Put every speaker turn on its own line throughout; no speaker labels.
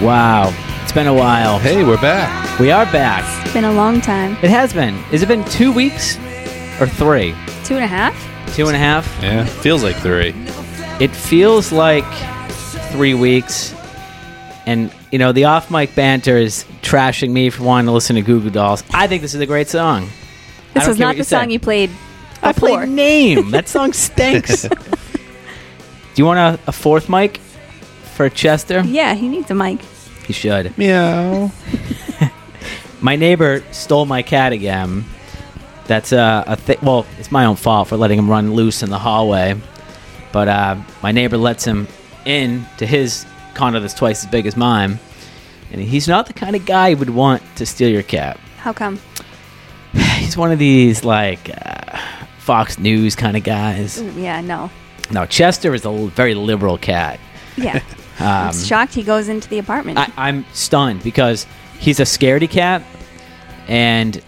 Wow. It's been a while.
Hey, we're back.
We are back.
It's been a long time.
It has been. Has it been two weeks or three?
Two and a half?
Two and a half?
Yeah, feels like three.
It feels like three weeks. And, you know, the off mic banter is trashing me for wanting to listen to Goo Goo Dolls. I think this is a great song. I
This
don't
was
care
not
what
the
you
song
say.
you played
I
before.
played Name. That song stinks. Do you want a, a fourth mic for Chester?
yeah, he needs a mic.
He should.
Meow.
My neighbor stole my cat again. That's uh, a thi- well, it's my own fault for letting him run loose in the hallway. But uh, my neighbor lets him in to his condo that's twice as big as mine, and he's not the kind of guy you would want to steal your cat.
How come?
He's one of these like uh, Fox News kind of guys.
Ooh, yeah, no.
Now Chester is a l- very liberal cat.
Yeah. I'm shocked he goes into the apartment.
Um, I, I'm stunned because he's a scaredy cat, and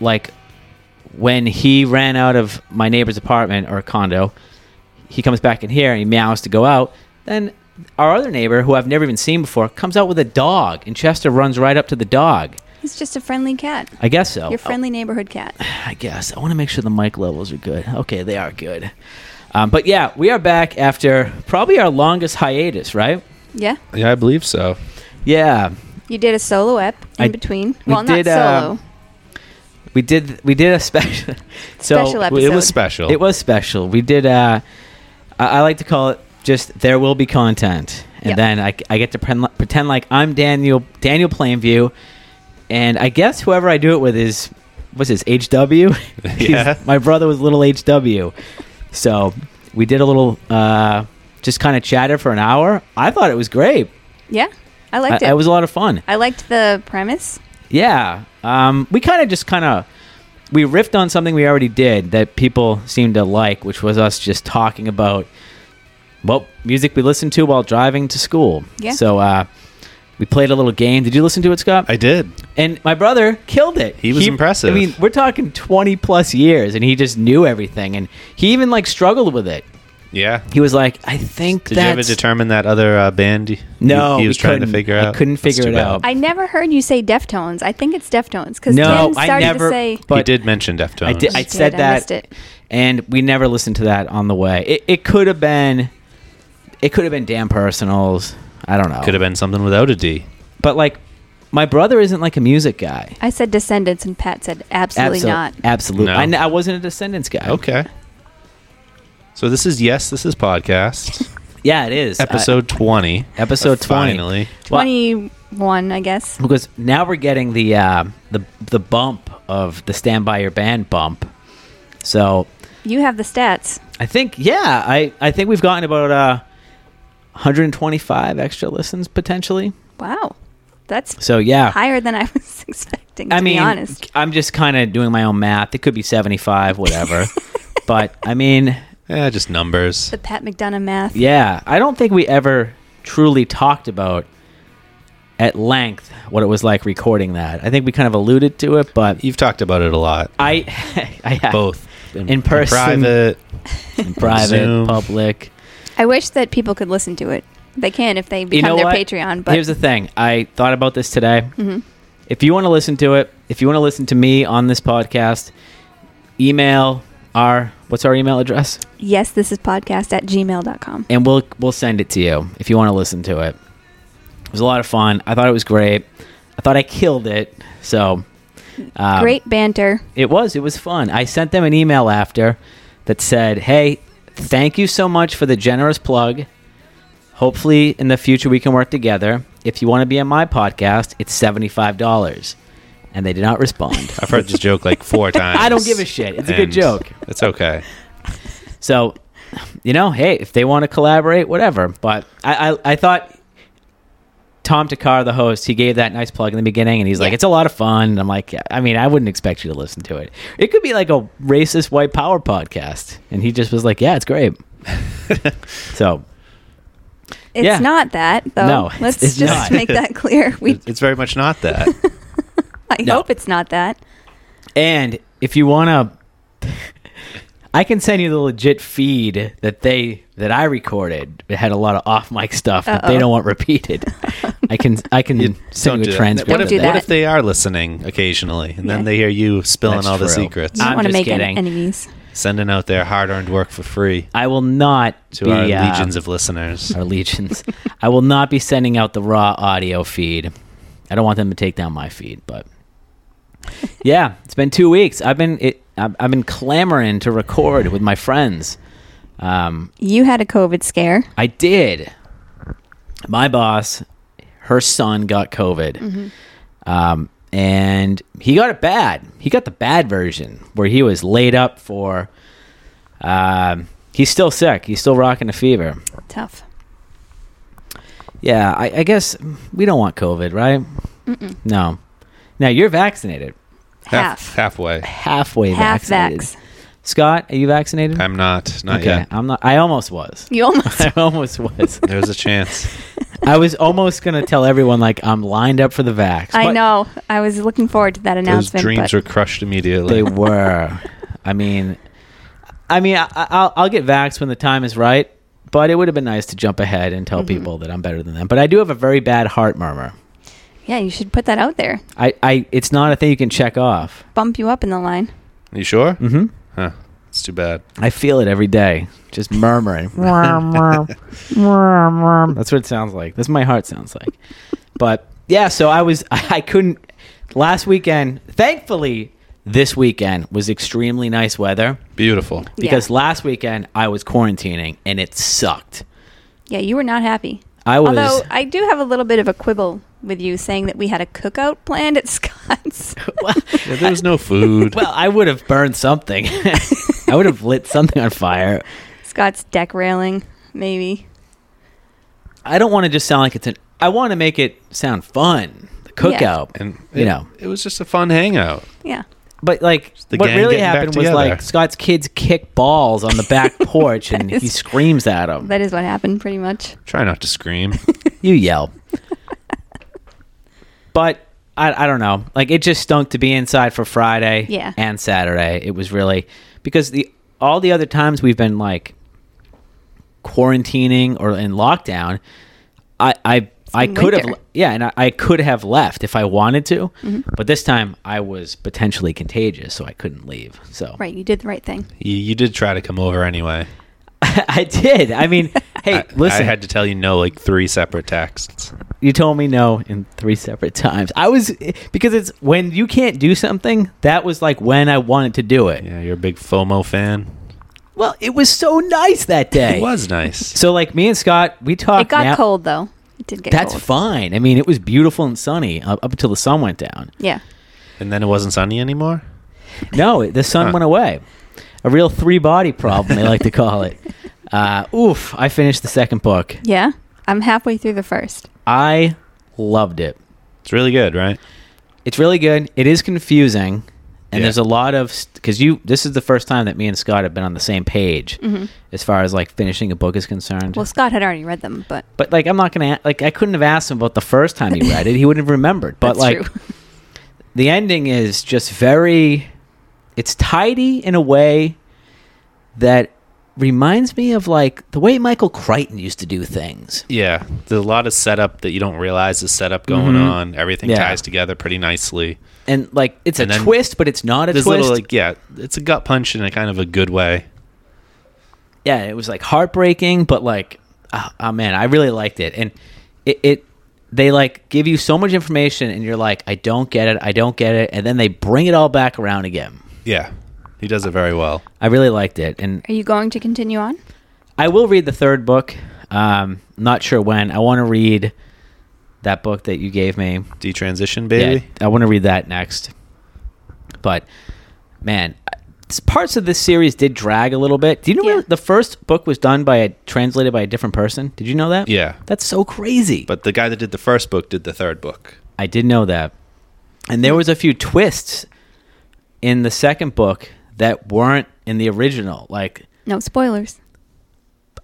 like when he ran out of my neighbor's apartment or condo, he comes back in here and he meows to go out. Then our other neighbor, who I've never even seen before, comes out with a dog, and Chester runs right up to the dog.
He's just a friendly cat.
I guess so.
Your friendly neighborhood cat.
I guess. I want to make sure the mic levels are good. Okay, they are good. Um, but yeah, we are back after probably our longest hiatus, right?
Yeah?
Yeah, I believe so.
Yeah.
You did a solo ep in
I-
between.
we
Well,
did,
not solo.
um, We did we did a special so
Special
Well, It
Episode.
was special.
It was special. We did. Uh, I, I like to call it just there will be content, and
Yep.
then I, I get to pretend, li- pretend like I'm Daniel Daniel Plainview, and I guess whoever I do it with is what's his HW. He's-
Yeah.
my brother was little HW, so we did a little uh, just kind of chatter for an hour. I thought it was great.
yeah. I
I,
liked it.
it was a lot of fun.
I liked the premise.
Yeah. Um, we kind of just kind of we riffed on something we already did that people seemed to like, which was us just talking about what music we listened to while driving to school.
Yeah.
So uh, we played a little game. Did you listen to it, Scott?
I did.
and my brother killed it.
He was
I
impressive.
mean, we're talking twenty plus years, and he just knew everything, and he even like struggled with it.
Yeah.
He was like, "I think
Did you ever
that's
determine that other uh, band? y-
No,
he,
we
was trying to
couldn't.
figure
I
out.
couldn't
That's
figure
too
it
bad.
out.
I never heard you say Deftones. I think it's Deftones because
no,
Tim started
I never."
to say.
but
he did mention Deftones.
I did. I
You did,
said
I
that,
missed it.
and we never listened to that on the way. It, it could have been, it could have been damn personals. I don't know.
Could have been something without a D.
But like, my brother isn't like a music guy.
I said Descendants, and Pat said absolutely
Absol-
not.
Absolutely.
No.
I, kn- I wasn't a Descendants guy.
Okay. So this is yes, this is podcast
Yeah, it is I-
episode twenty.
uh,
Uh,
episode twenty.
Finally,
Well,
Twenty-one, I guess.
because now we're getting the uh, the the bump of the Stand By Your Band bump. So
You have the stats.
I think yeah, I I think we've gotten about uh, 125 extra listens potentially.
Wow, that's
So yeah,
higher than I was expecting. To
I mean,
be honest,
I'm just kind of doing my own math. It could be 75, whatever. but I mean,
eh, just numbers.
the Pat McDonough math.
yeah, I don't think we ever truly talked about at length what it was like recording that. I think we kind of alluded to it, but
You've talked about it a lot,
I, I have
both
In person.
private.
private,
Zoom.
public.
I wish that people could listen to it. They can if they become
you know
their
what?
Patreon. But Mm-hmm.
here's the thing. I thought about this today. If you want to listen to it, if you want to listen to me on this podcast, email our what's our email address?
yes, this is podcast at gmail.com.
and we'll we'll send it to you if you want to listen to it. It was a lot of fun. I thought it was great. I thought I killed it. So um,
Great banter.
It was. It was fun. I sent them an email after that said, "Hey, thank you so much for the generous plug. Hopefully, in the future we can work together. If you want to be on my podcast, it's seventy five dollars." And they did not respond.
I've heard this joke like four times.
I don't give a shit. It's a good
and
joke.
It's okay.
So, you know, hey, if they want to collaborate, whatever. But I, I, I thought Tom Takar, the host, he gave that nice plug in the beginning, and he's like,
Yeah.
"It's a lot of fun." And I'm like, I mean, I wouldn't expect you to listen to it. It could be like a racist white power podcast, and he just was like, "Yeah, it's great." so
It's
Yeah.
not that though.
No,
Let's
it's
just
not.
make that clear. We
It- It's very much not that.
I
No.
hope it's not that.
And if you want to, I can send you the legit feed that they that I recorded. It had a lot of off mic stuff that they
Uh-oh.
don't want repeated. I can I can send
Don't
you
do
a
that.
transcript.
What
Don't
if,
of
do
that.
what
that.
if they are listening occasionally, and
Yeah.
then they hear you spilling
That's
all the
true.
secrets,
You
I'm
don't want to
just
make en-
kidding.
enemies.
sending out their hard-earned work for free
I will not
to
be,
our
uh,
legions of listeners?
our legions. I will not be sending out the raw audio feed. I don't want them to take down my feed, but yeah, it's been two weeks. I've been it, I've, I've been clamoring to record with my friends. Um,
You had a COVID scare.
I did. My boss, her son got COVID, um, and he got it bad. He got the bad version where he was laid up for. Um, he's still sick. He's still rocking a fever.
Tough.
Yeah, I, I guess we don't want COVID, right? No. Now you're vaccinated,
Half.
halfway.
halfway
Half
vaccinated.
vax.
Scott, are you vaccinated?
I'm not. Not
okay,
yet.
I'm not. I almost was.
You almost.
I almost was.
There's a chance.
I was almost gonna tell everyone like I'm lined up for the vax.
I
but
know. I was looking forward to that
Those
announcement.
dreams
but
were crushed immediately.
They were. I mean, I mean, I, I'll, I'll get vaxxed when the time is right. But it would have been nice to jump ahead and
Mm-hmm.
tell people that I'm better than them. But I do have a very bad heart murmur.
yeah, you should put that out there.
I, I it's not a thing you can check off.
Bump you up in the line.
you sure?
hmm
Huh. It's too bad.
I feel it every day, just murmuring. That's what it sounds like. That's what my heart sounds like. But yeah, so I was, I couldn't. Last weekend, thankfully, this weekend was extremely nice weather
Beautiful.
because
yeah.
last weekend I was quarantining and it sucked.
yeah, you were not happy.
I was.
Although I do have a little bit of a quibble with you saying that we had a cookout planned at Scott's.
well,
Yeah, there was no food.
well, I would have burned something. I would have lit something on fire.
Scott's deck railing, maybe.
I don't want to just sound like it's an. I want to make it sound fun. The
Yeah.
cookout.
and
you
it-
know.
it was just a fun hangout.
Yeah.
But like,
the
what
gang
really
getting back
happened was
together.
like Scott's kids kick balls on the back porch, and
That
he
is-
screams at them.
That is what happened pretty much.
Try not to scream.
You yell. but I, I don't know. Like it just stunk to be inside for Friday
Yeah.
and Saturday. It was really because the all the other times we've been like quarantining or in lockdown, I I I
been
could have
winter. Mm-hmm.
yeah, and I, I could have left if I wanted to. But this time I was potentially contagious, so I couldn't leave. So
Right, you did the right thing.
you, you did try to come over anyway.
I did. I mean, hey,
I,
listen.
I had to tell you no like three separate texts.
you told me no in three separate times. I was because it's when you can't do something. That was like when I wanted to do it.
Yeah, you're a big FOMO fan.
Well, it was so nice that day.
It was nice.
So like me and Scott, we talked.
It got
now-
cold though. It did get
That's
cold.
fine. I mean, it was beautiful and sunny up, up until the sun went down.
Yeah.
And then it wasn't sunny anymore.
No, the sun
Huh.
went away. A real three body problem, they like to call it. Uh, oof! I finished the second book.
Yeah. I'm halfway through the first.
I loved it.
It's really good, right?
it's really good. It is confusing, and
Yeah.
there's a lot of because you. This is the first time that me and Scott have been on the same page as far as like finishing a book is concerned.
Mm-hmm. Well, Scott had already read them, but
but like, I'm not gonna a- like I couldn't have asked him about the first time he read it. He wouldn't have remembered. But
that's
like,
true.
the ending is just very. It's tidy in a way that reminds me of like the way Michael Crichton used to do things.
Yeah, there's a lot of setup that you don't realize is setup going
Mhm.
on. Everything
Yeah.
ties together pretty nicely.
And like it's a
And then
twist, but it's not a
there's
twist.
little like yeah, it's a gut punch in a kind of a good way.
yeah, it was like heartbreaking, but like, ah ah, man, I really liked it. And it, it, they like give you so much information, and you're like, I don't get it, I don't get it, and then they bring it all back around again.
Yeah, he does it very well.
I really liked it, and
Are you going to continue on?
I will read the third book. Um, not sure when. I want to read that book that you gave me.
Detransition, baby.
Yeah, I want to read that next. But man, s- parts of this series did drag a little bit. Do you know
Yeah.
what- the first book was done by a translated by a different person? Did you know that?
Yeah.
That's so crazy. But
But the guy that did the first book did the third book.
I did know that. And there was a few twists in the second book that weren't in the original. Like
No spoilers.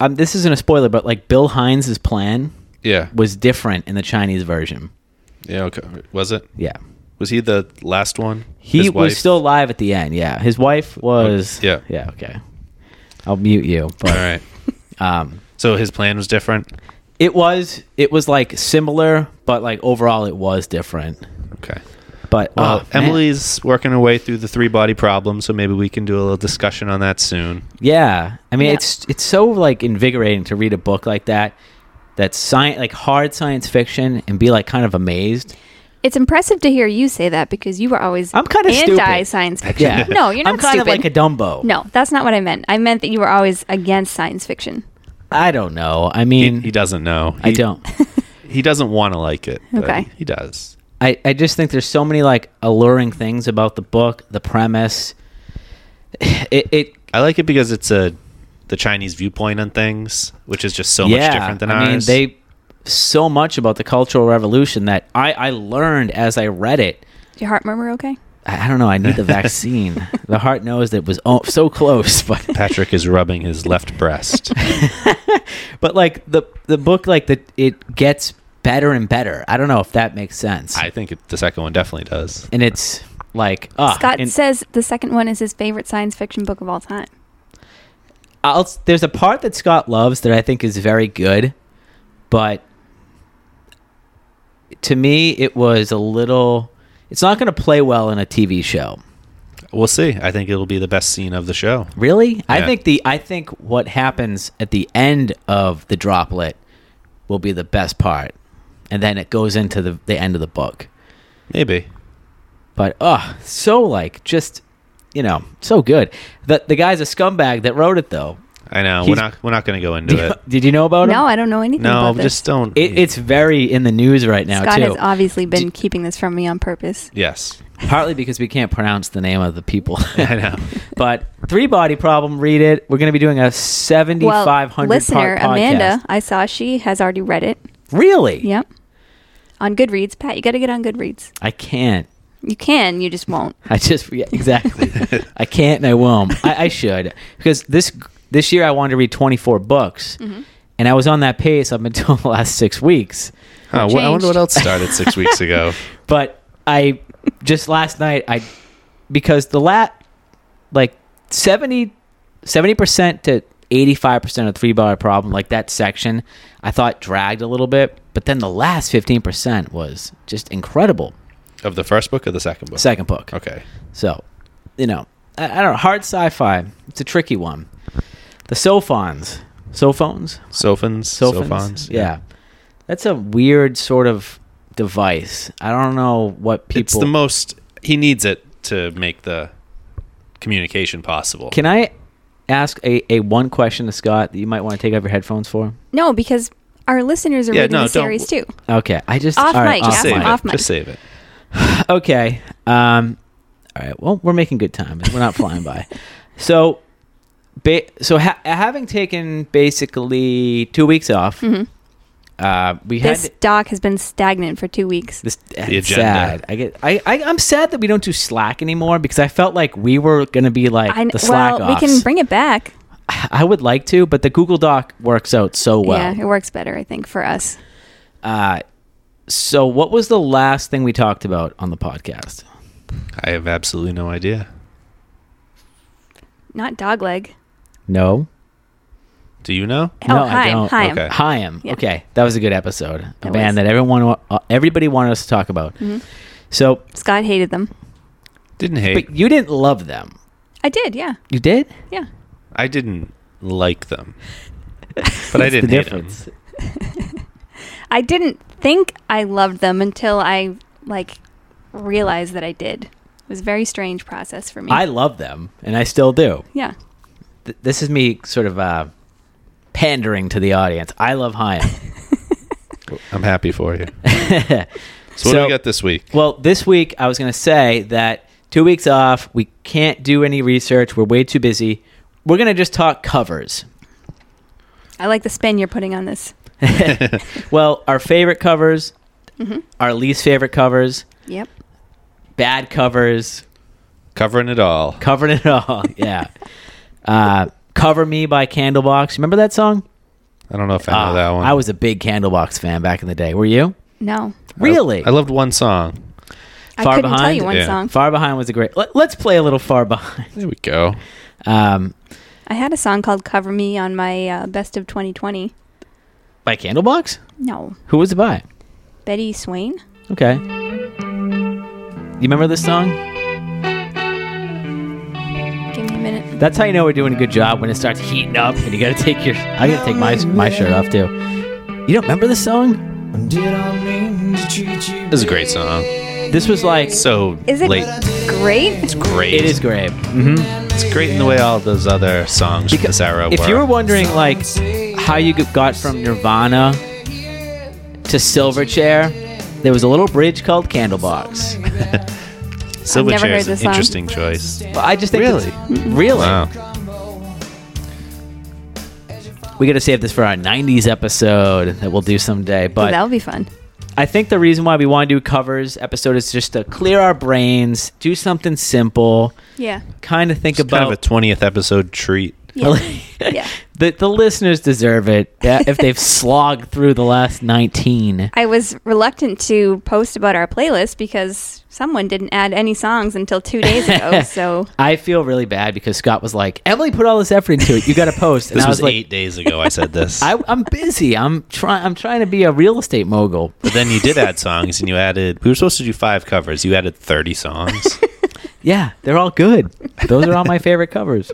um, this isn't a spoiler, but like Bill Hines' plan
Yeah.
was different in the Chinese version.
Yeah. Okay. Was it?
Yeah.
Was he the last one?
He
His wife?
was still alive at the end. Yeah, his wife was.
yeah.
yeah. Okay, I'll mute you.
All
But
right.
um,
So his plan was different.
It was it was like similar, but like overall it was different.
Okay.
But
Well,
oh, man.
Emily's working her way through the three body problem, so maybe we can do a little discussion on that soon.
Yeah, I mean
Yeah.
it's it's so like invigorating to read a book like that, that's science like hard science fiction, and be like kind of amazed.
It's impressive to hear you say that because you were always
I'm kinda stupid.
anti science fiction.
Yeah,
No, you're not
I'm kind
stupid.
of like a Dumbo.
no, that's not what I meant. I meant that you were always against science fiction.
I don't know. I
He,
mean,
he doesn't know.
I
He-
don't.
He doesn't want to like it. but
Okay.
He does.
I I just think there's so many like alluring things about the book, the premise. It it
I like it because it's a the Chinese viewpoint on things, which is just so much different than
I
ours.
mean, they so much about the Cultural Revolution that I I learned as I read it.
Did your heart murmur okay?
I I don't know. I need the vaccine. the heart knows that it was oh, so close, but
Patrick is rubbing his left breast.
but like the the book like the it gets better and better i don't know if that makes sense
I think it, the second one definitely does.
and it's like uh,
Scott
and
says the second one is his favorite science fiction book of all time.
I'll, there's a part that scott loves that i think is very good but to me it was a little it's not going to play well in a tv show
We'll see. I think it'll be the best scene of the show.
really i
Yeah.
think the i think what happens at the end of the droplet will be the best part and then it goes into the, the end of the book
Maybe.
But oh, so like just you know, so good. The the guy's a scumbag that wrote it though.
I know.
He's-
we're not we're not going to go into it.
Did you know about
no,
him?
I don't know anything
No,
about this.
just don't.
It, it's very in the news right now
Scott
too.
has obviously been keeping this from me on purpose.
yes.
Partly because we can't pronounce the name of the people.
I know.
but three body problem. Read it. We're going to be doing a seventy
Well,
five hundred
listener
part podcast.
Amanda, I saw she has already read it.
Really?
Yep. On Goodreads, Pat, you got to get on Goodreads.
I can't.
You can, you just won't.
I just yeah, exactly. I can't and I won't. I, I should because this this year I wanted to read twenty four books,
Mm-hmm.
and I was on that pace up until the last six weeks.
Huh, wh- I wonder
changed.
what else started six weeks ago.
But I just last night I because the lat like 70 percent to eighty five percent of three bar problem like that section I thought dragged a little bit, but then the last fifteen percent was just incredible.
Of the first book or the second book?
Second book,
Okay.
so you know I, I don't know hard sci fi. It's a tricky one. The Sophons, Sophones,
Sophins.
Sophons, yeah. That's a weird sort of device. I don't know what people.
It's the most. He needs it to make the communication possible.
Can I ask a, a one question to Scott that you might want to take off your headphones for?
No, because our listeners are
Yeah,
reading
no,
the
don't-
series too.
Okay, I just
Off
all right,
mic, just
Just
Off
save
mic.
it.
Off mic.
Just save it.
Okay, um, all right. Well, we're making good time. We're not flying by. So, ba- so ha- having taken basically two weeks off,
Mm-hmm.
uh, we
Mm. This
had
doc has been stagnant for two weeks.
this.
agenda.
it's sad. I get. I, I. I'm sad that we don't do Slack anymore because I felt like we were gonna be like
I kn-
the Slack
well,
offs.
we can bring it back.
I would like to, but the Google Doc works out so well.
Yeah, it works better, I think, for us.
Uh, so what was the last thing we talked about on the podcast?
I have absolutely no idea.
Not dog leg.
No.
Do you know?
No,
oh,
I
hi,
don't.
hi.
Okay.
Haim.
Yeah.
Okay. That was a good episode. A
It was. Mm.
band that everyone wa- uh, everybody wanted us to talk about. So,
Mm-hmm. Scott hated them.
Didn't hate.
but you didn't love them.
I did, yeah,
You did?
yeah.
I didn't like them. But
That's
I didn't
the
hate
difference.
them.
I didn't think I loved them until I like realized that I did. It was a very strange process for me.
I love them and I still do.
yeah.
Th- this is me sort of uh, pandering to the audience. I love Haim.
I'm happy for you. So, what do
So-
we got this week?
Well, this week I was going to say that two weeks off, we can't do any research. We're way too busy. We're going to just talk covers.
I like the spin you're putting on this.
Well, our favorite covers, our least favorite covers,
Yep.
bad covers,
Covering it all.
covering it all. yeah. Uh, Cover Me by Candlebox. Remember that song?
I don't know if I know
Ah,
that one.
I was a big Candlebox fan back in the day. Were you?
No.
Really?
I loved one song.
I
Far
couldn't tell
Behind?
you one
Yeah.
song.
Far Behind was a great. Let, let's play a little Far Behind.
There we go.
Um,
I had a song called Cover Me on my uh, Best of 2020.
by Candlebox?
No.
Who was it by?
Betty Swain?
Okay. You remember this song?
Give me a minute.
That's how you know we're doing a good job when it starts heating up and you gotta take your. I gotta take my my shirt off too. You don't remember this song?
Did I mean to treat you?
This is a great song.
This was like.
So
Is it
late.
great?
Great.
It is great. hmm
It's great in the way all those other songs from this era
if
were.
you were wondering like how you got from Nirvana to Silverchair, there was a little bridge called Candlebox.
I've never
Silverchair
heard
is an
this song.
interesting choice.
But I just think
Really?
it's- really,
Wow.
we got to save this for our '90s episode that we'll do someday. But
That'll be fun.
I think the reason why we want to do covers episode is just to clear our brains, do something simple,
Yeah.
kind of think
It's
about
kind of a 20th episode treat.
Yeah. yeah.
the the listeners deserve it yeah, if they've slogged through the last 19.
I was reluctant to post about our playlist because someone didn't add any songs until two days ago. so
I feel really bad because Scott was like, "Emily put all this effort into it. You got to post." And
This
I was,
was,
like,
eight days ago. I said this,
I, "I'm busy. I'm trying. I'm trying to be a real estate mogul."
but then you did add songs, and you added. We were supposed to do five covers. You added thirty songs.
Yeah, they're all good. Those are all my favorite covers.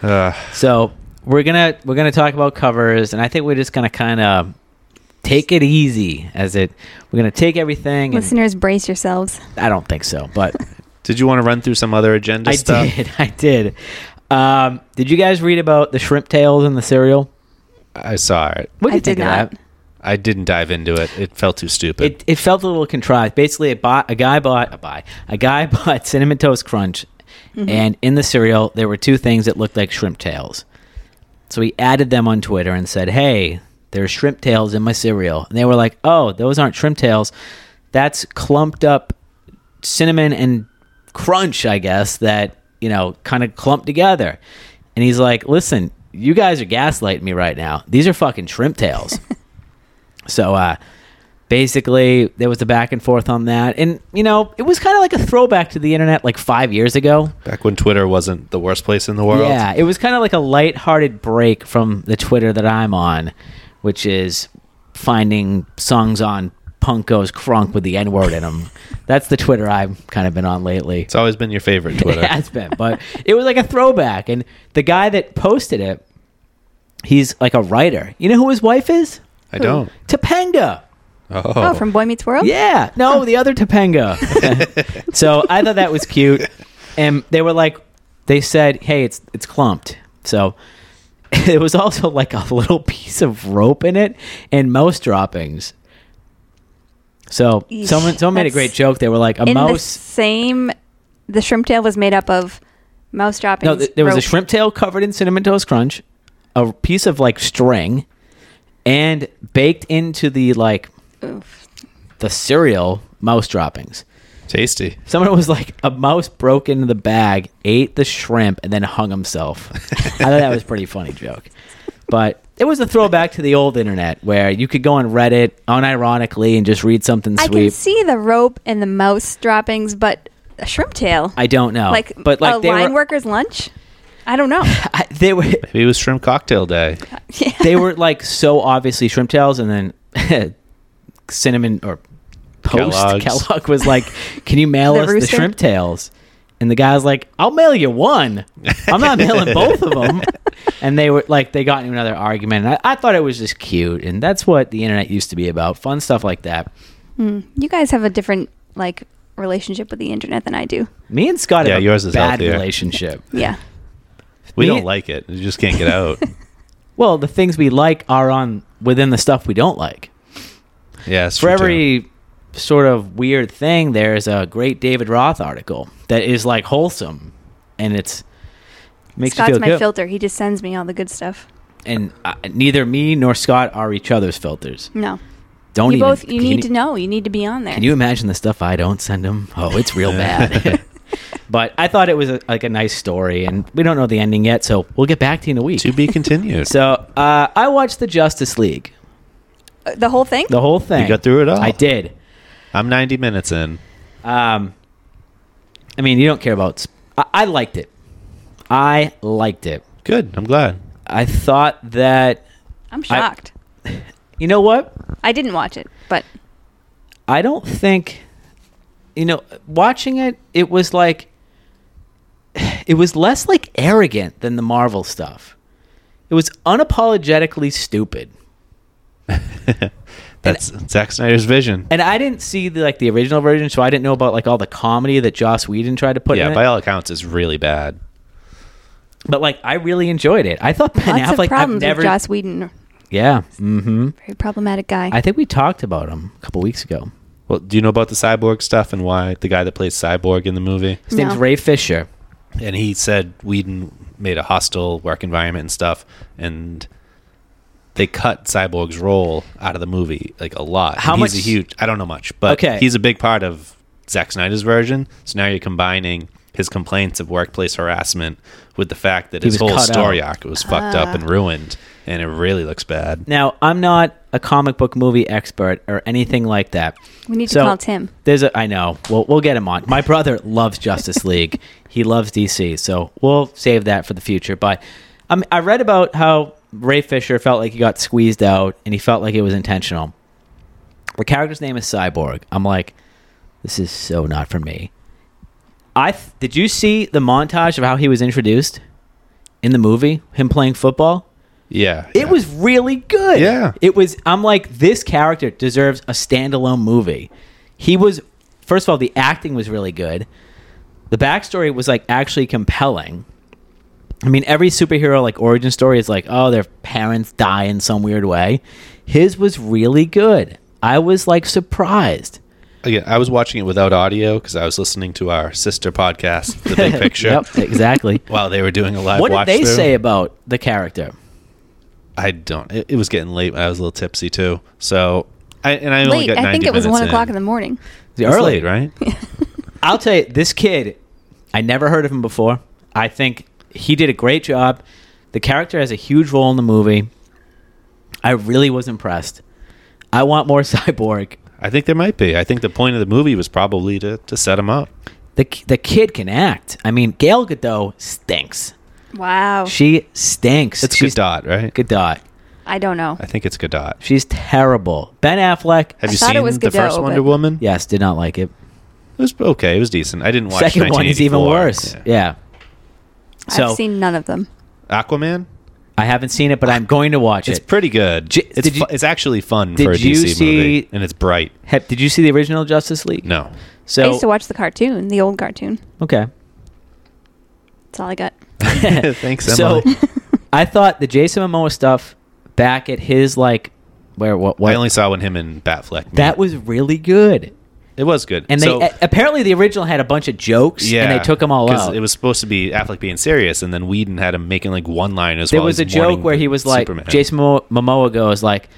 uh,
So we're gonna we're gonna talk about covers, and I think we're just gonna kind of take it easy as it. We're gonna take everything. And
listeners, brace yourselves.
I don't think so, but
did you want to run through some other agenda
I
stuff?
did. I did. Um, did you guys read about the shrimp tails in the cereal?
I saw it.
What do
I
you think
did
of
not.
that?
I didn't dive into it. It felt too stupid.
it, it felt a little contrived. Basically, a, bought, a guy bought a buy a guy bought cinnamon toast crunch, Mm-hmm. and in the cereal there were two things that looked like shrimp tails. So he added them on Twitter and said, "Hey, there's shrimp tails in my cereal," and they were like, "Oh, those aren't shrimp tails. That's clumped up cinnamon and crunch, I guess, that, you know, kind of clumped together. And he's like, listen, you guys are gaslighting me right now. These are fucking shrimp tails. so, uh, basically, there was a back and forth on that. And, you know, it was kind of like a throwback to the internet like five years ago.
Back when Twitter wasn't the worst place in the world.
Yeah, it was kind of like a lighthearted break from the Twitter that I'm on, which is finding songs on Punko's Crunk with the N word in them. That's the Twitter I've kind of been on lately.
It's always been your favorite Twitter.
It has been, but it was like a throwback. And the guy that posted it, he's like a writer. You know who his wife is?
I don't.
Topanga.
Oh,
Oh, from Boy Meets World?
Yeah. No, the other Topanga. so I thought that was cute. And they were like, they said, hey, it's it's clumped. So it was also like a little piece of rope in it and mouse droppings. So
Eesh,
someone someone made a
that's-
great joke. They were like, a
In the
mouse
same, the shrimp tail was made up of mouse droppings.
No, th- there was a
rope.
shrimp tail covered in cinnamon toast crunch, a piece of like string, and baked into the like
Oof.
the cereal mouse droppings.
Oh, tasty.
Someone was like, a mouse broke into the bag, ate the shrimp, and then hung himself. I thought that was a pretty funny joke, but it was a throwback to the old internet where you could go on Reddit unironically and just read something
I
sweet.
can see the rope and the mouse droppings, but a shrimp tail.
I don't know,
like,
but like
a
they
line
were,
worker's lunch? I don't know.
I, they were
Maybe it was shrimp cocktail day.
yeah.
they were like so obviously shrimp tails, and then cinnamon or post
Kellogg's.
Kellogg was like, "Can you mail
The
us the
rooster?
shrimp tails?" And the guy's like, "I'll mail you one. I'm not mailing both of them." And they were like, they got into another argument. And I, I thought it was just cute, and that's what the internet used to be about—fun stuff like that.
Hmm. You guys have a different like relationship with the internet than I do.
Me and Scott
Yeah,
have
yours
a
is
bad
healthier.
relationship.
Yeah.
We
Me-
don't like it. You just can't get out.
Well, the things we like are on within the stuff we don't like.
yeah, it's
for
true, too.
every sort of weird thing, there's a great David Roth article that is like wholesome, and it's makes
Scott's
you feel
my
good.
filter. He just sends me all the good stuff.
and uh, neither me nor Scott are each other's filters.
No.
Don't
Mm. you
even,
both you
can
need to know. You need to be on there.
Can you imagine the stuff I don't send him? Oh, it's real bad. but I thought it was a, like a nice story, and we don't know the ending yet, so we'll get back to you in a week.
to be continued.
So uh, I watched the Justice League,
Uh, the whole thing?
the whole thing.
got through it all.
I did.
I'm 90 minutes in.
Um, I mean, you don't care about. Sp- I-, I liked it. I liked it.
Good. I'm glad.
I thought that
I'm shocked.
You know what?
I didn't watch it, but
I don't think, you know, watching it, it was like, it was less like arrogant than the Marvel stuff. It was unapologetically stupid.
That's Zack Snyder's vision.
And I didn't see the, like the original version, so I didn't know about like all the comedy that Joss Whedon tried to put
yeah,
in
by
it.
all accounts, it's really bad.
But like, I really enjoyed it. I thought Ben
lots
Affleck.
of problems
I've never,
with Joss Whedon.
Yeah. Mm-hmm.
Very problematic guy.
I think we talked about him a couple weeks ago.
Well, do you know about the cyborg stuff and why the guy that plays cyborg in the movie?
His name's
No.
Ray Fisher.
And he said Whedon made a hostile work environment and stuff, and they cut cyborg's role out of the movie like a lot.
How
And he's
much-
A huge. I don't know much, but
Okay.
he's a big part of Zack Snyder's version. So now you're combining his complaints of workplace harassment with the fact that
He
his
was
whole
cut
story arc was fucked up and ruined, and it really looks bad.
Now, I'm not a comic book movie expert or anything like that.
We need to call Tim.
There's a I know. We'll we'll get him on. My brother loves Justice League. He loves DC, so we'll save that for the future. But um, I read about how Ray Fisher felt like he got squeezed out, and he felt like it was intentional. The character's name is Cyborg. I'm like, this is so not for me. I th- did you see the montage of how he was introduced in the movie? Him playing football.
Yeah,
It
yeah.
was really good.
Yeah.
It was I'm like this character deserves a standalone movie. He was first of all the acting was really good. The backstory was like actually compelling. I mean every superhero like origin story is like oh their parents die in some weird way. His was really good. I was like surprised.
Again, I was watching it without audio because I was listening to our sister podcast, The Big Picture,
yep, exactly.
while they were doing a live
what did
watch.
they
through.
say about the character?
I don't. It, it was getting late. but I was a little tipsy too. So, I, and I only
Late.
got.
I
90
think it was
minutes
one o'clock in
in
the morning.
The
It's
early,
late, right?
I'll tell you, this kid, I never heard of him before. I think he did a great job. The character has a huge role in the movie. I really was impressed. I want more Cyborg.
I think there might be. I think the point of the movie was probably to to set him up.
The, k- the kid can act. I mean, Gail Godot stinks.
Wow.
She stinks.
It's
She's
Godot, right?
Godot.
I don't know.
I think it's Godot.
She's terrible. Ben Affleck,
Have
I
you
thought
seen
it was
the
Godot,
first Wonder
but-
Woman?
yes, did not like it.
it was okay. It was decent. I didn't watch.
Second one is even
1984.
worse. Yeah. So
I've seen none of them.
Aquaman.
I haven't seen it, but I'm going to watch
It's
it.
pretty good.
J-
it's
did you-
fu- it's actually fun
did
for a
you
DC
see-
movie, and it's bright.
Hep, did you see the original Justice League?
No,
So
I used to watch the cartoon, the old cartoon.
okay.
That's all I got.
Thanks,
So
Emily.
I thought the Jason Momoa stuff back at his like where what what
I only saw when him and Batfleck. met.
that was really good.
it was good.
And they e
So-
a- apparently the original had a bunch of jokes and they took them all
'cause
out.
It was supposed to be Affleck being serious, and then Whedon had him making like one line as
there
well.
was a
as mourning
joke where
the
he was like
Superman.
Jason Mo- Momoa goes like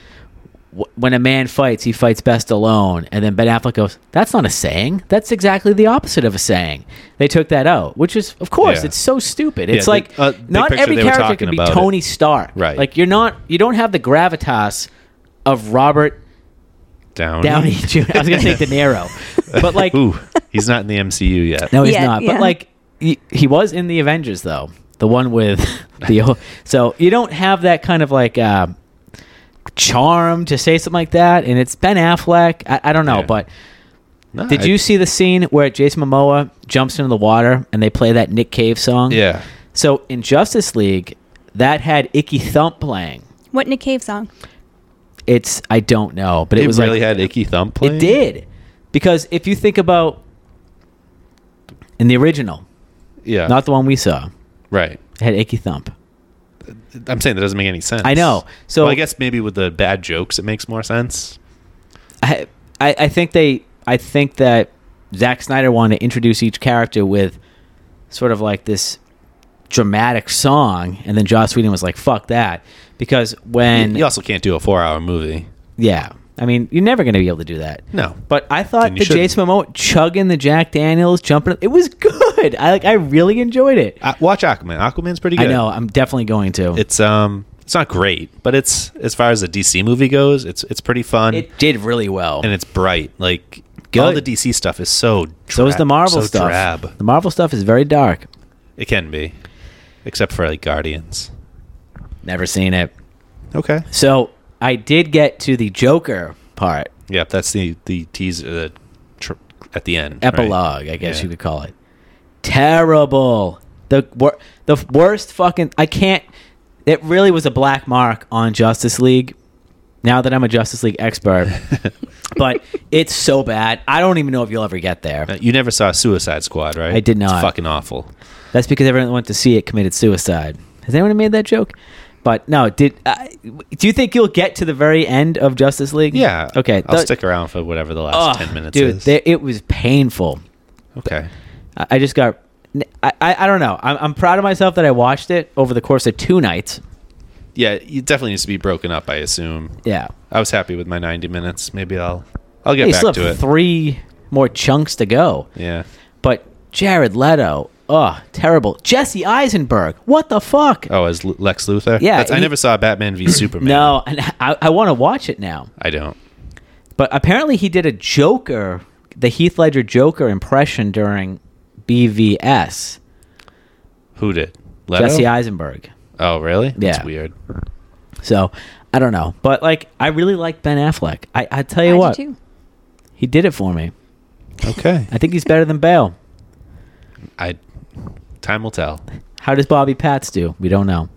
"Wh- when a man fights he fights best alone and then Ben Affleck goes that's not a saying that's exactly the opposite of a saying. They took that out, which is of course
Yeah.
it's so stupid.
Yeah,
It's
the-
like
uh, big
not
picture
every
they were
character
talking
could be
about it.
Tony Stark.
Right.
Like you're not you don't have the gravitas of Robert
Downey.
Downey Jr. E I was gonna say De Niro, but like
Oh, Ooh, he's not in the MCU yet.
no, he's
Yeah,
not.
yeah.
But like he, he was in the Avengers though, the one with the o- so you don't have that kind of like uh, charm to say something like that, and it's Ben Affleck. I, I don't know,
Yeah.
but
No,
did
I-
you see the scene where Jason Momoa jumps into the water and they play that Nick Cave song?
Yeah,
So in Justice League, that had Icky Thump playing.
What Nick Cave song?
It's I don't know, but
it,
it, was
really
like,
had Icky Thump playing.
It did. Because if you think about in the original,
Yeah,
not the one we saw,
right.
it had Icky Thump.
I'm saying that doesn't make any sense.
I know. So-
Well, I guess maybe with the bad jokes, it makes more sense.
I, I I think they I think that Zack Snyder wanted to introduce each character with sort of like this dramatic song and then Joss Whedon was like, fuck that. Because when
you also can't do a four-hour movie.
Yeah. I mean, you're never gonna be able to do that.
No,
But I thought
Then you
the
shouldn't.
Jason Momoa chugging the Jack Daniels, jumping it was good. I like I really enjoyed it.
Uh, watch Aquaman. Aquaman's pretty
I
good.
know, I'm definitely going to.
It's um, it's not great, but it's as far as a DC movie goes, it's it's pretty fun.
It did really well.
and it's bright. Like all the
Good.
DC stuff is so drab,
so is the Marvel
so
stuff.
Drab.
The Marvel stuff is very dark.
It can be, except for like Guardians.
Never seen it.
Okay.
So I did get to the Joker part,
Yep, that's the the teaser the tr- at the end. right?
epilogue, I guess
Yeah.
you could call it. Terrible. The wor- the f- worst fucking. I can't. It really was a black mark on Justice League. Now that I'm a Justice League expert, but it's so bad. I don't even know if you'll ever get there.
Uh, You never saw Suicide Squad, right?
I did
It's
not.
fucking awful.
That's because everyone that went to see it committed suicide. Has anyone made that joke? But no, did I do you think you'll get to the very end of Justice League?
Yeah.
Okay.
I'll
the-
stick around for whatever the last
Ugh,
ten minutes
dude.
is.
there- it was painful.
okay.
I, I just got. I, I, I don't know. I'm, I'm proud of myself that I watched it over the course of two nights.
Yeah, it definitely needs to be broken up. I assume.
Yeah.
I was happy with my ninety minutes. Maybe I'll I'll get
You still
back
have
to it.
three more chunks to go.
yeah.
But Jared Leto, ugh, terrible. Jesse Eisenberg, what the fuck?
Oh, as L- Lex Luthor.
Yeah,
That's, I
he-
never saw Batman v Superman.
no, and I, I want to watch it now.
I don't.
But apparently, he did a Joker, the Heath Ledger Joker impression during BVS.
Who did? Leto?
Jesse Eisenberg.
Oh, really?
Yeah.
That's weird.
So I don't know, but like I really like Ben Affleck. I, I tell you
I do
what,
too.
he did it for me.
Okay.
I think he's better than Bale.
I. Time will tell.
How does Bobby Pats do? We don't know.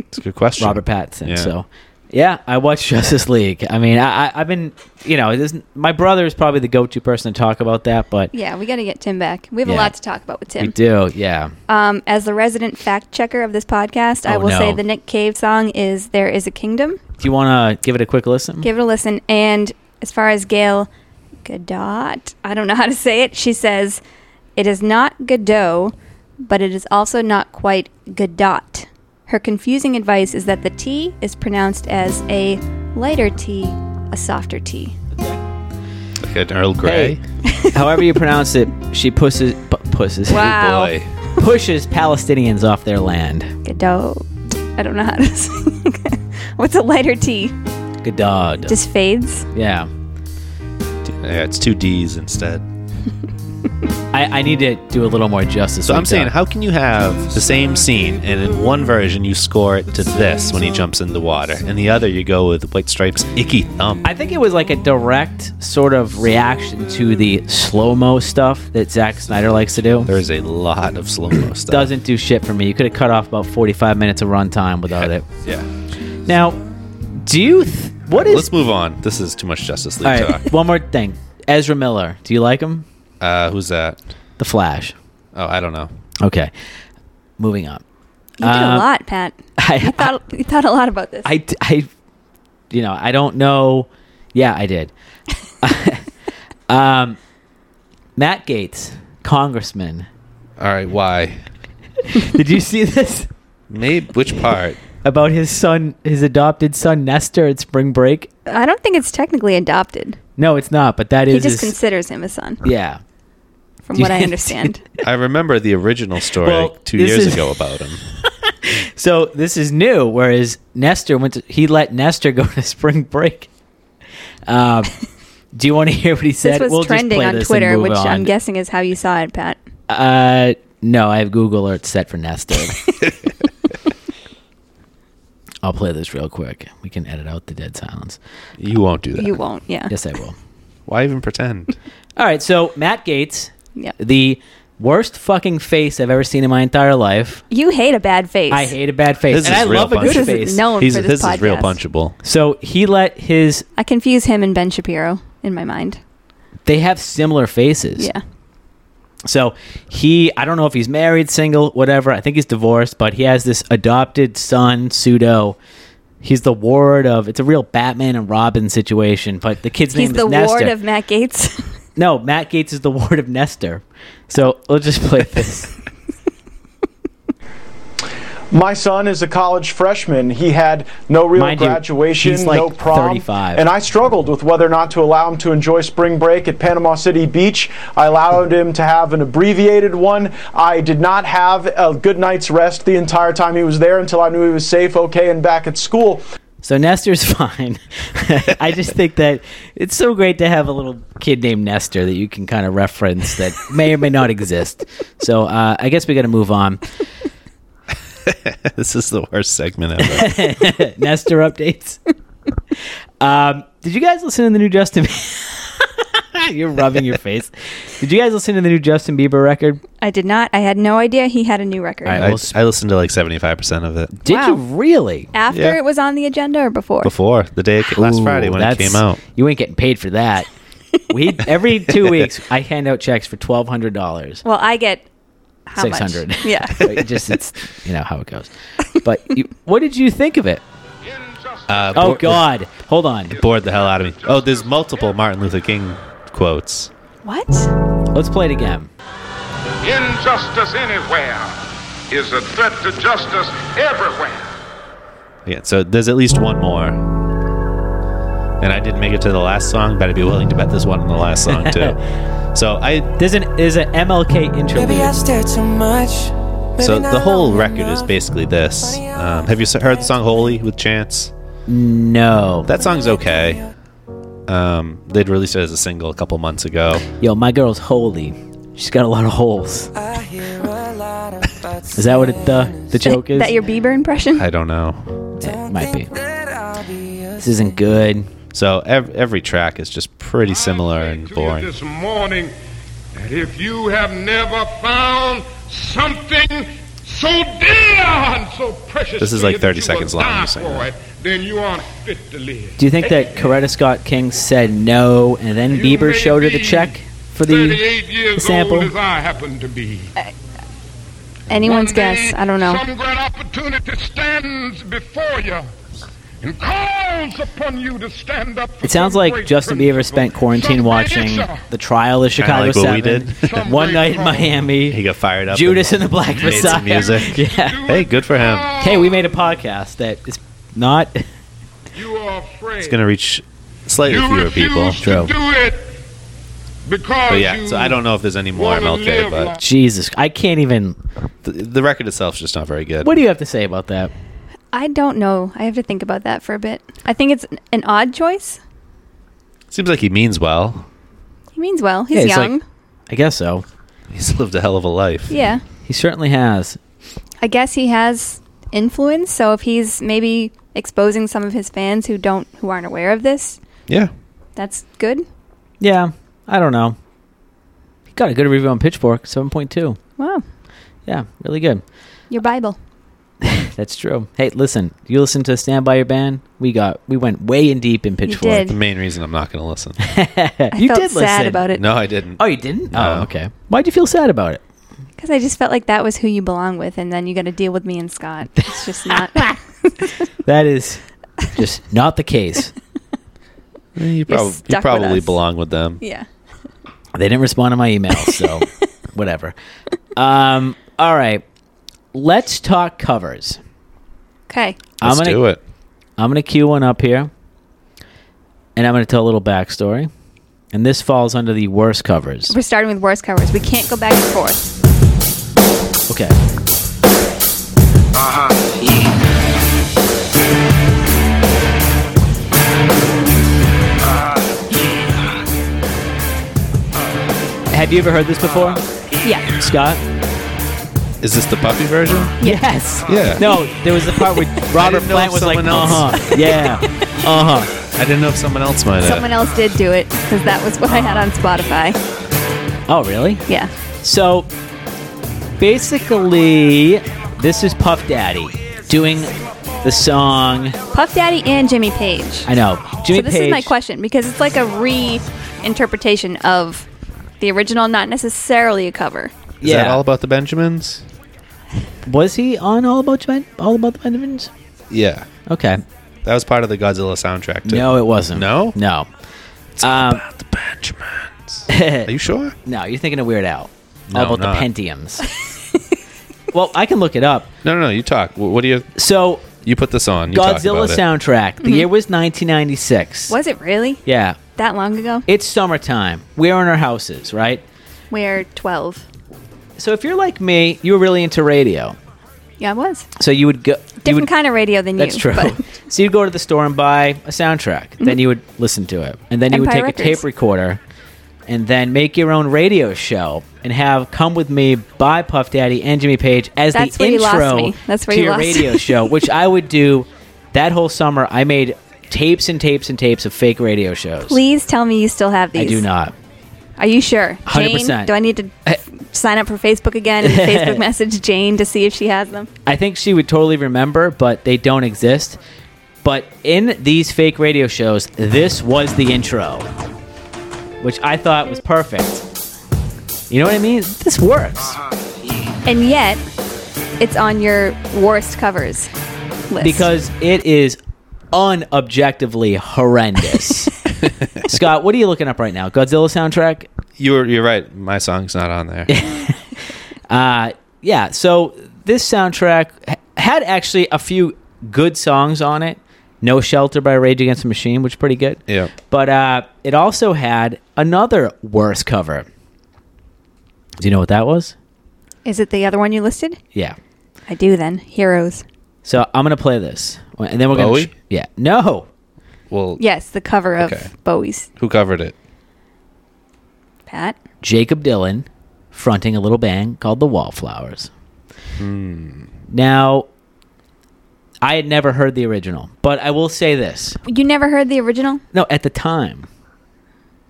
It's a good question.
Robert Pattinson.
Yeah.
So, yeah, I watch Justice League. I mean, I, I, I've been, you know, this, my brother is probably the go-to person to talk about that, but
Yeah, we got to get Tim back. We have
Yeah.
a lot to talk about with Tim.
we do, yeah.
Um, as the resident fact checker of this podcast, I
Oh,
will say
no.
the Nick Cave song is "There Is a Kingdom."
Do you want to give it a quick listen?
Give it a listen. And as far as Gail Godot, I don't know how to say it. She says it is not Godot, but it is also not quite Godot. Her confusing advice is that the T is pronounced as a lighter T, a softer T.
Like an Earl Grey.
However you pronounce it, she pushes, p- pushes,
Wow.
Boy.
pushes Palestinians off their land.
Godot. I don't know how to say. What's a lighter T?
Good dog.
Just fades.
yeah.
Yeah, it's two D's instead.
I, I need to do a little more justice.
So
with
I'm saying,
that.
how can you have the same scene and in one version you score it to this when he jumps in the water, and the other you go with White Stripes' icky thumb?
I think it was like a direct sort of reaction to the slow mo stuff that Zack Snyder likes to do.
There is a lot of slow mo stuff.
doesn't do shit for me. You could have cut off about 45 minutes of runtime
Oh,
without it.
Yeah.
Now, do you. Th- what is.
Let's move on. This is too much Justice League
all right,
talk.
one more thing. Ezra Miller. Do you like him?
Uh, who's that?
The Flash.
Oh, I don't know.
Okay. Moving on.
You did
Uh,
a lot, Pat.
I-
you, thought, you thought a lot about this.
I, d- I- You know, I don't know. Yeah, I did. um, Matt Gates, congressman.
All right, why?
Did you see this?
Maybe which part?
About his son, his adopted son Nestor at spring break?
I don't think it's technically adopted.
No, it's not, but that is.
He just
his-
considers him a son,
yeah.
from what I
Yeah.
understand.
I remember the original story
Well,
like, two
this
years
is-
ago about him.
So this is new, whereas Nestor went to, he let Nestor go to spring break. Um, do you want to hear what he said?
this was
We'll just
trending
play
on
this and
Twitter,
move
which I'm
on.
guessing is how you saw it, Pat.
Uh, no, I have Google Earth set for Nestor. I'll play this real quick. We can edit out the dead silence.
You won't do that.
You won't, yeah.
Yes, I will.
Why even pretend?
All right, so Matt Gates,
yeah.
the worst fucking face I've ever seen in my entire life.
You hate a bad face.
I hate a bad face,
This
and
is
I
real
love a
punch.
good
This is
face.
no- Known
He's,
for
this
this
is real
podcast.
punchable.
So he let his.
I confuse him and Ben Shapiro in my mind.
They have similar faces.
Yeah.
So he, I don't know if he's married, single, whatever. I think he's divorced, but he has this adopted son, pseudo. He's the ward of. It's a real Batman and Robin situation, but the kid's
He's
name
the
is Nestor.
ward of Matt Gates.
no, Matt Gates is the ward of Nestor. So we'll just play this.
My son is a college freshman. He had no real
Mind you,
graduation,
he's like
no prom,
35.
and I struggled with whether or not to allow him to enjoy spring break at Panama City Beach. I allowed him to have an abbreviated one. I did not have a good night's rest the entire time he was there until I knew he was safe, okay, and back at school.
So Nestor's fine. I just think that it's so great to have a little kid named Nestor that you can kind of reference that may or may not exist. So uh, I guess we got to move on.
this is the worst segment ever.
Nestor updates. um, did you guys listen to the new Justin? You're rubbing your face. Did you guys listen to the new Justin Bieber record?
I did not. I had no idea he had a new record.
All right.
I,
Well, sp-
I listened to like seventy five percent of it
Did you
Wow.
really?
After
Yeah.
it was on the agenda or before?
before the day it ca- last
Ooh,
Friday when it
that's-
came out.
You ain't getting paid for that. we every two weeks I hand out checks for twelve hundred dollars.
Well, I get how much?
600.
Yeah.
just it's you know how it goes. But you, what did you think of it?
Uh,
Oh
bored-
God! Hold on.
bored the hell out of me. Oh, there's multiple Martin Luther King quotes.
what?
Let's play it again.
Injustice anywhere is a threat to justice everywhere.
Yeah, so there's at least one more. And I didn't make it to the last song, but I'd be willing to bet this one on the last song too. so I
There's an is an MLK
Maybe I
interlude.
stare too much. Maybe
so the
not
whole
long
record is
enough.
basically this. Um, have you s- heard the song "Holy" with Chance?
No.
That song's okay. Um, they'd released it as a single a couple months ago.
Yo, my girl's holy. She's got a lot of holes.
I hear a lot about
Is that what it, the the joke is?
that your Bieber impression?
I don't know.
It might be.
that I'll be a
This isn't good.
So ev- every track is just pretty similar
I say
and
to you
boring.
This morning, that if you have never found something so dear and so precious,
This is
to
like
you that
30
you
seconds
will
long,
die
you say
for
that.
it, then you aren't fit to live.
Do you think that Coretta Scott King said no, and then
You
Bieber
may
showed her the
be
check for the
38 years
sample?
old as I happen to be.
Anyone's
One day,
guess. I don't know.
Some great opportunity stands before you and calls upon you to stand up. for
It sounds
some
like
great
Justin Bieber
principle,
spent quarantine
some
watching
answer.
the trial of Chicago
like what we
Seven,
did.
One Night in
He
Miami,
got fired up.
Judas and the Black
made
Messiah.
some music.
yeah.
Hey, good for him.
Hey, we made a podcast that is not.
You are afraid.
It's gonna reach slightly
you
fewer
refuse
people.
To do it because
But yeah,
you
so I don't know if there's any more
wanna
MLK,
live
but
like-
Jesus, I can't even.
the, the record itself's just not very good.
What do you have to say about that?
I don't know. I have to think about that for a bit. I think it's an odd choice.
Seems like he means well.
He means well.
Yeah,
He's
he's
young.
like- I guess so.
He's lived a hell of a life.
yeah.
He certainly has.
I guess he has influence. So if he's maybe exposing some of his fans who don't who aren't aware of this,
Yeah.
that's good.
Yeah, I don't know. He got a good review on Pitchfork, seven point two.
Wow.
Yeah, really good.
Your Bible.
That's true. Hey, listen, you listen to Stand By Your Band? We got we went way in deep in Pitchfork.
The main reason I'm not going to listen.
You,
I felt sad about it
No, I didn't.
Oh, you didn't? Oh,
No.
okay. Why'd you feel sad about it?
because I just felt like that was who you belong with, and then you got to deal with me and Scott. It's just not.
That is just not the case.
Eh, you,
You're
prob- you
stuck with
probably
us.
belong with them.
yeah.
They didn't respond to my email, so whatever. Um, all right. Let's talk covers.
Okay.
Let's
I'm gonna
do it.
I'm going to queue one up here, and I'm going to tell a little backstory. And this falls under the worst covers.
We're starting with worst covers. We can't go back and forth.
Okay. Uh-huh. Have you ever heard this before,
Yeah.
Scott?
Is this the puppy version?
Yes.
Yeah.
No, there was the part where Robert
didn't know
Plant
if
was like,
someone else-
uh huh, yeah, uh huh,
I didn't know if someone else might have.
Someone else did do it because that was what I had on Spotify.
oh really?
Yeah.
So basically, this is Puff Daddy doing the song.
Puff Daddy and Jimmy Page.
I know. Jimmy
so this
Page.
is my question because it's like a reinterpretation of the original, not necessarily a cover.
Is that all about the Benjamins?
Was he on All About the Ben- All About the Benjamins?
Yeah.
Okay.
That was part of the Godzilla soundtrack, too.
No, it wasn't.
No?
No. Um,
The Benjamins. Are you sure?
no, you're thinking of Weird Al.
No,
all about
I'm
the
not.
Pentiums. well, I can look it up.
No, no, no. You talk. Wh- What do you.
So,
You put this on. You talk
Godzilla
about it.
soundtrack. The year was 1996.
Was it really
Yeah.
that long ago?
It's summertime. We're in our houses, right?
We're 12.
So if you're like me, you were really into radio.
Yeah, I was.
So you would go. you
Different
would,
kind of radio than
That's
you.
true.
but-
so you'd go to the store and buy a soundtrack. Then you would listen to it, and then you would
Empire
take a
Records.
tape recorder and then make your own radio show and have "Come with Me" by Puff Daddy and Jimmy Page as
That's
the
where you
intro
lost me. That's where
to
you
your
lost
radio
me.
show, which I would do that whole summer. I made tapes and tapes and tapes of fake radio shows.
Please tell me you still have these.
I do not.
Are you sure?
100%.
Jane, do I need to sign up for Facebook again and Facebook message Jane to see if she has them?
I think she would totally remember, but they don't exist. But in these fake radio shows, this was the intro, which I thought was perfect. You know what I mean? This works
And yet, it's on your worst covers list.
because it is unobjectively horrendous. Scott, what are you looking up right now? Godzilla soundtrack?
You're you're right. My song's not on there.
Uh, yeah, so this soundtrack h- had actually a few good songs on it. No Shelter by Rage Against the Machine, which is pretty good.
yeah.
But uh, it also had another worse cover. Do you know what that was?
Is it the other one you listed?
Yeah.
I do then. Heroes.
So I'm gonna play this, and then we're gonna.
Bowie?
yeah. No.
Well,
Yes, the cover of
Okay.
Bowie's
Who covered it?
Pat.
Jacob Dylan, fronting a little band called the Wallflowers.
Hmm.
Now, I had never heard the original, but I will say this.
You never heard the original?
No, at the time,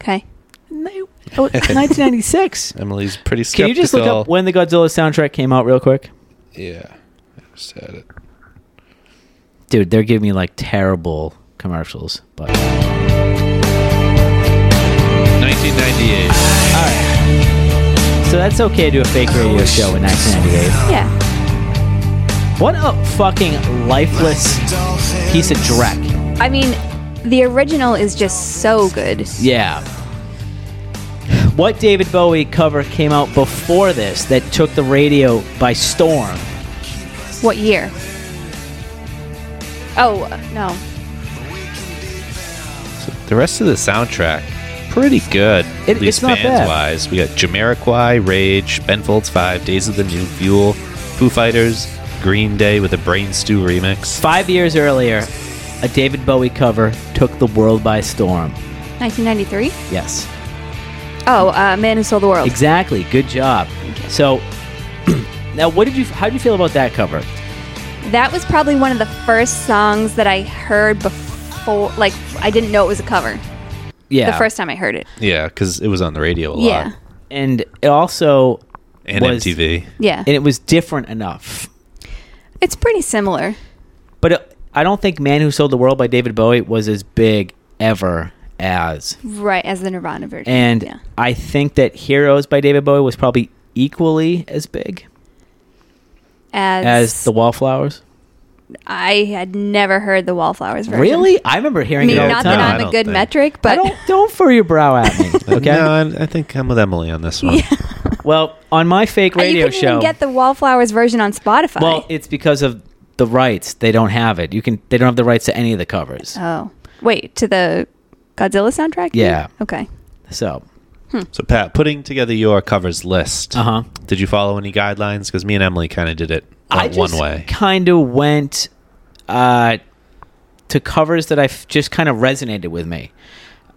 Okay.
no, oh, 1996.
Emily's pretty
Can
skeptical.
you just look up when the Godzilla soundtrack came out, real quick?
Yeah, I just had it.
Dude, they're giving me like terrible commercials, but.
1998.
So that's okay to do a fake radio show in 1998.
Yeah.
What a fucking lifeless piece of dreck.
I mean, the original is just so good.
Yeah. What David Bowie cover came out before this that took the radio by storm?
What year? Oh, no.
The rest of the soundtrack, pretty good.
It-
at least
it's not
fans
bad.
wise, we got Jamiroquai, Rage, Ben Folds Five, Days of the New Fuel, Foo Fighters, Green Day with a Brain Stew remix.
Five years earlier, a David Bowie cover took the world by storm.
1993?
Yes.
Oh, uh, Man Who Sold the World.
Exactly. Good job. So, now what did you, how did you feel about that cover?
That was probably one of the first songs that I heard before. Like, I didn't know it was a cover
Yeah.
the first time I heard it.
Yeah, because it was on the radio a
Yeah.
lot
And it also,
and
Was-
MTV.
Yeah.
and it was different enough.
it's pretty similar.
But it, I don't think "Man Who Sold the World" by David Bowie was as big ever as,
Right, as the Nirvana version.
and
yeah.
I think that "Heroes" by David Bowie was probably equally as big
As,
as the Wallflowers.
I had never heard the Wallflowers version.
Really, I remember
I
hearing
mean,
it all
not
the
that
time.
I
I'm a
don't
good
think-
metric,
I
but
don't don't furrow your brow at me. Okay.
No, I, I think I'm with Emily on this one.
Well, on my fake
And
radio
Uh, you couldn't
show,
even get the Wallflowers version on Spotify.
well, it's because of the rights. They don't have it. You can. They don't have the rights to any of the covers.
oh, wait, to the Godzilla soundtrack?
Yeah.
Okay.
So,
So Pat, putting together your covers list,
uh huh.
did you follow any guidelines? Because me and Emily kind of did it
I
one
just
way.
kind of went uh, to covers that I f- just kind of resonated with me.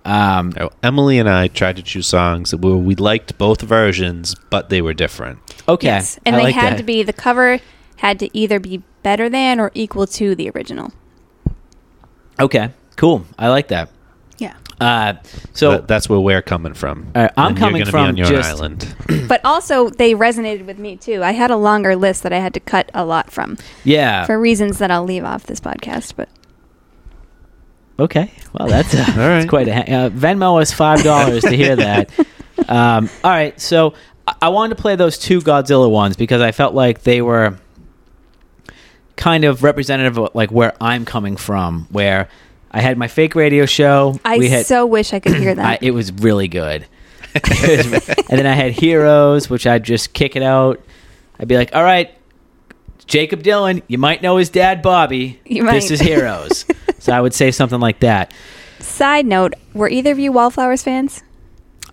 Um,
Oh, Emily and I tried to choose songs that were, we liked both versions, but they were different.
okay,
Yes. And
I
they
like
had
that.
to be the cover had to either be better than or equal to the original.
okay, cool. I like that.
Yeah.
Uh, so
That- that's where we're coming from.
All right, I'm
And
coming
you're gonna
from
be on your
just-
island.
But also they resonated with me too. I had a longer list that I had to cut a lot from
yeah,
for reasons that I'll leave off this podcast, but
okay. Well, that's, uh,
All
that's
right.
quite a ha- uh, Venmo is five dollars to hear that. Um, all right, so I-, I wanted to play those two Godzilla ones because I felt like they were kind of representative of like where I'm coming from, where. I had my fake radio show.
I
we had,
so wish I could hear
I,
that.
it was really good. and then I had Heroes, which I'd just kick it out. I'd be like, all right, Jacob Dylan, you might know his dad, Bobby.
You
This
might."
is Heroes. so I would say something like that.
Side note, were either of you Wallflowers fans?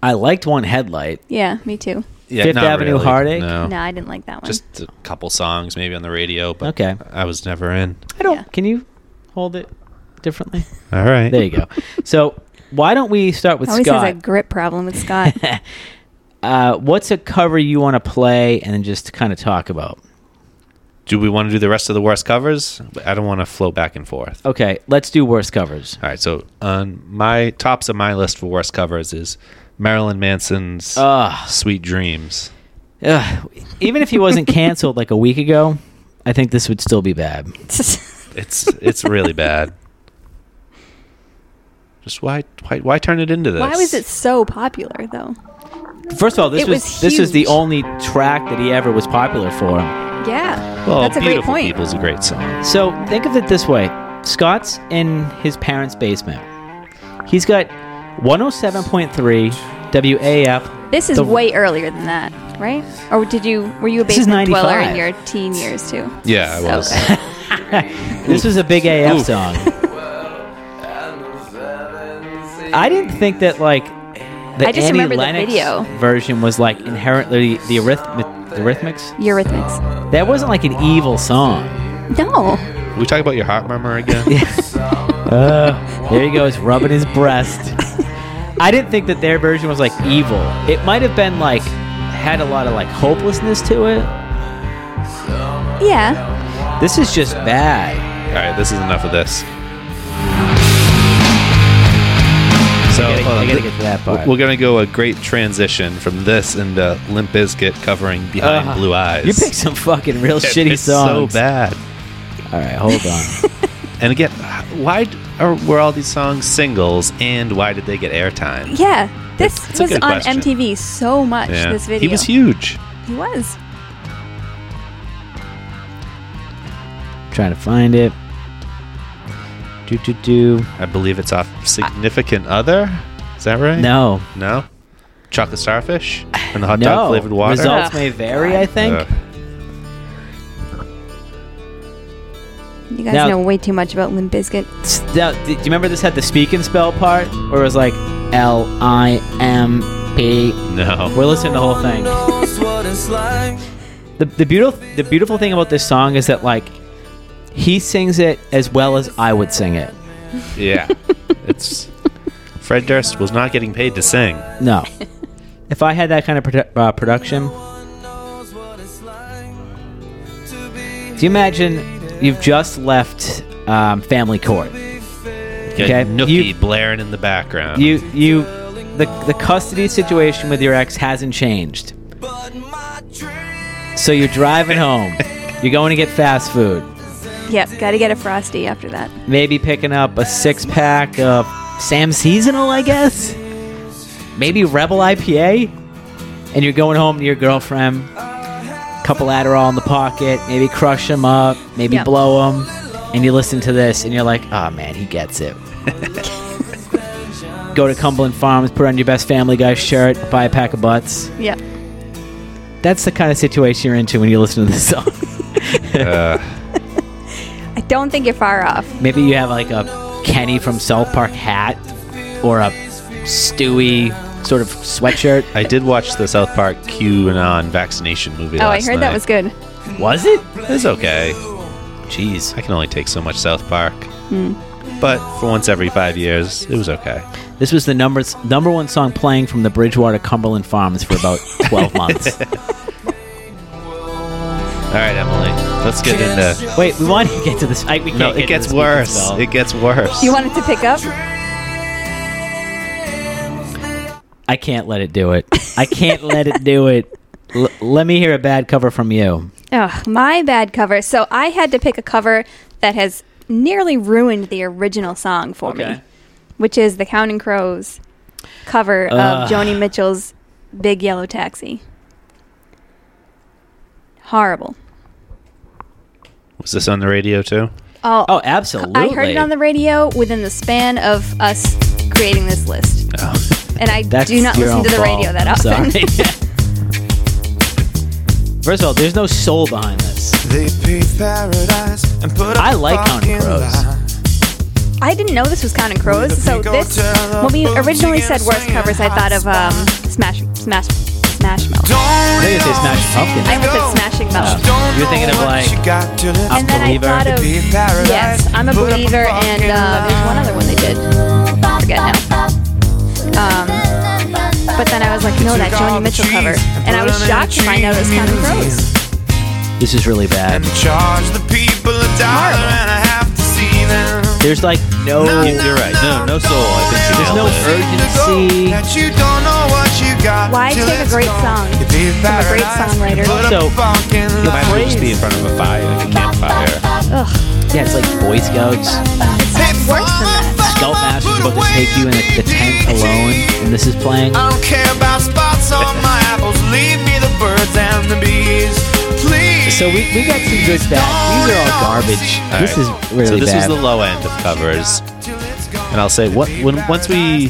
I liked One Headlight.
Yeah, me too.
Yeah,
Fifth
not
Avenue
really,
Heartache?
No.
No, I didn't like that one.
Just a couple songs, maybe on the radio, but
Okay.
I was never in.
I don't.
Yeah.
Can you hold it differently?
All right.
There you go. so why don't we start with
Always has a
Scott?
grip problem with Scott.
uh, what's a cover you want to play and then just kind of talk about?
Do we want to do the rest of the worst covers? I don't want to flow back and forth.
Okay, let's do worst covers.
All right, so on my tops of my list for worst covers is Marilyn Manson's
Ugh.
"Sweet Dreams."
Ugh. Even if he wasn't canceled like a week ago, I think this would still be bad.
It's it's really bad. Just why why why turn it into this?
Why was it so popular though?
First of all, this
It
was,
was
this is the
huge.
only track that he ever was popular for.
Yeah,
Well,
that's a great
"Beautiful
point.
People's" a great song.
So think of it this way: Scott's in his parents' basement. He's got 107.3 WAF.
This is
The-
way earlier than that, right? Or did you were you a
This is
basement dweller
95.
in your teen years too?
Yeah, I was.
Okay.
This was a big AF
Oof.
song. I didn't think that like the
I just
Annie
remember the
Lennox
video.
version was like inherently the arithmic. The Rhythmics?
Eurythmics.
That wasn't like an evil song.
No,
We talk about your heart murmur again.
There he goes, rubbing his breast. I didn't think that their version was like evil. It might have been like had a lot of like hopelessness to it.
yeah,
This is just bad.
All right, this is enough of this. So
I gotta,
hold on.
I gotta get to that part.
We're gonna go a great transition from this into Limp Bizkit covering "Behind
Ugh.
Blue Eyes."
Uh-huh. You pick some fucking real
It-
shitty
it's
songs.
So bad.
All right, hold on.
And again, why d- are, were all these songs singles, and why did they get airtime?
yeah. This
That's a
was
good
on
question.
MTV so much.
Yeah.
This video.
He was huge.
He was.
Trying to find it. Do do do.
I believe it's off "Significant Other." Is that right?
No,
No. Chocolate starfish and the hot dog
no.
flavored water.
Results
Ugh.
may vary. I think.
Ugh.
You guys
Now-
know way too much about Limp Bizkit.
S- Now, d- do you remember this had the speak and spell part where it was like L I M P?
Uh, no.
We're listening to the whole thing.
knows what it's like.
The, the beautiful the beautiful thing about this song is that like he sings it as well as I would sing it.
Yeah. it's Fred Durst was not getting paid to sing.
No. if I had that kind of produ- uh, production, do you imagine you've just left um, family court?
Got
Okay,
Nookie
you-
blaring in the background.
You you the the custody situation with your ex hasn't changed. So you're driving home. You're going to get fast food.
Yep, got to get a frosty after that.
Maybe picking up a six pack of Sam Seasonal, I guess. Maybe Rebel IPA. And you're going home to your girlfriend. Couple Adderall in the pocket. Maybe crush him up. Maybe
Yeah.
blow him. And you listen to this and you're like, oh man, he gets it. Go to Cumberland Farms, put on your best Family Guy shirt, buy a pack of butts.
Yep.
That's the kind of situation you're into when you listen to this song.
I don't think you're far off.
Maybe you have like a Kenny from South Park hat or a Stewie sort of sweatshirt.
I did watch the South Park QAnon vaccination movie.
oh, I
last
heard that
night.
was good.
Was it?
It's okay.
Jeez.
I can only take so much South Park.
Hmm.
But for once every five years, it was okay.
This was the number number one song playing from the Bridgewater Cumberland Farms for about 12 months.
All right, Emily, let's get into.
Wait, we want to get to this. I, we can't
No,
get
it
to
gets
this weekend
worse.
spell.
It gets worse.
You wanted to pick up?
I can't let it do it. I can't let it do it. L- let me hear a bad cover from you.
Ugh, my bad cover. So I had to pick a cover that has nearly ruined the original song for me, which is the Counting Crows cover
Ugh.
of Joni Mitchell's Big Yellow Taxi. Horrible.
was this on the radio too?
Oh,
Oh, absolutely.
I heard it on the radio within the span of us creating this list. And I
Oh. That's
do not
your
listen
own
to the
fault.
radio that
I'm
often.
sorry. First of all, there's no soul behind this.
They paved paradise and put
I
up a
like Counting
parking
Crows.
lot.
I didn't know this was Counting Crows, so this when we originally said worst covers, I thought of um, Smash Smash Smash Mouth.
Don't
They
we
didn't say
all
Smashing Pumpkins.
I almost
Go.
said Smashing Mouth.
don't
You're thinking
know
of,
what
like, um,
you got till it's
I'm
And then I
Believer.
thought of
Paved paradise,
yes, I'm a
put up
believer, and
parking
uh, there's one
lot.
other one they did. I forget now. Um, But then I was like, no, that Joni Mitchell cover. And I was shocked to find out it was Counting Crows.
This is really bad.
And charge the people a dollar and a half to see them.
There's like no.
You're right. No, no soul. I think she
There's no
nailed it.
urgency.
That you don't know what you got
Why
till
take a
it's
great song
gone. You'd be
from a great
paradise.
songwriter?
Put up
So,
a fucking
It
line.
might as well just be in front of a fire, like a campfire.
Yeah, it's like Boy Scouts.
It's not worse than that.
Scout Master's about to take you in the, the tent alone, and this is playing.
I don't care about spots on my apples. Leave me the birds and the bees. Please.
So we, we got some good stuff. These are all garbage.
All
This
right.
is really
so this
bad.
was the low end of covers, and I'll say what when once we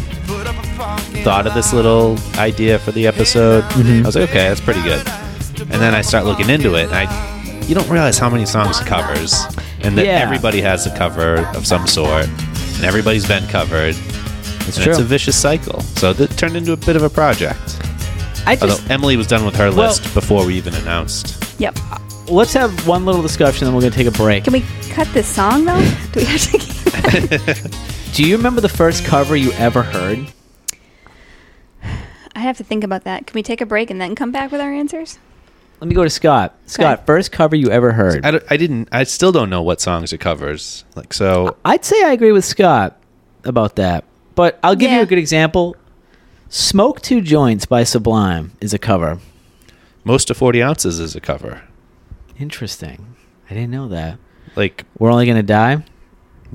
thought of this little idea for the episode,
Mm-hmm.
I was like, okay, that's pretty good. And then I start looking into it, and I you don't realize how many songs it covers, and that
Yeah.
everybody has a cover of some sort, and everybody's been covered.
it's
and
true.
It's a vicious cycle. So it turned into a bit of a project.
I
Although
just
Emily was done with her
Well-
list before we even announced.
Yep.
let's have one little discussion, then we're gonna take a break.
Can we cut this song though? Do we have to?
Do you remember the first cover you ever heard?
I have to think about that. Can we take a break and then come back with our answers?
Let me go to Scott. Scott, first cover you ever heard?
I, don't- I didn't. I still don't know what songs it covers. Like so,
I'd say I agree with Scott about that, but I'll give you
Yeah.
a good example. "Smoke Two Joints" by Sublime is a cover.
most of forty ounces is a cover.
Interesting. I didn't know that.
Like
We're only gonna die.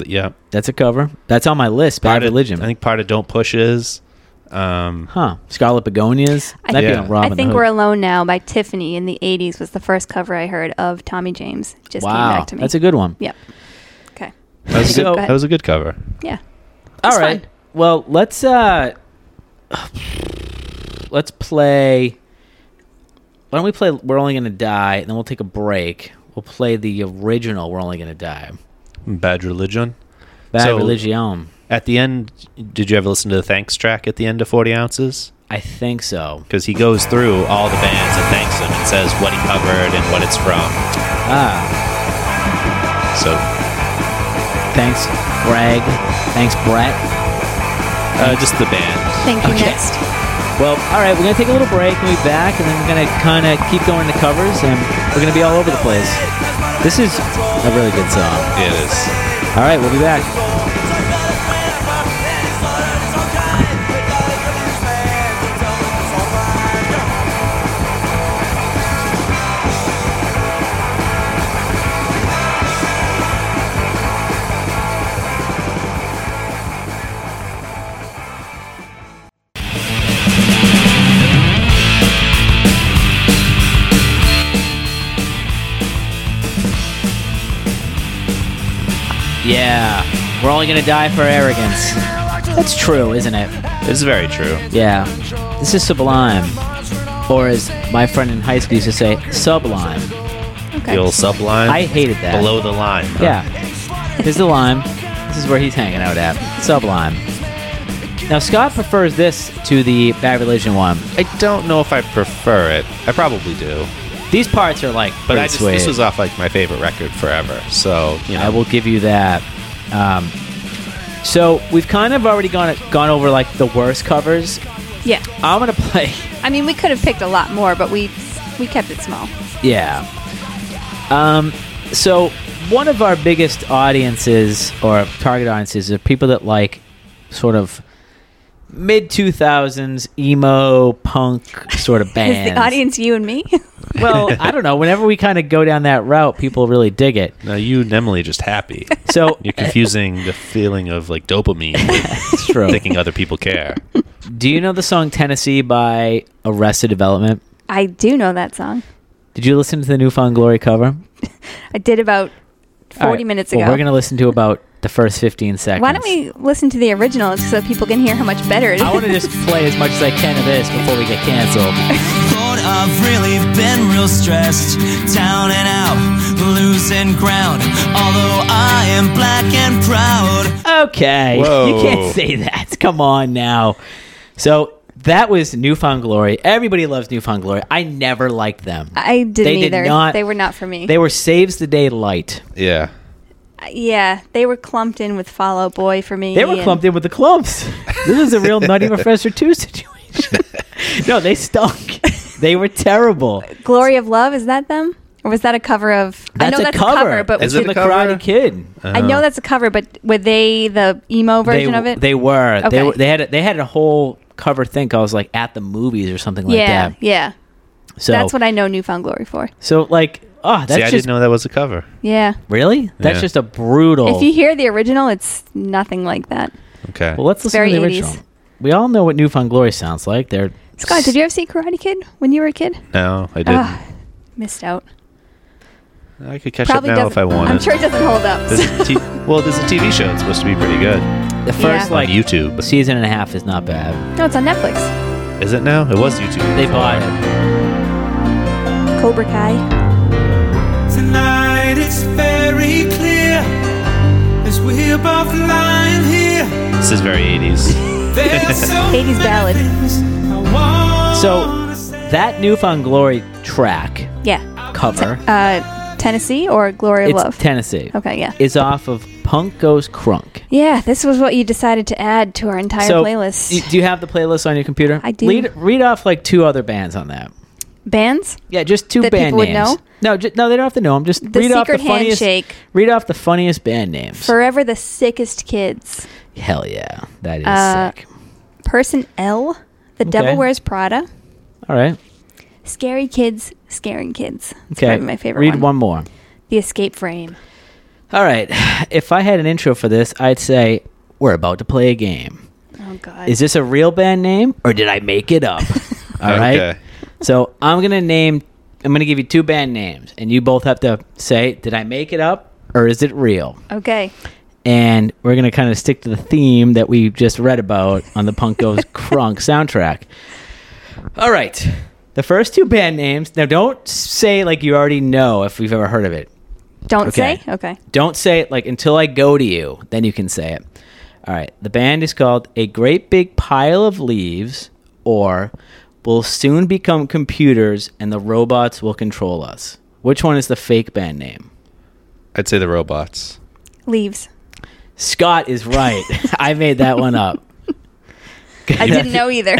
yeah,
That's a cover. That's on my list. Bad
Part of-
religion.
I think part of Don't Push is. Um,
Huh. Scarlet Begonias.
I
That'd be
Yeah.
on Robin
I think
Hood.
We're Alone Now by Tiffany in the 80s was the first cover I heard of Tommy James. Just came
wow.
back to me.
That's a good one.
Yep. Okay.
that, was a
So-
good, that was a good cover.
Yeah.
All
It's
right.
fine.
Well, let's uh let's play Why don't we play We're Only Going to Die and then we'll take a break. We'll play the original We're Only Going to Die.
Bad Religion.
Bad
So-
Religion.
At the end, did you ever listen to the thanks track at the end of Forty Ounces?
I think so.
Because he goes through all the bands and thanks them and says what he covered and what it's from.
Ah,
So
thanks Greg. Thanks Brett.
uh, just the band.
Thank you.
Okay.
Next.
Well, all right, we're going to take a little break. We'll be back and then we're going to kind of keep going to covers and we're going to be all over the place. This is a really good song.
It is.
All right, we'll be back. Yeah, we're only gonna die for arrogance. That's true, isn't it?
It's very true.
Yeah. This is sublime. Or as my friend in high school used to say, sublime.
Okay.
The old sublime.
I hated that.
Below the line. huh?
Yeah. Here's the lime. This is where he's hanging out at. Sublime. Now, Scott prefers this to the Bad Religion one.
I don't know if I prefer it. I probably do.
These parts are like
But
pretty
I just,
sweet.
this was off like my favorite record forever. So you know,
I will give you that. Um, so we've kind of already gone gone over like the worst covers.
Yeah.
I'm gonna play
I mean, we could have picked a lot more, but we we kept it small.
Yeah. Um, so one of our biggest audiences or target audiences are people that like sort of mid two thousands emo punk sort of bands.
Is the audience you and me?
well, I don't know. Whenever we kind of go down that route, people really dig it.
now you and Emily are just happy.
So
You're confusing the feeling of like dopamine with
it's true.
thinking other people care.
Do you know the song Tennessee by Arrested Development?
I do know that song.
Did you listen to the Newfound Glory cover?
I did about 40
All right.
minutes
Well,
ago.
we're going to listen to about the first 15 seconds.
Why don't we listen to the original so people can hear how much better it is?
I want to just play as much as I can of this before we get canceled.
Lord, I've really been real stressed, down and out, losing ground. Although I am black and proud.
Okay. You
Whoa.
can't say that. Come on now. So that was Newfound Glory. Everybody loves Newfound Glory. I never liked them.
I didn't
They did
either.
not-
they were not for me.
They were Saves the Day Light.
Yeah.
yeah, they were clumped in with Fall Out Boy for me.
They were
and-
clumped in with the clumps. This is a real Nutty Professor 2 situation. no, they stunk. They were terrible.
Glory of Love, is that them? Or was that a cover of? I know that's a cover, but
Is
it's
was
it
in
a
the
cover?
Karate Kid.
I
Uh,
know that's a cover, but were they the emo version
they,
of it?
They were.
Okay.
They were. They had. A, they had a whole cover thing. I was like at the movies or something like
yeah,
that.
yeah.
So
that's what I know New Found Glory for.
So like, oh, that's
See,
just
I didn't know that was a cover.
Yeah.
really. That's
Yeah.
just a brutal.
If you hear the original, it's nothing like that.
Okay.
well, let's listen
very
to the
80s.
original. We all know what Newfound Glory sounds like. They're
Scott, did you ever see Karate Kid when you were a kid?
no, I didn't.
Ah, missed out.
I could catch up
Probably
now
doesn't.
if I wanted.
I'm sure it doesn't hold up.
There's a t- well, there's a TV show. It's supposed to be pretty good
the first
Yeah.
like
on YouTube.
season and a half is not bad.
no, it's on Netflix.
Is it now? It was YouTube.
They bought it.
Cobra Kai.
Tonight it's very clear as we're both lying here.
This is very 80s.
There's so
Katie's ballad.
So that Newfound Glory track
Yeah.
cover,
Uh, Tennessee or Glory of
it's
Love?
Tennessee,
okay, yeah.
is off of Punk Goes Crunk.
yeah, this was what you decided to add to our entire playlist.
y- do you have the playlist on your computer?
I do.
Lead, read off like two other bands on that.
Bands?
Yeah, just two
That
band
people would
names.
know?
No, ju- no, they don't have to know them. Just
The
read off the
Secret
funniest.
Handshake.
Read off the funniest band names.
Forever the Sickest Kids.
Hell yeah, that is
Uh,
sick.
Person L. The
Okay.
Devil Wears Prada.
All right,
Scary Kids, Scaring Kids. That's
okay.
probably my favorite
Read
one.
one. more.
The Escape Frame.
All right, if I had an intro for this, I'd say we're about to play a game.
Oh, God.
Is this a real band name or did I make it up? All right.
Okay.
So I'm gonna name. I'm gonna give you two band names, and you both have to say, did I make it up or is it real?
okay.
and we're going to kind of stick to the theme that we just read about on the Punk Goes Crunk soundtrack. All right. The first two band names. Now, don't say like you already know if we've ever heard of it.
Don't
Okay.
say? Okay.
Don't say it like until I go to you, then you can say it. All right. The band is called A Great Big Pile of Leaves or We'll Soon Become Computers and the Robots Will Control Us. Which one is the fake band name?
I'd say the robots.
Leaves.
Scott is right. I made that one up.
I didn't know either.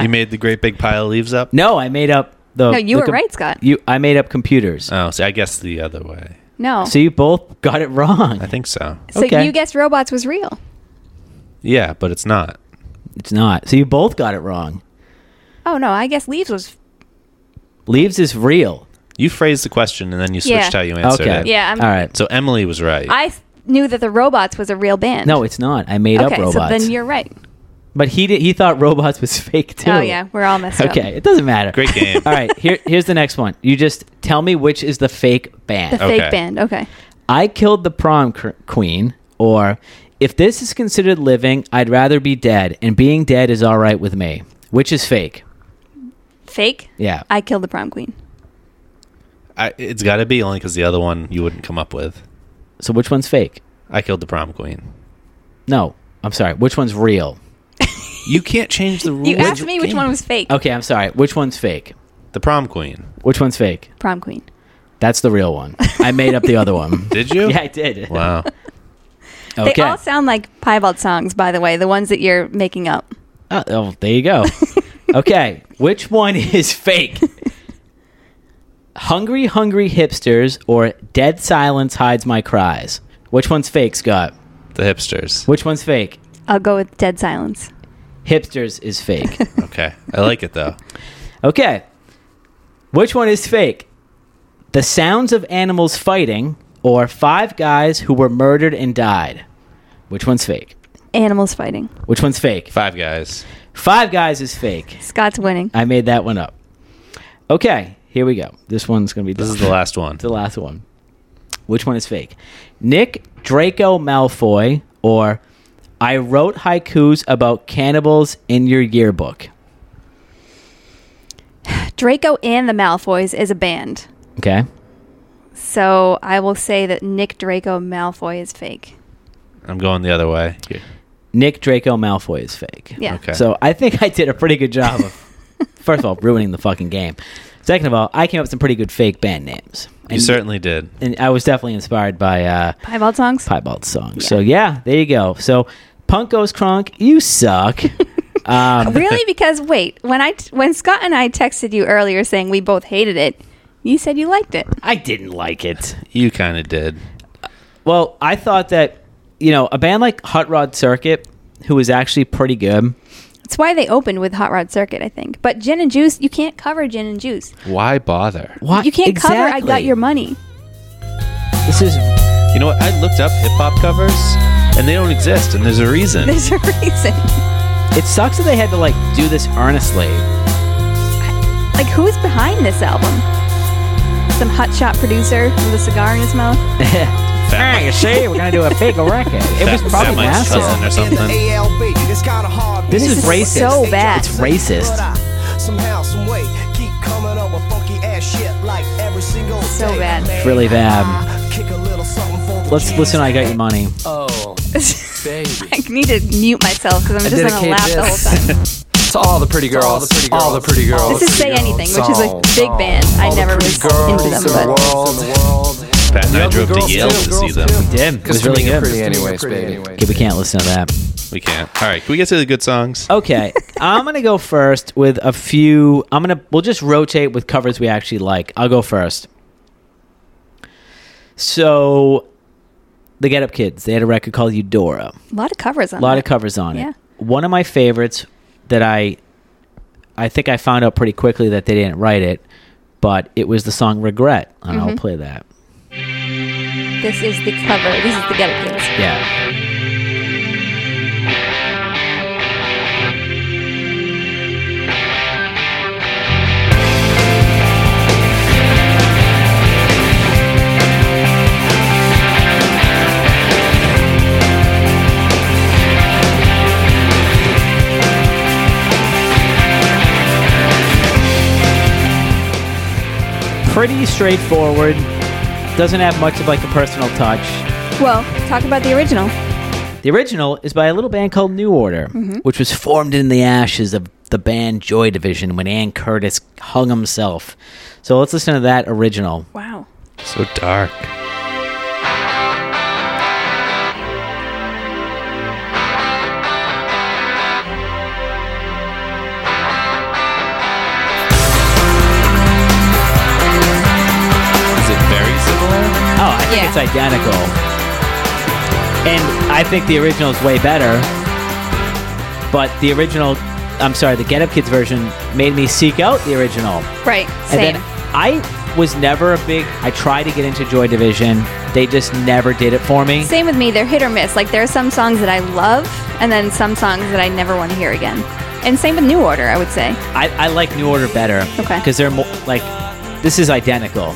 you made the great big pile of leaves up.
No, I made up the.
No, you
the
were right, Scott.
You, I made up computers.
Oh, see, I guess the other way.
No.
so you both got it
I
wrong.
think so.
so
okay.
you guessed robots was real.
Yeah, but it's not.
It's not. So you both got it wrong.
Oh, no. I guess Leaves was.
Leaves is real.
You phrased the question and then you switched
Yeah.
how you answered
okay.
it.
Yeah, I'm-
All right.
So Emily was right.
I th- knew that the robots was a real band.
No, it's not. I made
Okay,
up robots.
so then you're right.
but he did. He thought robots was fake too.
Oh, yeah. We're all messed up.
Okay. It doesn't matter.
Great game.
All right. Here, here's the next one. You just tell me which is the fake band.
The
Okay.
fake band. Okay.
I killed the prom cr- queen, or if this is considered living, I'd rather be dead, and being dead is all right with me. Which is fake?
Fake?
Yeah.
I killed the prom queen.
I, it's got to be only because the other one you wouldn't come up with.
so which one's fake?
I killed the prom queen.
No, I'm sorry. Which one's real?
You can't change the rules.
You asked me which one was fake.
Okay, I'm sorry. Which one's fake?
the prom queen.
Which one's fake?
Prom queen.
That's the real one. I made up the other one.
Did you?
Yeah, I did.
Wow.
Okay.
They all sound like Piebald songs, by the way, the ones that you're making up.
oh, oh, there you go. Okay, which one is fake? Hungry, hungry hipsters or dead silence hides my cries. Which one's fake, Scott?
The hipsters.
Which one's fake?
I'll go with Dead Silence.
Hipsters is fake.
Okay. I like it though.
Okay. Which one is fake? The sounds of animals fighting or five guys who were murdered and died? Which one's fake?
Animals fighting.
Which one's fake?
Five guys.
Five guys is fake.
Scott's winning.
I made that one up. Okay, here we go. This one's going to be
This is the last one.
the last one. Which one is fake? Nick Draco Malfoy or I wrote haikus about cannibals in your yearbook.
Draco and the Malfoys is a band.
Okay.
So I will say that Nick Draco Malfoy is fake.
I'm going the other way. Here.
Nick Draco Malfoy is fake.
Yeah.
Okay.
So I think I did a pretty good job of, first of all, ruining the fucking game. Second of all, I came up with some pretty good fake band names.
you certainly did.
And I was definitely inspired by uh,
Piebald songs?
Piebald songs. So yeah, there you go. So Punk Goes Crunk, you suck.
really? Because wait, when I t- when Scott and I texted you earlier saying we both hated it, you said you liked it.
I didn't like it.
You kind of did.
Well, I thought that you know a band like Hot Rod Circuit, who was actually pretty good.
That's why they opened with Hot Rod Circuit, I think. But Gin and Juice, you can't cover Gin and Juice.
Why bother?
Why
Uh,
You can't cover I Got
Exactly.
Your Money.
This is
You know what? I looked up hip hop covers, and they don't exist, and there's a reason.
There's a reason.
it sucks that they had to like do this earnestly.
Like who's behind this album? Some hotshot producer with a cigar in his mouth.
Fat,
you see, we're gonna do a big record. It was
Fat-
probably
Fat Mike's cousin
massive.
or something.
This,
This
is
is
racist.
so bad.
It's racist.
Somehow, some way, keep coming up with funky ass shit like every single
So
day.
bad.
It's really bad.
Kick a little something for the
Let's
kids.
listen. I got your money.
Oh, baby.
I need to mute myself because I'm just gonna
dedicate
laugh the
this.
whole time.
To all the pretty girls, all the pretty girls, all the pretty girls.
This is Say Anything, which is a big band. I never was into them, but
but
Pat and I drove to Yale to see them.
Damn, it was really good. Okay,
anyways, baby.
we can't listen to that.
We can't. All right, can we get to the good songs?
Okay, I'm gonna go first with a few. I'm gonna we'll just rotate with covers we actually like. I'll go first. So, the Get Up Kids they had a record called Eudora.
a lot of covers on.
A lot of
that.
covers on
Yeah.
it. One of my favorites that I, I think I found out pretty quickly that they didn't write it, but it was the song Regret, and I'll play that.
This is the cover. This is the Get Up Kids.
Yeah. Pretty straightforward. Doesn't have much of like a personal touch.
Well, talk about the original.
The original is by a little band called New Order,
Mm-hmm.
which was formed in the ashes of the band Joy Division when Ann Curtis hung himself. So let's listen to that original.
Wow.
So dark. Is it very similar?
Oh, I think
Yeah.
it's identical. And I think the original is way better. But the original, I'm sorry, the Get Up Kids version made me seek out the original.
Right.
And
Same.
then I was never a big, I tried to get into Joy Division. They just never did it for me.
Same with me. They're hit or miss. Like there are some songs that I love, and then some songs that I never want to hear again. And same with New Order, I would say.
I, I like New Order better.
Okay.
Because they're more like, this is identical.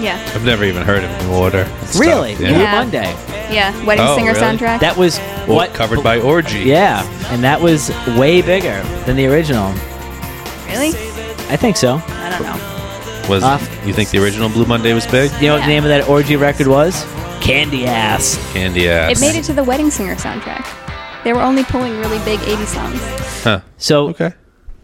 Yeah.
I've never even heard of New Order. It's tough.
Really?
Yeah.
You were
Yeah.
Monday.
Yeah. Wedding
Oh,
Singer
really?
soundtrack.
That was
Well,
what
covered by Orgy.
Yeah, and that was way bigger than the original.
really?
I think so.
I don't know.
Was
Uh,
you think the original Blue Monday was big?
You know what
Yeah.
the name of that orgy record was? Candy Ass.
Candy ass.
It made it to the Wedding Singer soundtrack. They were only pulling really big 80 songs.
Huh.
So
Okay.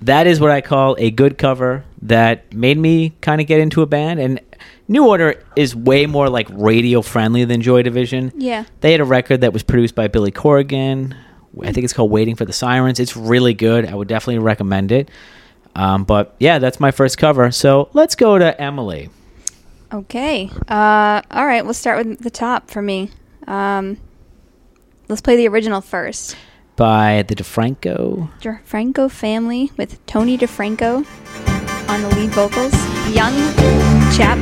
that is what I call a good cover that made me kind of get into a band. And New Order is way more like radio friendly than Joy Division.
Yeah.
They had a record that was produced by Billy Corrigan. I think it's called Waiting for the Sirens. It's really good. I would definitely recommend it. Um, but yeah, that's my first cover. So let's go to Emily.
Okay. Uh, all right. We'll start with the top for me. Um, let's play the original first.
by the DeFranco.
DeFranco Family with Tony DeFranco on the lead vocals. Young chap.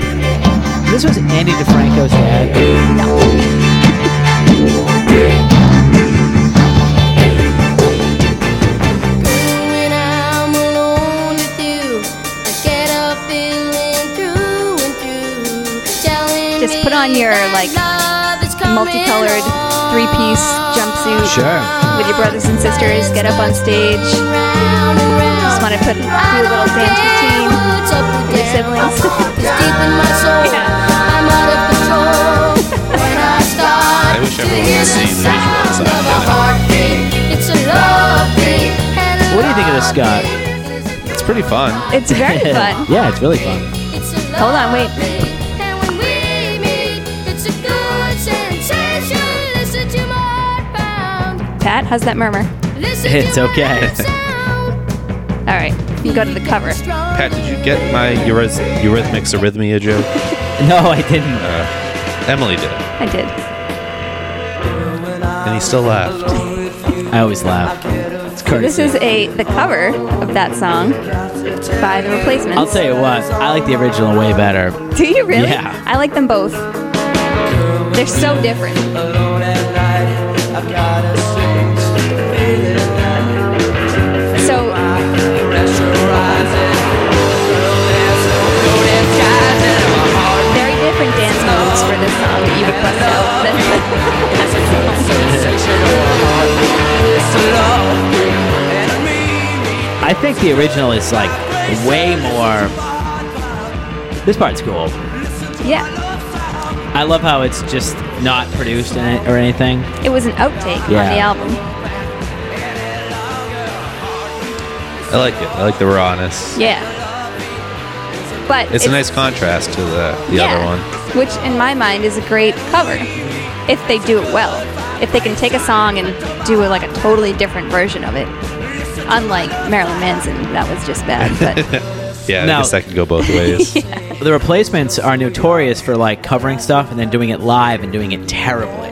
This was Andy DeFranco's dad.
When I'm alone with you, I get up feeling through and through. Telling
Just put on your like multicolored three piece jumpsuit with your brothers and sisters. Get up on stage.
round and round.
Just want to put do a little dance routine.
What's up with
your siblings.
It's deep in my soul. I'm out of control. when I start
I wish
to
everyone
hear
could see
the
the visual
sound
inside.
of a heartbeat, it's a love beat. and a
What do you think of this,
love
Scott?
beat is
It's pretty fun.
It's very fun.
yeah, it's really fun.
It's a
Hold on, wait.
lovely- And when we meet, it's a good sensation. Listen to my pound.
Pat, how's that murmur?
It's okay.
All right, you go to the cover.
Pat, did you get my euryth- Eurythmics arrhythmia joke?
No, I didn't.
Uh, Emily did it,
I did.
and he still laughed.
I always laugh. It's courtesy.
This is a the cover of that song by The Replacements.
I'll tell you what, I like the original way better.
Do you really?
Yeah.
I like them both. They're so different. So very different dance moves for this song that you requested out.
I think the original is like way more. This part's cool.
yeah,
I love how it's just not produced in it or anything.
it was an outtake on the
Yeah.
album.
I like it. I like the rawness.
Yeah. But
It's, a nice contrast to the, the other one.
Which, in my mind, is a great cover if they do it well. If they can take a song and do like a totally different version of it. Unlike Marilyn Manson, that was just bad. But
Yeah,
Now-
I guess that could go both ways.
The replacements are notorious for like covering stuff and then doing it live and doing it terribly.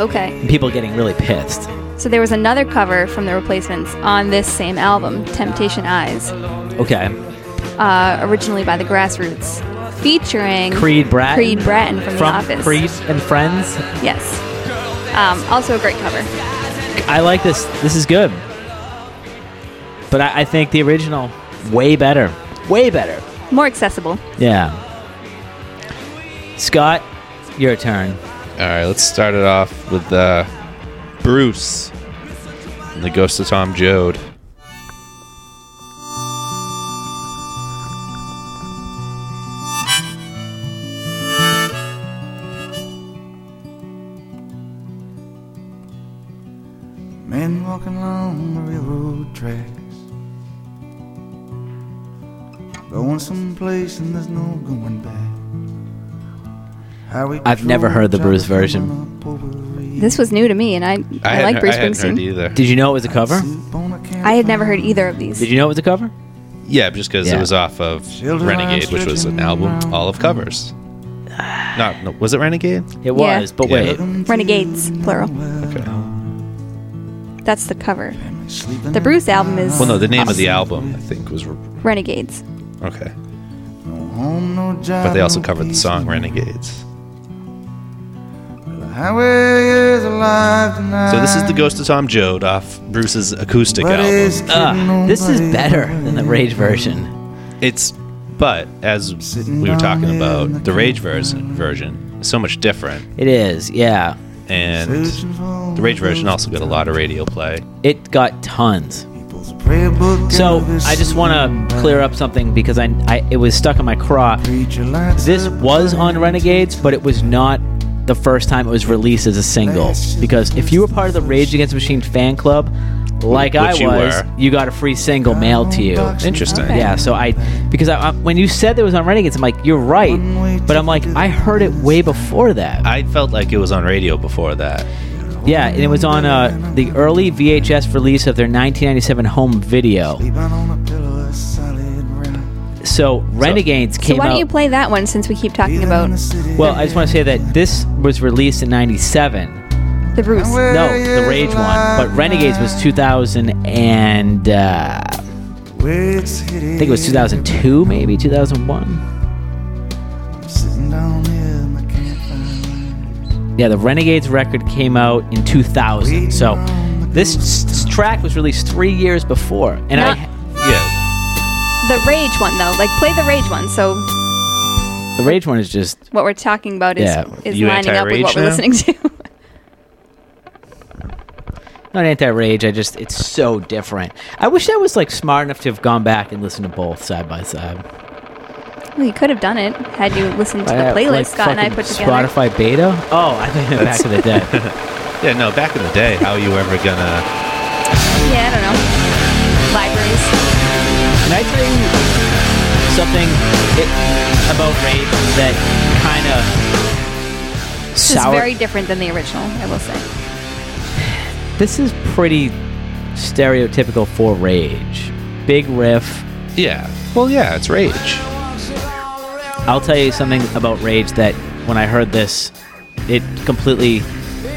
okay.
And people getting really pissed.
So there was another cover from the replacements on this same album, Temptation Eyes,
Okay.
uh, originally by the Grassroots, featuring
Creed Bratton.
Creed Bratton from, The Office.
Creed and Friends.
Yes. Um, also a great cover.
I like this. This is good. But I, I think the original way better. Way better.
More accessible.
Yeah. Scott, your turn.
All right, let's start it off with uh, Bruce and the Ghost of Tom Joad.
Men walking along the railroad tracks. Going someplace and there's no going back. Highway
I've never
patrol
heard the Bruce
driving
version.
This was new to me, and I, I, like Bruce Springsteen.
either.
Did you know it was a cover?
I had never heard either of these.
Did you know it was a cover?
Yeah, just because
Yeah.
it was off of Renegade, which was an album all of covers. Not no, was it Renegade?
It
Yeah.
was, but
Yeah.
wait.
Renegades, plural. That's the cover. The Bruce album is
Well, no, the name of the album I think was Re-
Renegades.
okay,
Home, no job,
but they also
no
covered the
peace.
song Renegades.
The highway is alive tonight.
So this is the Ghost of Tom Joad off Bruce's acoustic
But
album.
it's
Ugh, this is better than the Rage version.
It's but as we were talking about the Rage version version is so much different
It is, yeah.
and the Rage version also got a lot of radio play.
It got tons.
prayer book
So I just want to clear up something because I, I it was stuck in my craw. This was on Renegades, but it was not the first time it was released as a single. Because if you were part of the Rage Against the Machine fan club, like I
Which
was,
you
you,
were.
got a free single mailed to you.
Interesting.
Okay.
Yeah, so I because I, I, when you said there was on Renegades, I'm like, you're right, but I'm like, I heard it way before that.
I felt like it was on radio before that.
Yeah, and it was on uh, the early VHS release of their 1997 home video. So Renegades
So
came
why
out.
don't you play that one since we keep talking about
well, I just want to say that this was released in '97.
the Bruce?
No, the Rage one, but Renegades was 2000 and uh, I think it was 2002, maybe 2001.
Sitting down here and I can't find
Yeah, the Renegades record came out in 2000. So this s- track was released three years before, and I.
Not-
Yeah,
The Rage one though, like play the Rage one. So
The Rage one is just
what we're talking about is
Yeah.
is
You
lining up with
anti-Rage
what we're
now?
listening to.
not anti-rage. I just it's so different. I wish I was like smart enough to have gone back and listened to both side by side.
well, you could have done it had you listened to the
Uh,
playlist
like
Scott and I
fucking
put together.
Spotify beta. Oh, I think back to the dead.
yeah. No, back in the day, how you ever gonna?
Yeah, I don't know. Libraries.
Can I tell you something it, about rage that kind of
This is
sour?
very different than the original, I will say.
this is pretty stereotypical for rage. Big riff.
Yeah. Well, yeah, it's rage.
I'll tell you something about rage that when I heard this, it completely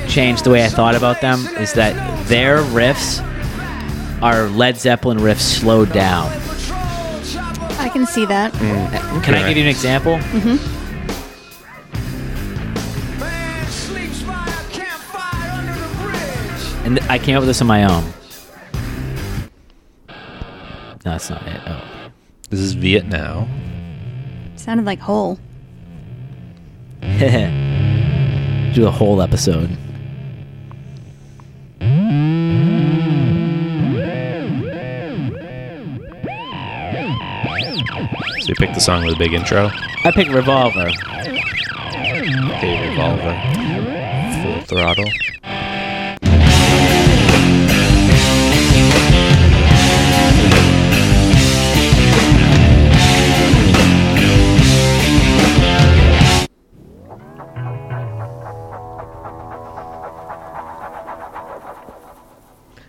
changed the way I thought about them. Is that their riffs are Led Zeppelin riffs slowed down?
I can see that.
Mm.
Can I give you an example?
Mm-hmm.
And th- I came up with this on my own. No, that's not it. Oh.
This is Vietnam.
Sounded like hole.
Do a whole episode.
So you picked the song with a big intro.
I picked Revolver.
Okay, Revolver. Full throttle.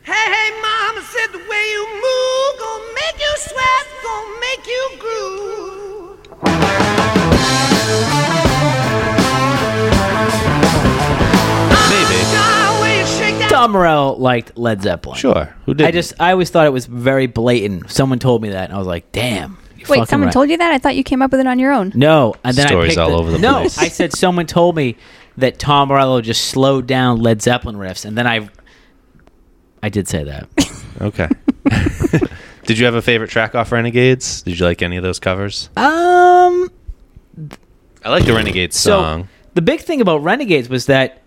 Hey, hey, mama said the way you move gonna make you sweat, gonna make you groove.
Tom Morello liked Led Zeppelin.
Sure. Who
did? I just I always thought it was very blatant. Someone told me that, and I was like, "Damn." you're
Wait,
fucking
someone
right.
told you that? I thought you came up with it on your own.
No, and then I
Stories
picked
all over the
no,
place.
I said someone told me that Tom Morello just slowed down Led Zeppelin riffs, and then I, I did say that.
Okay. did you have a favorite track off Renegades? Did you like any of those covers?
Um,
I like the Renegades
so
song.
the big thing about Renegades was that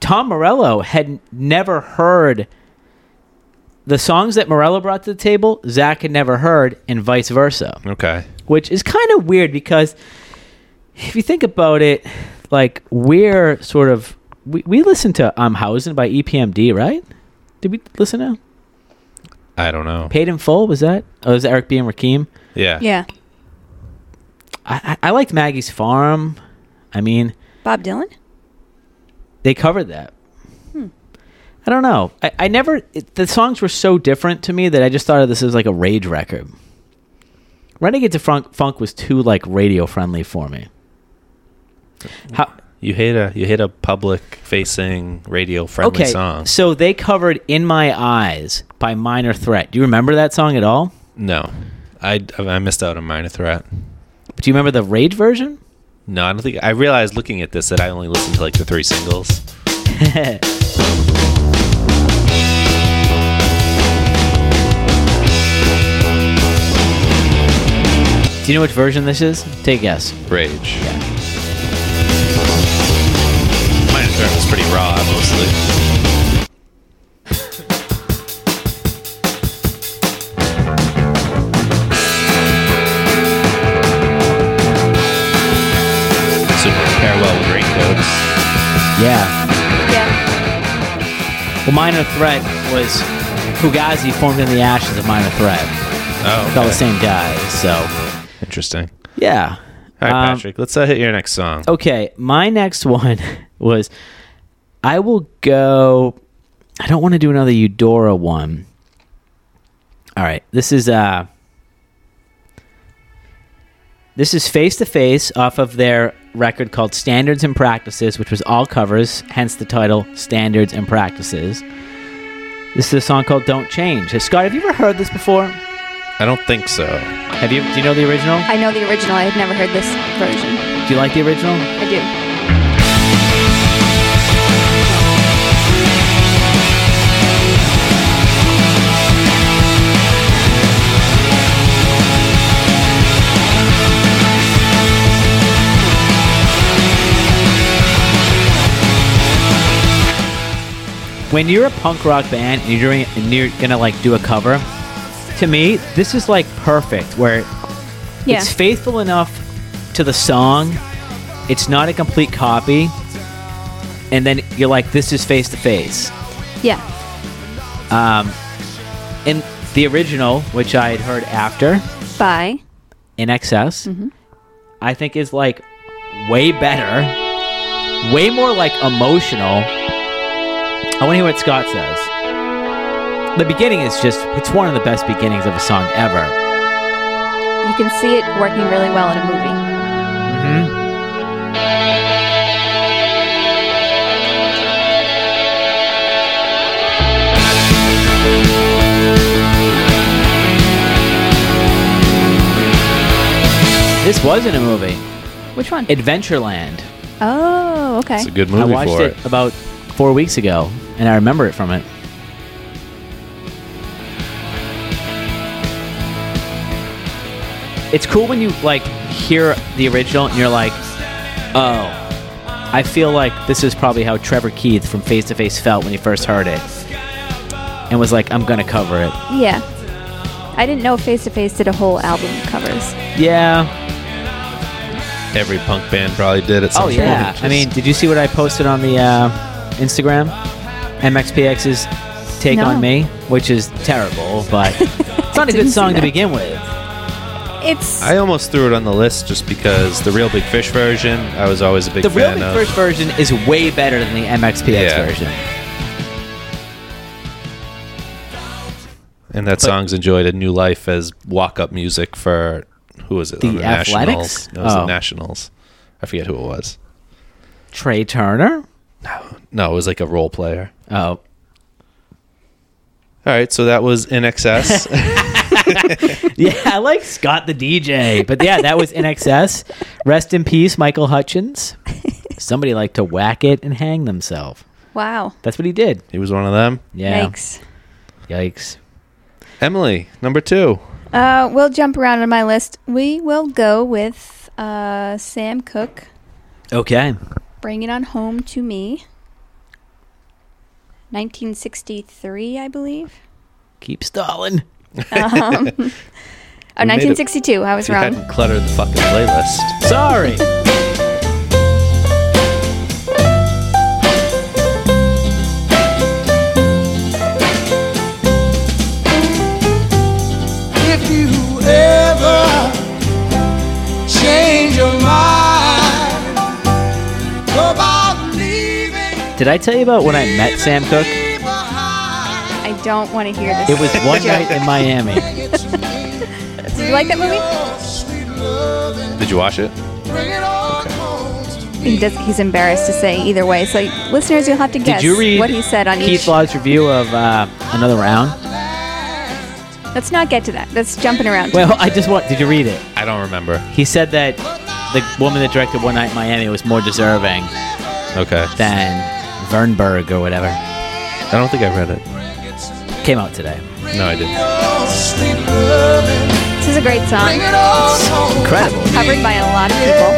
Tom Morello had never heard the songs that Morello brought to the table. Zach had never heard, and vice versa.
Okay.
which is kind of weird because if you think about it, like we're sort of we, we listen to "I'm Housing" by E EPMD, right? Did we listen to
I don't know.
"Paid in Full"? Was that? Oh, was that Eric B and Rakim?
Yeah.
Yeah.
I, I I liked Maggie's Farm. I mean,
Bob Dylan?
they covered that.
Hmm.
I don't know. I, I never. It, the songs were so different to me that I just thought of this as like a rage record. Renegade to Funk, Funk was too like radio friendly for me. How,
You hit a you hit a public facing radio friendly song.
So they covered "In My Eyes" by Minor Threat. Do you remember that song at all?
No, I I missed out on Minor Threat.
But do you remember the Rage version?
No, I don't think I realized looking at this that I only listened to like the three singles.
Do you know which version this is? Take a guess.
Rage. Minor Threat was pretty raw, mostly. Super parallel with Raincoats.
Yeah.
Yeah.
Well, Minor Threat was Fugazi formed in the ashes of Minor Threat.
Oh,
It's all the
okay.
same guys. So
Interesting.
yeah.
All right,
Um, oh.
Patrick. Let's uh, hit your next song.
Okay, my next one was I will go. I don't want to do another Eudora one. All right, this is uh, this is face to face off of their record called Standards and Practices, which was all covers, hence the title Standards and Practices. This is a song called "Don't Change." Scott, have you ever heard this before?
I don't think so.
Have you? Do you know the original?
I know the original. I had never heard this version.
Do you like the original?
I do.
when you're a punk rock band and you're doing and you're gonna like do a cover, to me this is like perfect where
Yeah.
it's faithful enough to the song, it's not a complete copy, and then you're like this is face to face.
Yeah.
Um, and the original, which I had heard after
Bye.
in excess,
Mhm.
I think is like way better, way more like emotional. I want to hear what Scott says. the beginning is just, it's one of the best beginnings of a song ever.
You can see it working really well in a movie.
Mm-hmm. This was in a movie,
Which one?
Adventureland.
oh, okay.
I watched it, about four weeks ago, and I remember it from it. It's cool when you like hear the original and you're like, oh, I feel like this is probably how Trevor Keith from Face to Face felt when he first heard it, and was like, I'm gonna cover it.
Yeah. I didn't know Face to Face did a whole album of covers.
Yeah.
Every punk band probably did at some
Oh yeah.
point.
I mean, did you see what I posted on the uh, Instagram? MXPX's take
No.
on me, which is terrible, but it's not a
didn't
good
see
song to
that.
begin with.
It's
I almost threw it on the list just because the Real Big Fish version, I was always a big
the real
fan
Big
of.
Fish version is way better than the MXPX
Yeah.
version.
and that song's enjoyed a new life as walk-up music for who was it?
The
on
Athletics?
Nationals. No, it was the
Oh.
Nationals. I forget who it was.
Trey Turner.
No, it was like a role player.
Oh.
All right, so that was in excess.
yeah, I like Scott the DJ, but yeah, that was in excess. Rest in peace, Michael Hutchins. Somebody liked to whack it and hang themselves.
Wow.
That's what he did.
he was one of them.
Yeah.
Yikes.
Yikes.
Emily, number two.
Uh, we'll jump around on my list. We will go with uh, Sam Cooke,
Okay.
Bring It On Home to Me. 1963, I believe.
Keep stalling.
Um, Oh, 1962. I was
If you
wrong.
hadn't cluttered the fucking playlist.
Sorry.
If you ever change your mind about leaving,
Did I tell you about when I met Sam Cook?
I don't want to hear this.
It was one night in Miami.
Did you like that movie?
Did you watch it?
He does. He's embarrassed to say either way. So, listeners, you'll have to guess
Did you read
what he said on
Keith
each.
Law's review of uh, Another Round?
Let's not get to that. That's jumping around.
Well, I just want. Did you read it?
I don't remember.
He said that the woman that directed One Night in Miami was more deserving
Okay.
than Vernberg or whatever.
I don't think I read it.
Came out today.
No, I didn't.
this is a great song.
Incredible.
Covered by a lot of people.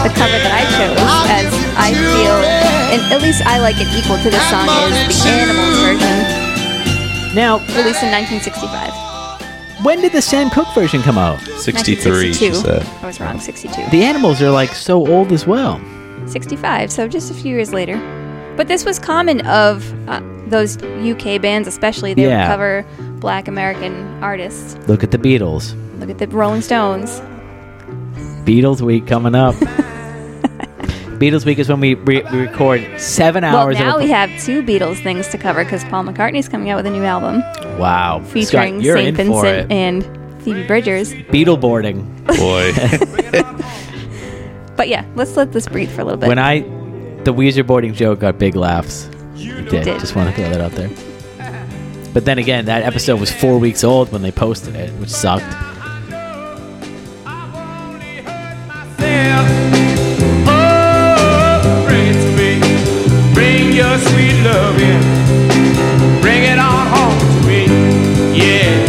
The cover that I chose, as I feel, and at least I like it equal to this song, is the Animals version,
Now,
released in 1965.
when did the Sam Cooke version come out?
63, she
1962.
said.
I was wrong, 62.
The animals are like so old as well.
65, so just a few years later. But this was common of uh, those UK bands, especially. They
Yeah.
would cover black American artists.
Look at the Beatles.
Look at the Rolling Stones.
Beatles week coming up. Beatles week is when we, re- we record seven
Well,
hours.
now
of
we have two Beatles things to cover because Paul McCartney's coming out with a new album
wow,
featuring
Scott, you're
St.
in for
Vincent
it.
and Phoebe Bridgers.
Beetle boarding.
Boy.
But yeah, let's let this breathe for a little bit.
when I, the Weezer boarding joke got big laughs. It did.
did.
Just want to throw that out there. But then again, that episode was four weeks old when they posted it, which sucked.
Oh,
Oh, bring your sweet love in. Bring it on home to me. Yeah,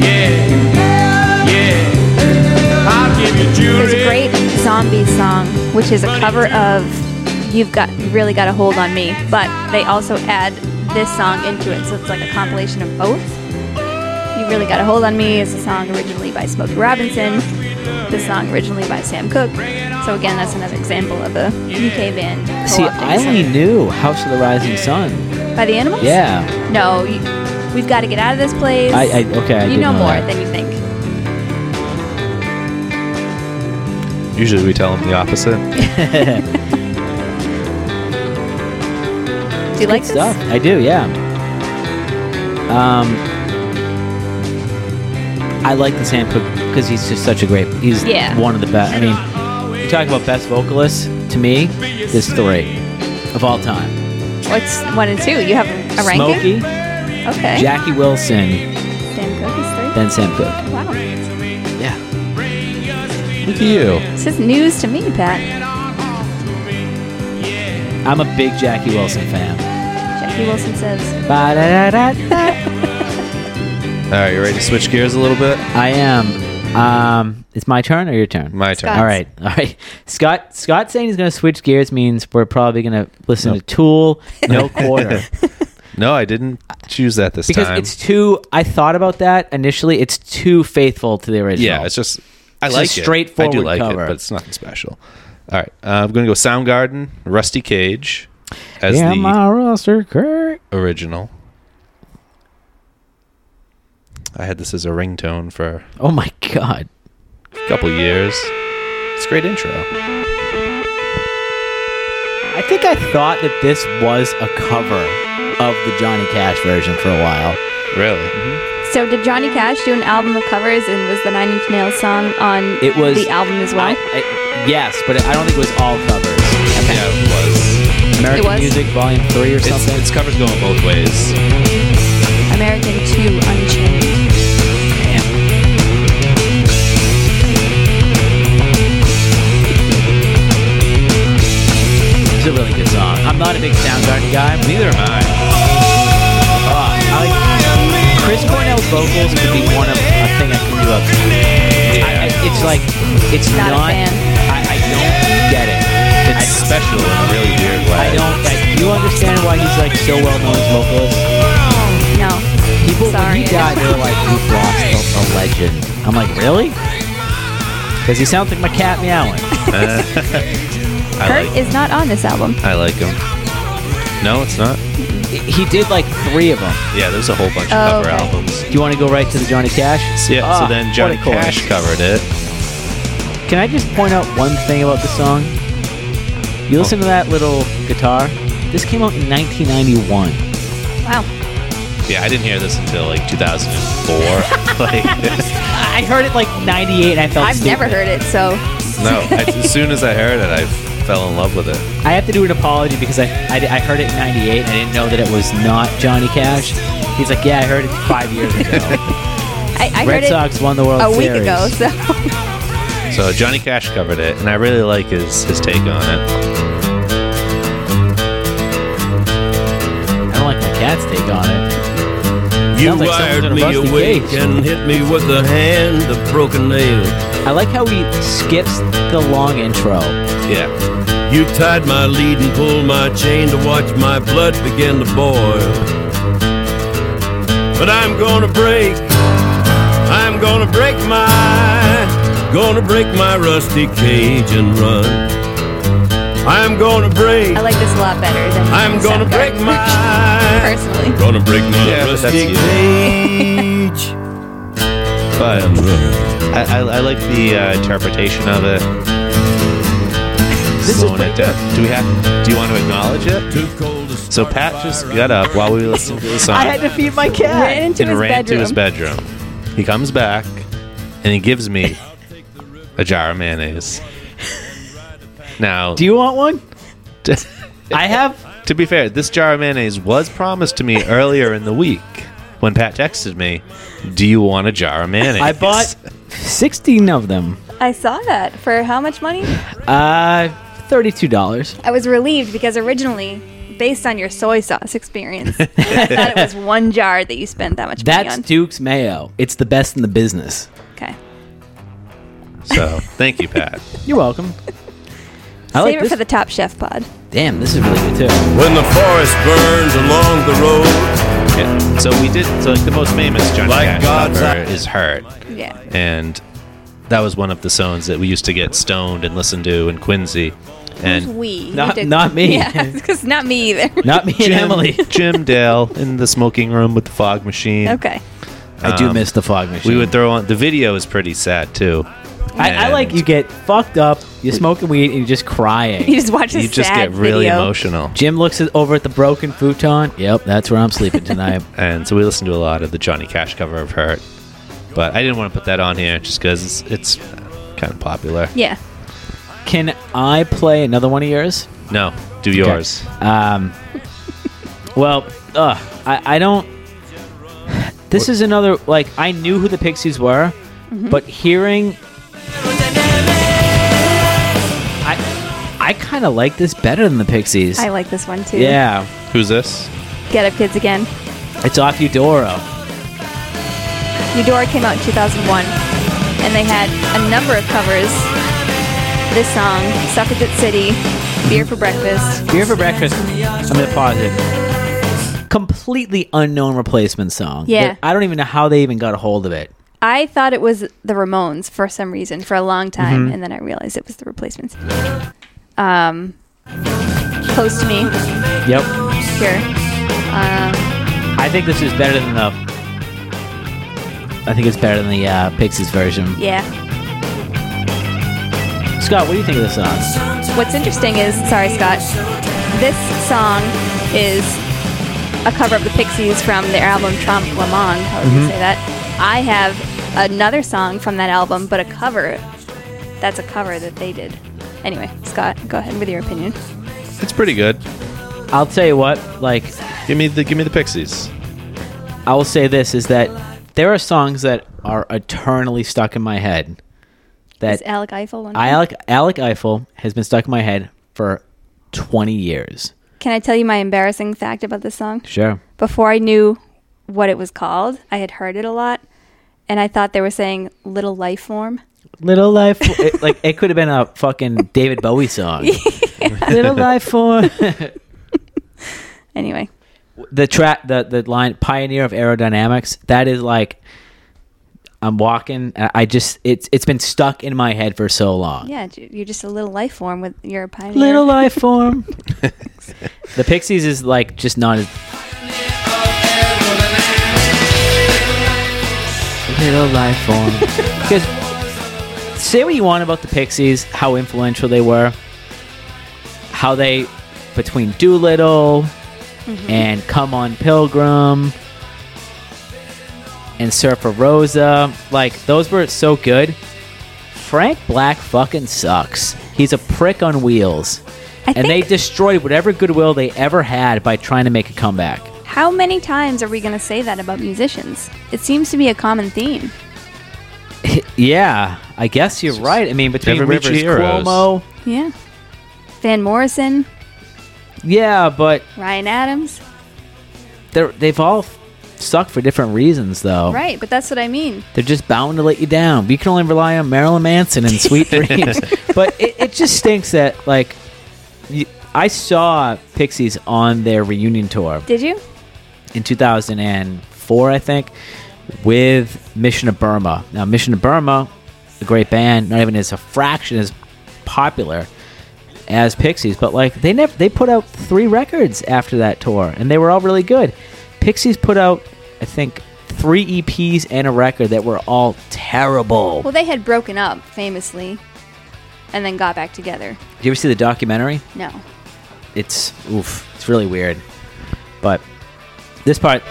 yeah, yeah. I'll give you
There's a
jewelry.
great zombie song, which is a cover of You've Got Really Got a Hold on Me, but they also add this song into it, so it's like a compilation of both. You Really Got a Hold on Me is a song originally by Smokey Robinson, this song originally by Sam Cooke. So, again, that's another example of a UK band. co-opting
See, I only knew House of the Rising Sun.
something. By the Animals?
Yeah.
No, you, we've got to get out of this place.
I, I okay. I
you
did
know, more
that.
than you think.
Usually we tell them the opposite.
Do you like this?
stuff. I do, yeah. Um, I like the Sam Cooke because he's just such a great. He's
Yeah.
one of the best. I mean, you talk about best vocalists. To me, there's three of all time:
What's one and two? You have a
Smokey,
ranking? Okay.
Jackie Wilson,
Sam Cooke is three.
then Sam Cooke.
Wow.
Look at you.
This is news to me, Pat.
I'm a big Jackie Wilson fan.
Jackie Wilson says.
All right, you ready to switch gears a little bit?
I am. Um, it's my turn or your turn?
My turn.
All right. All right. Scott. Scott saying he's going to switch gears means we're probably going to listen to Tool. No quarter.
no, I didn't choose that this
because
time.
it's too. I thought about that initially. It's too faithful to the original.
yeah, it's just I
It's a
like it.
straightforward
I do like
cover.
it, but it's nothing special. All right, uh, I'm going to go Soundgarden, Rusty Cage as
yeah,
the
my roster, Kurt.
original. I had this as a ringtone for
Oh my god.
a couple years. It's a great intro.
I think I thought that this was a cover of the Johnny Cash version for a while.
Really?
So did Johnny Cash do an album of covers, and was the Nine Inch Nails song on
It was
the album as well?
I- I- yes, but I don't think it was all covers.
Yeah, it was.
American
It was?
Music Volume Three or
It's,
something.
it's covers going both ways.
American Two Unchained.
It's a really good song. I'm not a big Soundgarden guy.
Neither am I.
Uh, I like Chris Cornell's vocals could be one of a thing I can do up. I, I, it's like it's
Not
not.
a fan.
I, I don't get it.
It's special in a really weird
I
way.
don't. I, you understand why he's like so well known as vocalist?
No.
People when he
Sorry, I
died, they were like, "You've lost a, a legend." I'm like, really? Because he sounds like my cat meowing.
I
Kurt
like.
is not on this album.
I like him. No, it's not.
He did like three of them.
Yeah, there's a whole bunch of
Oh,
cover
okay.
albums.
Do you want to go right to the Johnny Cash?
So, yeah,
Ah,
so then
what
Johnny
a chorus.
Cash covered it.
Can I just point out one thing about the song? You listen to that little guitar. This came out in 1991.
Wow.
Yeah, I didn't hear this until like 2004. like,
I I heard it like 98 and I felt
I've
stupid.
never heard it, so
no, I, as soon as I heard it, I fell in love with it.
I have to do an apology because I, I, I heard it in 98 and I didn't know that it was not Johnny Cash. He's like, yeah, I heard it five years ago.
I, I
Red
heard
Sox won the
it
World
a week
Series.
ago. So
So Johnny Cash covered it, and I really like his his take on it.
I don't like my cat's take on it.
You
Sounds like someone's
wired
gonna
me
bust the
awake
cage.
and hit me with a hand of broken nail.
I like how he skips the long intro.
Yeah,
You tied my lead and pulled my chain to watch my blood begin to boil. But I'm gonna break, I'm gonna break my, gonna break my rusty cage and run. I'm gonna break,
I like this a lot better than
I'm gonna break
Soundgarden,
my,
personally.
gonna break my
Yeah, but that's
rusty
you.
cage.
but
and run.
I, I, I like the uh, interpretation of it.
is
Slowing
pretty
it down. Do we have? Do you want to acknowledge it?
Too cold to
So Pat just got up while we listened to the song
I had to feed my
Ran
cat.
into
and
his
ran
bedroom.
to his bedroom. He comes back and he gives me a jar of mayonnaise. Now,
Do you want one? I have
To be fair, this jar of mayonnaise was promised to me earlier in the week when Pat texted me, "Do you want a jar of mayonnaise?"
I bought 16 of them.
I saw that for how much money?
Uh, $32.
I was relieved because originally, based on your soy sauce experience, I thought it was one jar that you spent that much money
That's
on.
Duke's Mayo. It's the best in the business.
okay.
So, thank you, Pat.
You're welcome. I
Save
like
it
this.
for the Top Chef pod.
Damn, this is really good too.
When the forest burns along the road,
Yeah. So we did. So like the most famous Johnny
Like
Cash
God's
cover
eye.
is "Hurt,"
Yeah.
and that was one of the songs that we used to get stoned and listen to in Quincy. And
we.
Not-
You did-
not me.
Yeah, because not me either.
Not me and Emily.
Jim Dale in the smoking room with the fog machine.
Okay.
I do
Um,
miss the fog machine.
We would throw on the video is pretty sad too.
I, I like you get fucked up, you're smoking weed, and you're just crying.
You just watch this You just sad get really video.
emotional.
Jim looks at- over at the broken futon. Yep, that's where I'm sleeping tonight.
and so we listened to a lot of the Johnny Cash cover of Hurt, but I didn't want to put that on here just because it's, it's kind of popular.
Yeah.
Can I play another one of yours?
No, do
Okay.
yours.
Um, well, uh, I, I don't. This is another like I knew who the Pixies were,
Mm-hmm.
Mhm.
but hearing, I I kind of like this better than the Pixies.
I like this one too.
Yeah.
Who's this?
Get up, kids, again.
It's off Eudora.
Eudora came out in 2001, and they had a number of covers. This song, Suffragette City, Beer for Breakfast.
Beer for breakfast. I'm gonna pause it. Completely unknown replacement song.
Yeah.
That- I don't even know how they even got a hold of it.
I thought it was the Ramones for some reason for a long time,
Mhm.
and then I realized it was the replacements. Um, Close to Me.
Yep.
Sure. Um,
I think this is better than the. I think it's better than the uh, Pixies version.
yeah.
Scott, what do you think of this song?
What's interesting is, sorry, Scott, this song is a cover of the Pixies from their album Trompe Le Monde, however you
Mhm.
say that. I have another song from that album, but a cover. That's a cover that they did. Anyway, Scott, go ahead with your opinion.
It's pretty good.
I'll tell you what, like,
give me the give me the Pixies.
I will say this is that there are songs that are eternally stuck in my head. That
Is Alec Eiffel one? of
I,
them?
Alec Alec Eiffel has been stuck in my head for 20 years.
Can I tell you my embarrassing fact about this song?
Sure.
Before I knew what it was called, I had heard it a lot, and I thought they were saying "Little Life Form."
Little life, it, like it could have been a fucking David Bowie song. Little life form.
anyway,
the track the the line pioneer of aerodynamics that is like i'm walking i I just it's it's been stuck in my head for so long
yeah, j- you're just a little life form with your pioneer.
Little life form. the pixies is like just not as little life form because say what you want about the pixies how influential they were how they between doolittle
Mhm.
and come on pilgrim and Surfer Rosa. Like those were so good. Frank Black fucking sucks. He's a prick on wheels. and they destroyed whatever goodwill they ever had by trying to make a comeback.
How many times are we going to say that about musicians? It seems to be a common theme.
Yeah, I guess you're right. I mean, between
never meet
Rivers
your heroes.
Cuomo,
Yeah. Van Morrison,
yeah, but
Ryan Adams.
they're, they've all sucked for different reasons, though.
Right, but that's what I mean.
They're just bound to let you down. You can only rely on Marilyn Manson and Sweet Dreams. But it, it just stinks that, like, y- I saw Pixies on their reunion tour
Did you?
in 2004, I think, with Mission of Burma. Now, Mission of Burma, a great band, not even as a fraction as popular as Pixies, but like they never they put out three records after that tour, and they were all really good. Pixies put out, I think, three EPs and a record that were all terrible.
Well, they had broken up famously and then got back together.
Did you ever see the documentary?
No.
It's oof, it's really weird, but this part.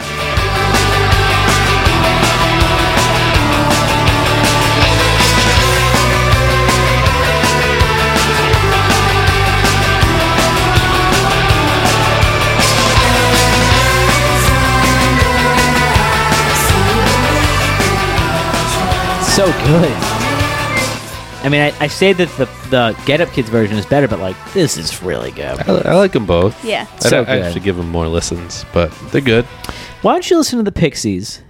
so good. I mean, I, I say that the the Get Up Kids version is better, but like this is really good.
I, I like them both.
Yeah.
I,
So
I
good.
should give them more listens, but they're good.
Why don't you listen to the Pixies?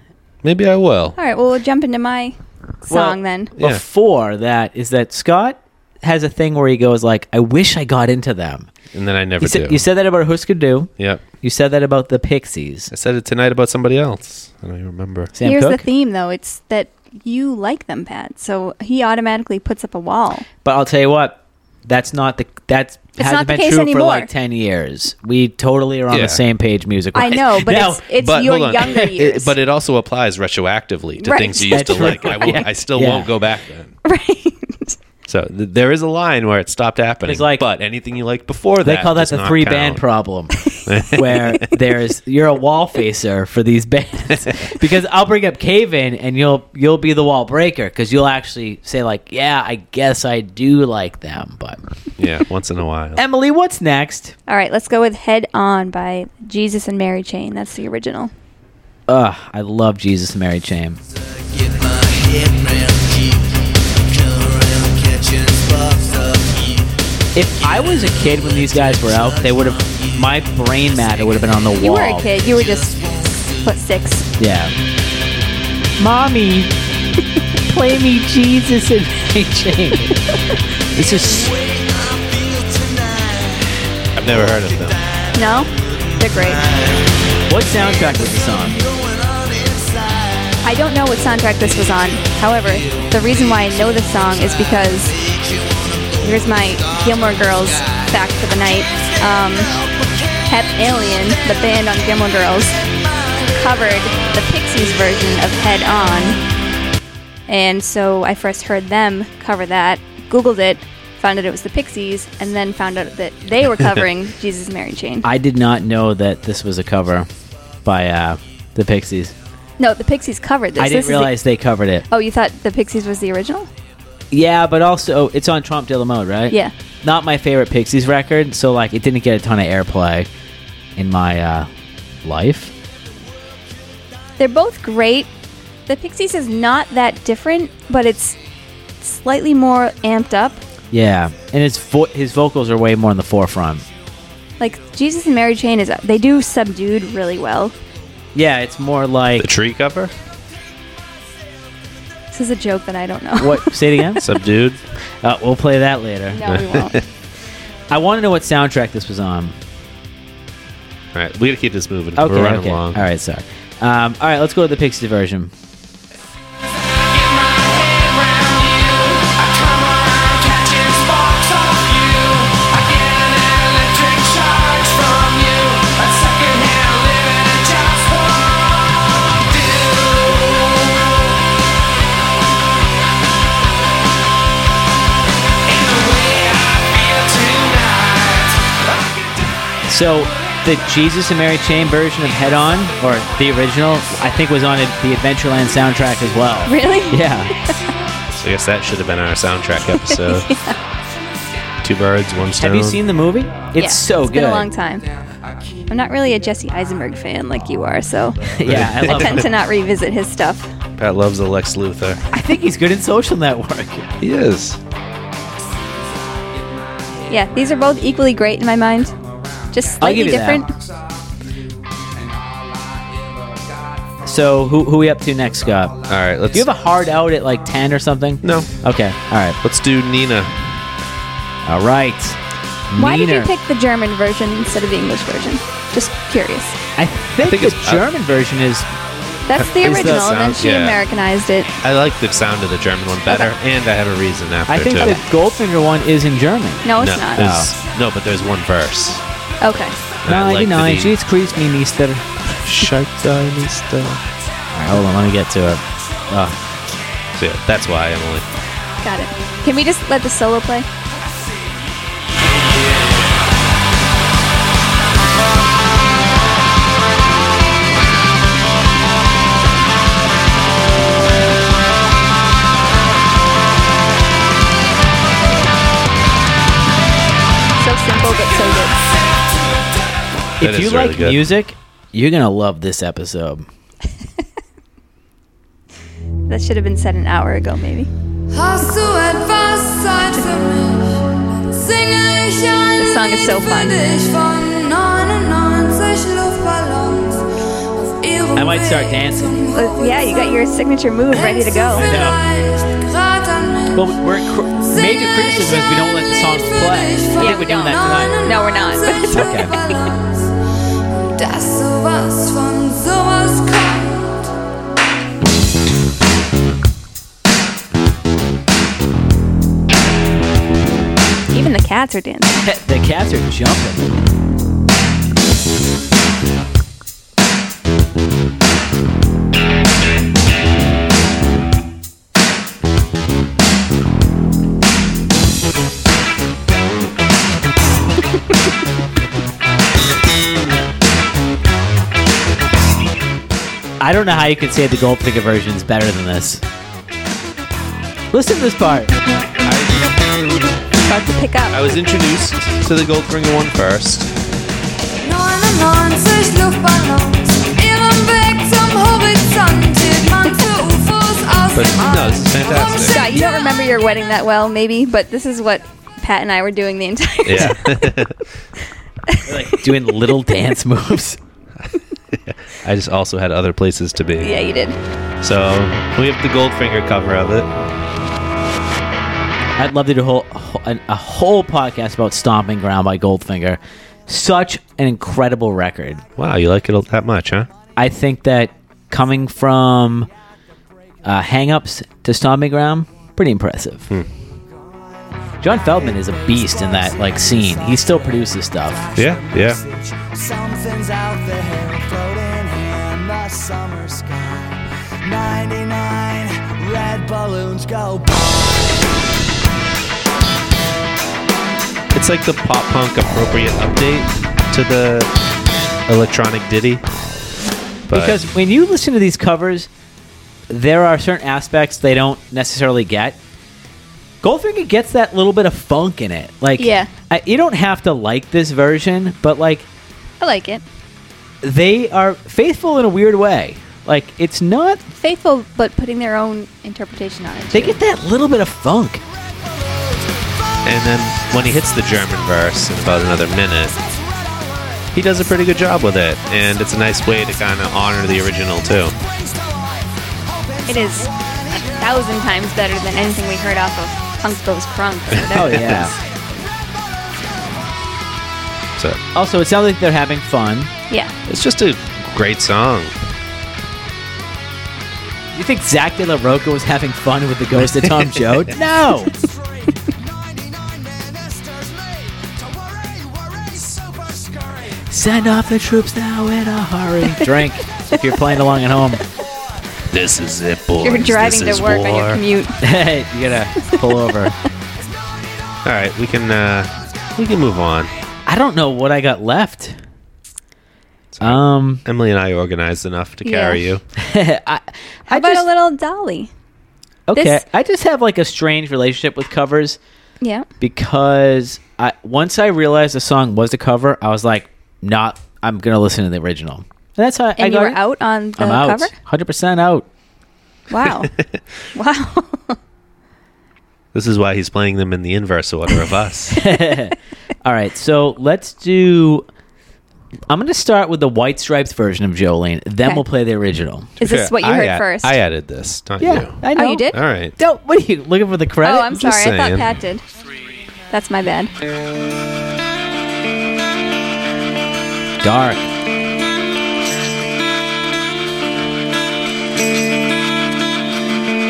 Maybe I will.
All right, well, we'll jump into my song then.
Before that is that Scott has a thing where he goes like, "I wish I got into them."
And then I never
you said,
do.
You said that about Husker Du.
Yep.
You said that about the Pixies.
I said it tonight about somebody else. I don't even remember.
Sam
Here's
Cooke.
the theme, though. It's that you like them, Pat. So he automatically puts up a wall.
But I'll tell you what, that's not the that's
It's
hasn't
not the
been
case
true for
anymore.
like ten years. We totally are on
Yeah.
the same page music.
I know, but it's, it's your
hold on.
younger
It-
years.
but it also applies retroactively to
Right.
things you used
That's
to like.
true.
I, won't,
Yeah.
I still
Yeah.
won't go back then. So th- there is a line where it stopped happening.
It's like-
but anything you liked before that,
they call that
does
the
not
three
count.
band problem, where there's you're a wall facer for these bands because I'll bring up Cave In and you'll you'll be the wall breaker because you'll actually say like, yeah, I guess I do like them, but
yeah, once in a while.
Emily, what's next?
All right, let's go with Head On by Jesus and Mary Chain. That's the original.
Ugh, I love Jesus and Mary Chain. If I was a kid when these guys were out, they would have my brain matter would have been on the wall.
You were a kid. You were just what six?
Yeah. Mommy, play me Jesus and Mary Chain. this is
I've never heard of them.
No, they're great.
what soundtrack was this on?
I don't know what soundtrack this was on. However, the reason why I know this song is because here's my Gilmore Girls fact for the night. Um, Hep Alien, the band on Gilmore Girls, covered the Pixies version of Head On. And so I first heard them cover that, Googled it, found out it was the Pixies, and then found out that they were covering Jesus and Mary Chain.
I did not know that this was a cover by uh, the Pixies.
No, the Pixies covered this.
I
This
didn't
is the-
realize they covered it.
Oh, you thought the Pixies was the original?
Yeah, but also oh, it's on Trompe de la Mode, right?
Yeah.
Not my favorite Pixies record, so like it didn't get a ton of airplay in my uh, life.
They're both great. The Pixies is not that different, but it's slightly more amped up.
Yeah, and his vo- his vocals are way more in the forefront.
Like Jesus and Mary Chain is they do subdued really well.
Yeah, it's more like
the tree cover.
This is a joke that I don't know.
What? Say it again.
Subdued.
Uh, we'll play that later.
No, we won't.
I want to know what soundtrack this was on.
All right, we gotta keep this moving.
Okay,
We're running
okay.
along.
All right, sorry. Um, all right, let's go to the Pixies version. So the Jesus and Mary Chain version of Head On, or the original, I think was on the Adventureland soundtrack as well.
Really?
Yeah.
So I guess that should have been our soundtrack episode. Two birds, one stone.
Have you seen the movie? It's
Yeah,
so
It's
good.
been a long time. I'm not really a Jesse Eisenberg fan like you are, so
Yeah, I love
tend
him.
to not revisit his stuff.
Pat loves the Lex Luthor.
I think he's good in Social Network.
He is.
Yeah, these are both equally great in my mind. Just
I'll give
slightly
you that.
different.
So who who we up to next, Scott? All
right, let's.
Do you have a hard out at like ten or something?
No.
Okay. All right.
Let's do Nina.
All right.
Why
Nina.
did you pick the German version instead of the English version? Just curious.
I think,
think
the
it's- uh,
German version is.
That's the
Is that
original, and then
sound-
she
yeah.
Americanized it.
I like the sound of the German one better, and I have a reason after
I think
too.
the Goldfinger one is in German.
No, Oh, it's not.
there's- No, but there's one verse.
Okay.
And I like the
99.
name.
She's creased me, Mister.
Shark Dynasty.
Hold on, let me get to it.
So yeah, that's why Emily.
Got it. Can we just let the solo play? So simple, but so good.
That
if you
is really
like
good.
music, you're gonna love this episode.
That should have been said an hour ago, maybe.
Hast du etwas Zeit für mich? Dann Singe ich ein
This song is so
Lied
fun.
für dich von 99 Luftballons auf ihrem
I might start
Weg
dancing.
zum
Uh, yeah, you got your signature move ready to go.
I know.
Horizont. Grad an mich
Well, we're cr- major criticism is we don't let the songs play. I think we're doing that
No, we're not. But it's
tonight. Okay.
Dass sowas von sowas kommt.
Even the cats are dancing.
the cats are jumping. I don't know how you could say the gold digger version is better than this. Listen to this part.
Start to pick up.
I was introduced to the Goldfinger one first. But no, this is fantastic.
Scott, you don't remember your wedding that well, maybe, but this is what Pat and I were doing the entire
Yeah.
like doing little dance moves.
I just also had other places to be.
Yeah, you did.
So we have the Goldfinger cover of it.
I'd love to do a whole, a, a whole podcast about Stomping Ground by Goldfinger. Such an incredible record.
Wow, you like it that much, huh?
I think that coming from uh, Hang Ups to Stomping Ground, pretty impressive. John Feldman is a beast in that like scene. He still produces stuff.
Yeah, yeah.
Something's out there floating in the summer sky. 99 red balloons go
It's like the pop punk appropriate update to the electronic ditty. But
because when you listen to these covers, there are certain aspects they don't necessarily get. Goldfinger gets that little bit of funk in it. Like,
Yeah.
I, you don't have to like this version, but like
I like it.
they are faithful in a weird way. Like it's not
Faithful, but putting their own interpretation on it.
they get that little bit of funk.
and then when he hits the German verse in about another minute, he does a pretty good job with it, and it's a nice way to kind of honor the original too.
It is a thousand times better than anything we heard off of Punk Goes Crunk. Or whatever.
Oh yeah.
So
also, it sounds like they're having fun.
Yeah.
it's just a great song.
You think Zach De La Roca was having fun with the ghost of Tom Joad? No. Send off the troops now in a hurry. Drink if you're playing along at home.
This is it, boys.
You're driving
This is
to work on your
war.
commute.
Hey, you gotta pull over.
All right, we can uh, we can move on.
I don't know what I got left. Um,
Emily and I organized enough to
Yeah.
carry you.
I,
How about a little Dolly?
okay,
This-
I just have like a strange relationship with covers.
Yeah.
because I once I realized the song was the cover, I was like, not. I'm gonna listen to the original. And that's how I
And you
got
were
it.
out on the
I'm out,
cover?
hundred percent out.
Wow. wow.
This is why he's playing them in the inverse order of us.
All right, so let's do. I'm gonna start with the White Stripes version of Jolene. Then
Okay.
we'll play the original.
Is this what you
I
heard
add-
first?
I added this, not
Yeah,
you.
I know.
Oh, you did?
All right.
Don't. What are you looking for the credit?
Oh, I'm
just
sorry. I thought
saying.
Pat did. That's my bad.
Dark.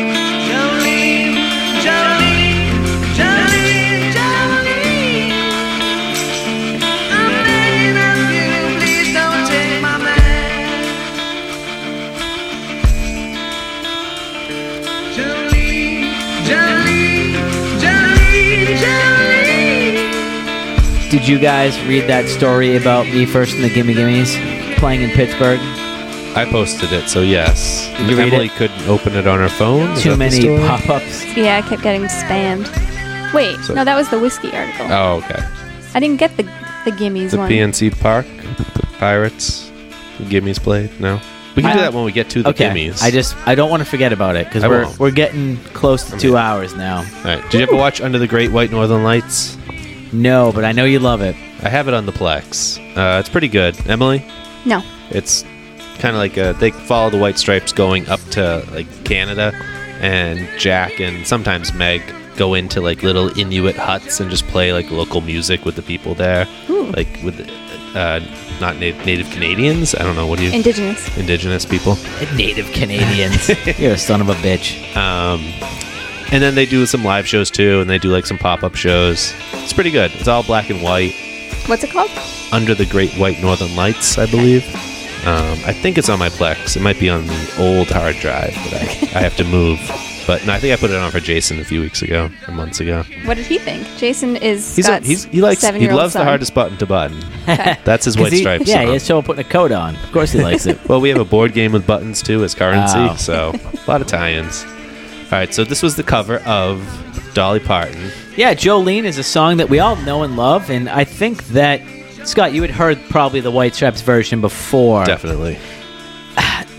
Jolene, Jolene, Jolene, Jolene. I'm begging of you, please don't take my man. Jolene, Jolene, Jolene, Jolene.
Did you guys read that story about me first in the Gimme Gimmes playing in Pittsburgh?
I posted it, so yes.
you read
Emily couldn't open it on her phone. Is
Too
that the
many
story?
pop-ups.
Yeah, I kept getting spammed. Wait,
So-
no, that was the whiskey article.
Oh, okay.
I didn't get the the gimmies
The
one.
PNC Park, the Pirates, the Gimmies played. No, we can
I-
do that when we get to the
okay.
Gimmies.
I just I don't want to forget about it because
I
we're
won't.
we're getting close to two hours now.
All right. Did you ever watch Under the Great White Northern Lights?
No, but I know you love it.
I have it on the Plex. Uh, it's pretty good. Emily,
No.
it's kind of like a, they follow the White Stripes going up to like Canada, and Jack and sometimes Meg go into like little Inuit huts and just play like local music with the people there,
Ooh.
like with uh, not native, native Canadians. I don't know what do you
Indigenous.
indigenous people.
Native Canadians. You're a son of a bitch.
Um, and then they do some live shows too, and they do like some pop up shows. It's pretty good. It's all black and white
What's it called?
under the Great White Northern Lights, I believe. Um, I think it's on my Plex. It might be on the old hard drive that I, I have to move. But no, I think I put it on for Jason a few weeks ago or months ago.
What did he think? Jason is
He's, a,
Scott's
he's he likes he
seven-year-old
loves
son.
the hardest button to button.
Okay.
That's his
'Cause
white
he-
stripes.
yeah,
song.
he has trouble putting a coat on. Of course, he likes it.
well, we have a board game with buttons too as currency,
Oh.
so a lot of tie-ins. All right, so this was the cover of Dolly Parton.
Yeah, Jolene is a song that we all know and love, and I think that Scott, you had heard probably the White Stripes version before.
Definitely.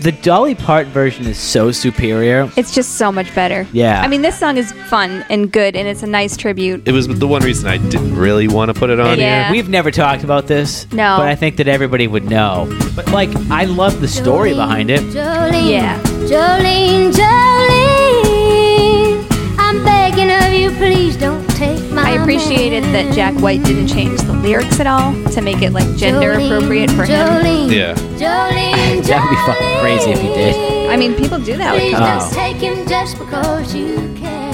The Dolly Parton version is so superior.
It's just so much better.
Yeah.
I mean, this song is fun and good, and it's a nice tribute.
It was the one reason I didn't really want to put it on
Yeah.
here.
We've never talked about this,
No.
but I think that everybody would know. But like, I love the story behind it.
Jolene,
Yeah.
Jolene, Jolene, I'm begging of you, please don't take my
I appreciated that Jack White didn't change the lyrics at all to make it like gender appropriate for him.
Yeah.
Jolene,
That would be fucking crazy if you did.
I mean, people do that with
please
covers.
Oh.
don't take him just because you can.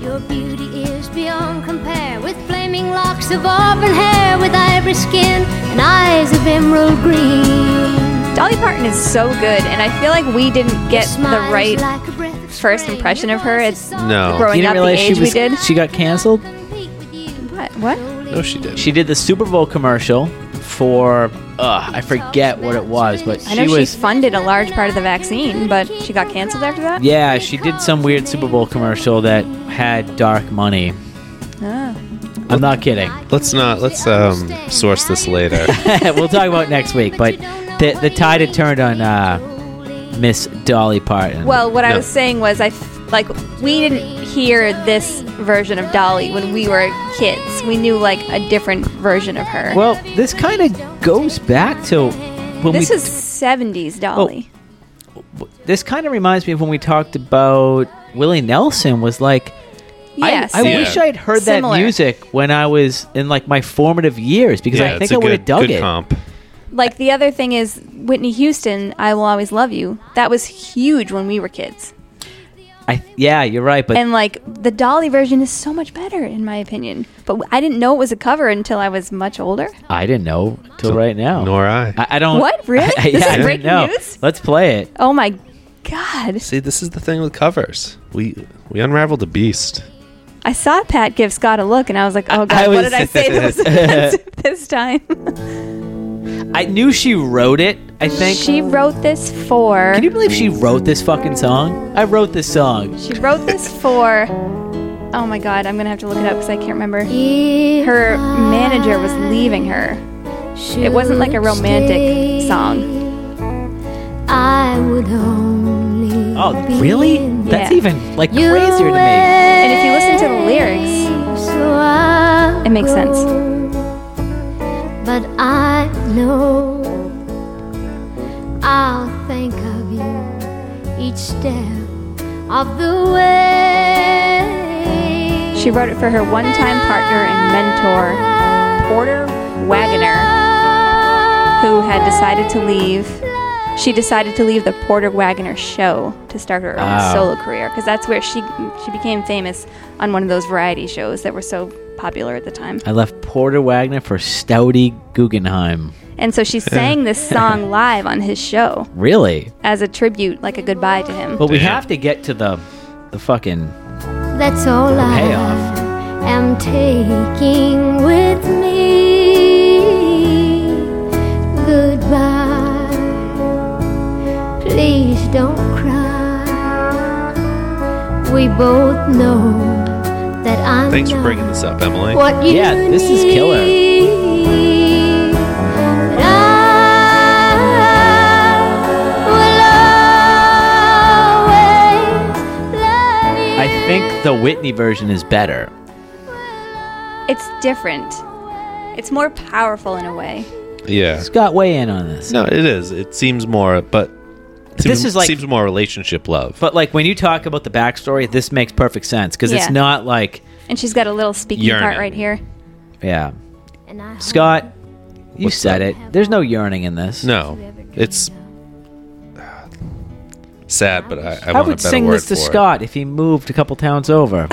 Your beauty is beyond compare with flaming locks of auburn hair, with ivory skin and eyes of emerald green.
Dolly Parton is so good, and I feel like we didn't get the right first impression of her. It's
No.
growing
you didn't
up the
realize
age
she was
we did.
she got canceled.
What? What?
No, Oh, she did.
She did the Super Bowl commercial for uh, I forget what it was, but
I know
she
she,
was
funded a large part of the vaccine, but she got canceled after that.
yeah she did some weird Super Bowl commercial that had dark money.
Ah.
I'm not kidding.
Let's not let's um source this later.
we'll talk about it next week. But the the tide had turned on uh, Miss Dolly Parton.
Well, what I
No.
was saying was, I f- like we didn't hear this version of Dolly when we were kids. We knew like a different version of her.
Well, this kind of goes back to when
this
we. Oh.
is '70s Dolly.
this kind of reminds me of when we talked about Willie Nelson. Was like, I-
yes,
I, wish I had heard
Similar.
that music when I was in like my formative years because
yeah,
I
it's
think
a
I would have
good,
dug
good
it.
comp.
Like the other thing is Whitney Houston, "I Will Always Love You." That was huge when we were kids,
I, yeah, you're right, but
and like the Dolly version is so much better in my opinion. But I didn't know it was a cover until I was much older.
I didn't know till right now.
Nor I.
Oh. I, I don't.
What? Really?
yeah,
This is
I didn't
breaking
know.
news?
Let's play it.
Oh my god!
See, this is the thing with covers. We we unraveled a beast.
I saw Pat give Scott a look, and I was like, "Oh God,
I
what
was-
did I say that was offensive this time?"
I knew she wrote it. I think.
she wrote this for.
Can you believe she wrote this fucking song? I wrote this song.
she wrote this for. Oh my God, I'm gonna have to look it up because I can't remember. Her manager was leaving her. It wasn't like a romantic song.
I would only.
Oh, really? That's
Yeah.
even like crazier to me.
And if you listen to the lyrics, it makes sense.
But I know I'll think of you each step of the way.
She wrote it for her one-time partner and mentor, Porter Wagoner, who had decided to leave. She decided to leave the Porter Wagoner show to start her own
Oh.
solo career because that's where she she became famous on one of those variety shows that were so popular at the time.
I left Porter Wagner for Stouty Guggenheim.
And so she sang this song live on his show
Really?
as a tribute, like a goodbye to him.
But we
Damn.
have to get to the the fucking
That's all
payoff.
I am taking with me. Goodbye. Please don't cry. We both know that I'm.
Thanks for bringing this up, Emily.
What you
Yeah, this is killer.
need. But I will always love you.
I think the Whitney version is better.
It's different. It's more powerful in a way.
Yeah.
Scott, weigh in on this.
No, it is. It seems more, but seems,
This is like-
seems more relationship love.
But like when you talk about the backstory, this makes perfect sense because it's
Yeah.
not like
And she's got a little speaking part
Yearning.
right here.
yeah.
And I
Scott, you
What's
said
that?
it. There's no yearning in this.
No, it's sad, but I, I,
I
want a
would
better
sing
word
this to
for it.
Scott if he moved a couple towns over.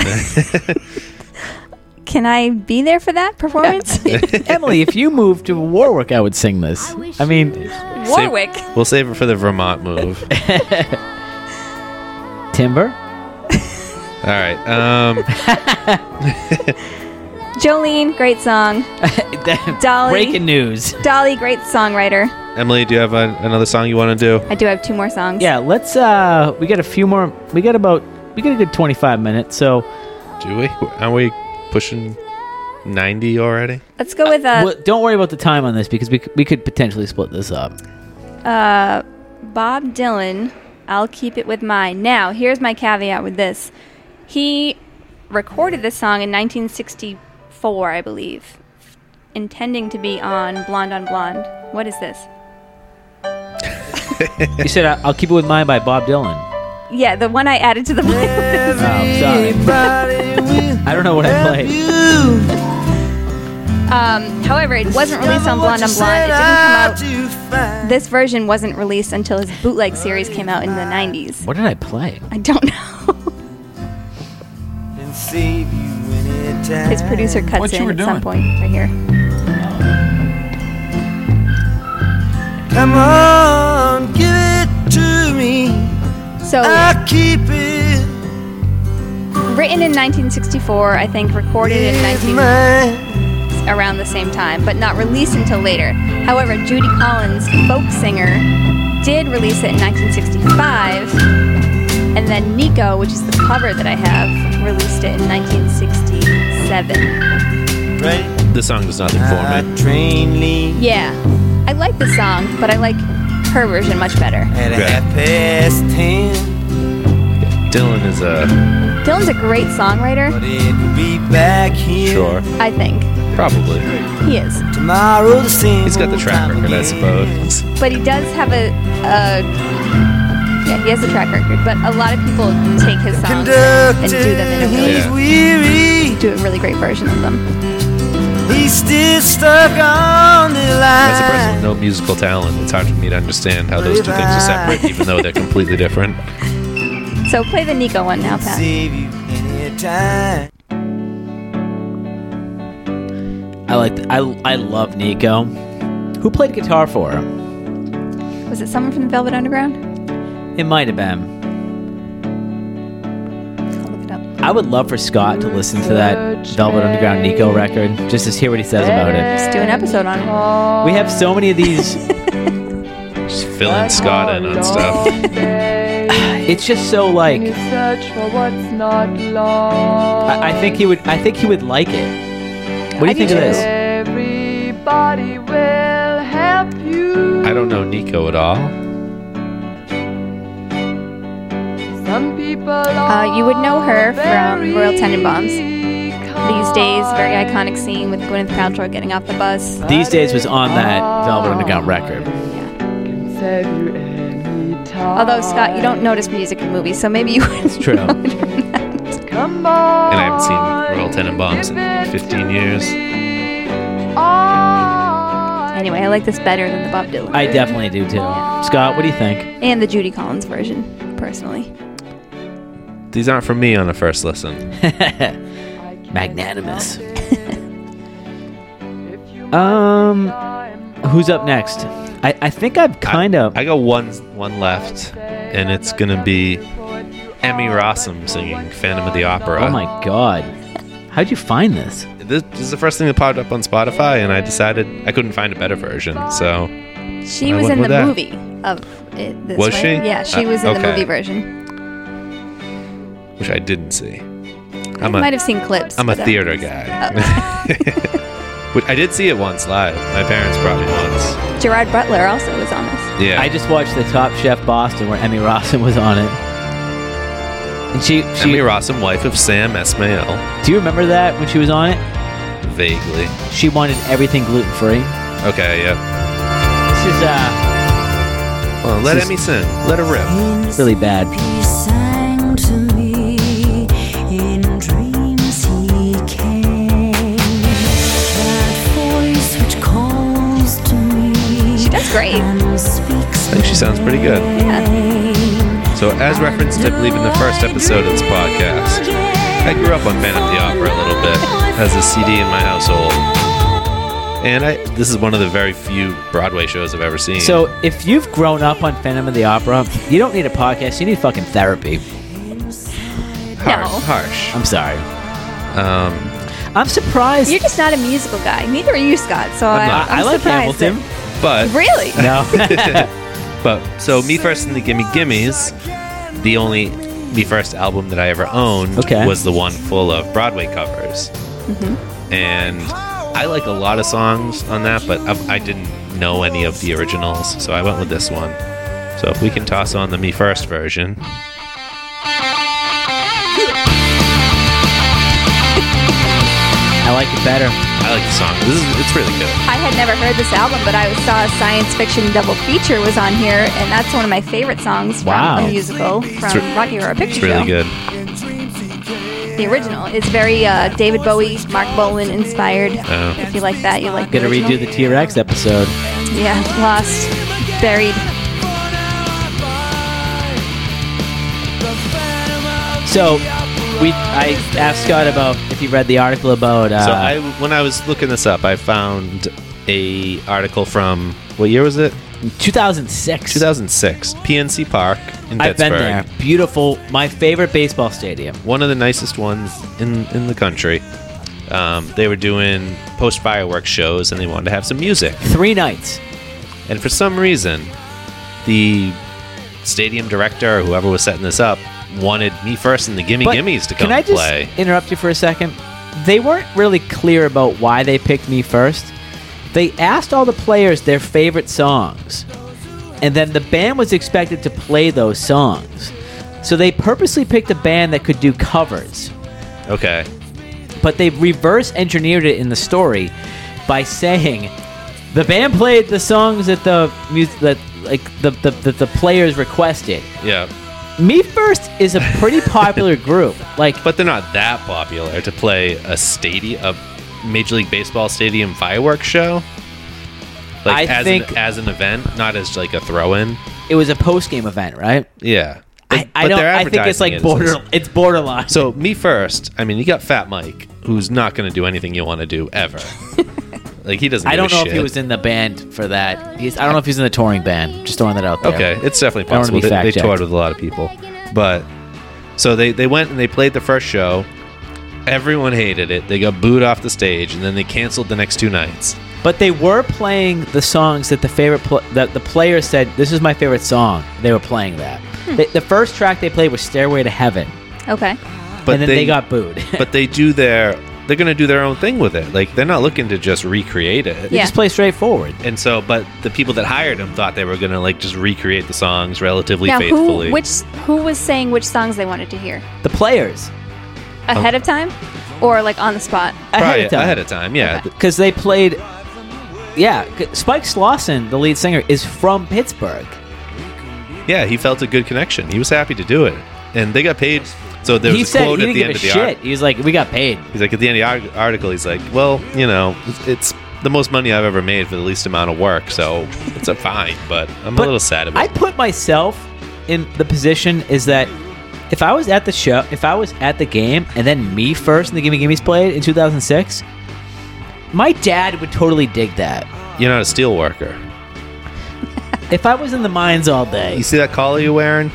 Can I be there for that performance?
Emily, if you moved to Warwick, I would sing this. I mean,
Warwick.
We'll save it for the Vermont move.
Timber.
All right. Um,
Jolene, great song. Dolly.
Breaking news.
Dolly, great songwriter.
Emily, do you have a, another song you want to do?
I do have two more songs.
Yeah, let's. uh We got a few more. We got about. We got a good twenty-five minutes. So.
Do we? Are we pushing ninety already?
Let's go with
Well,
uh,
don't worry about the time on this because we c- we could potentially split this up.
uh, Bob Dylan. I'll keep it with mine. Now, here's my caveat with this. He recorded this song in 1964, I believe, intending to be on Blonde on Blonde. What is this?
you said I- I'll keep it with mine by Bob Dylan.
Yeah, the one I added to the playlist.
Oh, I'm sorry. I don't know what I played.
Um, however, it wasn't released on Blonde on Blonde. It didn't come out. This version wasn't released until his bootleg series came out in the 90s.
What did I play?
I don't know.
And save you any time.
His producer cuts
What you
in
were
at some
doing?
point right here.
Come on, give it to me.
So
I keep it.
Written in 1964, I think recorded in 19 around the same time, but not released until later. However, Judy Collins, folk singer, did release it in 1965, and then Nico, which is the cover that I have, released it in 1967.
This song does nothing for me. Train
Yeah, I like the song, but I like her version much better.
At a half past ten,
Dylan is uh, a
Dylan's a great songwriter,
we'll be back here.
sure,
I think.
probably.
He is.
Tomorrow the same.
He's got the track record, I suppose.
But he does have a, a yeah, he has a track record. But a lot of people take his songs and do them in a really,
He's weary.
do a really great version of them.
He's still stuck on the
As a person
line.
with no musical talent, it's hard for me to understand how those two things are separate, even though they're completely different.
So play the Nico one now, Pat.
Save you any time.
I like. I I love Nico. Who played guitar for him?
Was it someone from the Velvet Underground?
It might have been.
I'll look it up.
I would love for Scott to listen to that Velvet Underground Nico record just to hear what he says about it.
Just do an episode on it.
We have so many of these.
Just filling Scott in on stuff.
it's just so like.
search for what's not lost.
I, I think he would. I think he would like it. What do you think of this?
Everybody will help you.
I don't know Nico at all.
Some people are
Uh, you would know her from Royal Tenenbaums. These days, very iconic scene with Gwyneth Paltrow getting off the bus.
These days was on that Velvet Underground record.
save you any time.
Although Scott, you don't notice music in movies, so maybe you would.
It's true. and
Come on,
I haven't seen Royal Tenenbaums in 15 years.
Anyway, I like this better than the Bob Dylan
I definitely do too. Scott, what do you think?
and the Judy Collins version, personally.
These aren't from me on a first listen.
Magnanimous. um, who's up next? I, I think I've kind of.
I got one one left, and it's gonna be Emmy Rossum singing "Phantom of the Opera."
Oh my god, how'd you find this?
This, this is the first thing that popped up on Spotify, and I decided I couldn't find a better version. So
She
I
was
went
in the
with that.
movie of it. This
Was
way.
she?
Yeah, she
Uh,
was in the
okay.
movie version.
which I didn't see.
i
I'm a,
might have seen clips.
I'm a
but, uh,
theater guy.
Oh.
Which I did see it once live. My parents brought me once.
Gerard Butler also was on this.
Yeah.
I just watched the Top Chef Boston where Emmy Rossum was on it. And she, she
Emmy Rossum, wife of Sam Esmail,
do you remember that when she was on it?
vaguely.
She wanted everything gluten free.
Okay, yeah.
This is uh
Well, Oh, let
This is-
Emmy sing. Let her rip.
really bad.
He sang to me in dreams he came. That voice which calls to me.
She does great.
And speaks
I think she sounds pretty good.
my name.
So, as referenced, I believe in the first episode of this podcast, I grew up on Man at the Opera a little bit as a CD in my household. And I, this is one of the very few Broadway shows I've ever seen.
So if you've grown up on Phantom of the Opera, you don't need a podcast. You need fucking therapy.
Harsh, harsh.
I'm sorry.
Um,
I'm surprised.
You're just not a musical guy. Neither are you, Scott. So
I'm
I'm,
not.
I'm
I like
surprised that-
Hamilton, but
Really?
No.
but so me first and the Gimme Gimmes, the only me first album that I ever owned
Okay.
was the one full of Broadway covers,
Mm-hmm.
and I like a lot of songs on that, but I, I didn't know any of the originals, so I went with this one. So if we can toss on the me first version,
I like it better.
I like the song. This is it's really good.
I had never heard this album, but I saw a science fiction double feature was on here, and that's one of my favorite songs
Wow.
from a musical from
re-
Rocky Horror
It's
Picture
really
Show.
good.
The original. It's very uh, David Bowie, Mark Bolan inspired.
Oh.
If you like that, you like.
Gonna
the
redo
original.
the T Rex episode.
Yeah, lost, buried.
So we, I asked Scott about if he read the article about. Uh,
so I, when I was looking this up, I found a article from what year was it?
2006.
2006. PNC Park in
I've been
Pittsburgh.
there. Beautiful. My favorite baseball stadium.
One of the nicest ones in in the country. Um, they were doing post fireworks shows, and they wanted to have some music.
Three nights.
And for some reason, the stadium director or whoever was setting this up wanted me first and the Gimme
But
Gimmes to come
Can I just
play.
interrupt you for a second? They weren't really clear about why they picked me first. They asked all the players their favorite songs, and then the band was expected to play those songs. So they purposely picked a band that could do covers.
Okay.
but they reverse engineered it in the story by saying the band played the songs that the music that like the, the, the, the players requested.
Yeah.
Me First is a pretty popular group. Like,
but they're not that popular to play a stadium, a Major League Baseball stadium fireworks show. Like
I
as
think-
an, as an event, not as like a throw-in.
It was a post-game event, right?
Yeah.
I, I
But
don't.
they're
I think it's
advertising
like
it as
border.
this.
It's borderline.
So me first. I mean, you got Fat Mike, who's not going to do anything you want to do ever. like he doesn't.
I
give a
don't know if he
shit.
was in the band for that. He's, I don't know if he's in the touring band. Just throwing that out there.
Okay, it's definitely
I don't wanna be
possible. They, they
fact-checked.
toured with a lot of people, but so they they went and they played the first show. Everyone hated it. They got booed off the stage, and then they canceled the next two nights.
But they were playing the songs that the favorite pl- that the player said, "This is my favorite song." They were playing that. They, the first track they played was "Stairway to Heaven."
Okay.
But
And then they got booed.
but they do their they're going to do their own thing with it. Like they're not looking to just recreate it.
They just play straightforward.
And so, but the people that hired him thought they were going to like just recreate the songs relatively
Now,
faithfully.
who which who was saying which songs they wanted to hear
The players Oh.
ahead of time, or like on the spot?
Probably ahead of time, yeah.
because they played. Yeah, c- Spike Slauson, the lead singer, is from Pittsburgh.
Yeah, he felt a good connection. He was happy to do it, and they got paid. So there was
he
a
said
quote
he
at
didn't
the
give
end
a
of the article.
shit. He was like, "We got paid."
He's like, at the end of the ar- article, he's like, well, you know, it's, it's the most money I've ever made for the least amount of work, so it's a fine, but I'm a little sad about
I
it.
put myself in the position is that if I was at the show, if I was at the game, and then me first and the Gimme Gimme's played in 2006, my dad would totally dig that.
You're not a steel worker.
If I was in the mines all day,
You see that collar you're wearing?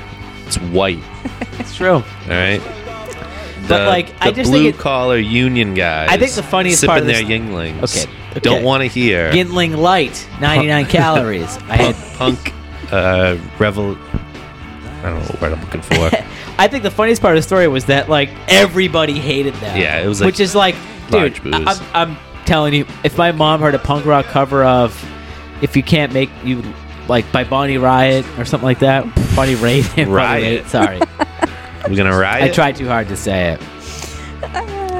It's white.
it's true.
All right. The,
But, like,
the
I just
blue
think it-
collar union guys.
I think the funniest
sipping
part of
their
this-
Yinglings.
Okay, okay.
Don't want to hear
Gindling Light, 99 calories. I
punk,
had.
punk uh, revel. I don't know what word I'm looking for.
I think the funniest part of the story was that like everybody hated that.
Yeah, it was, like,
which is like, dude,
large
I-
booze.
I'm, I'm telling you, if my mom heard a punk rock cover of "If You Can't Make You," like by Bonnie Riot or something like that, Bonnie Raitt, Bonnie
Riot.
Raitt, sorry,
We're going to riot.
I tried too hard to say it.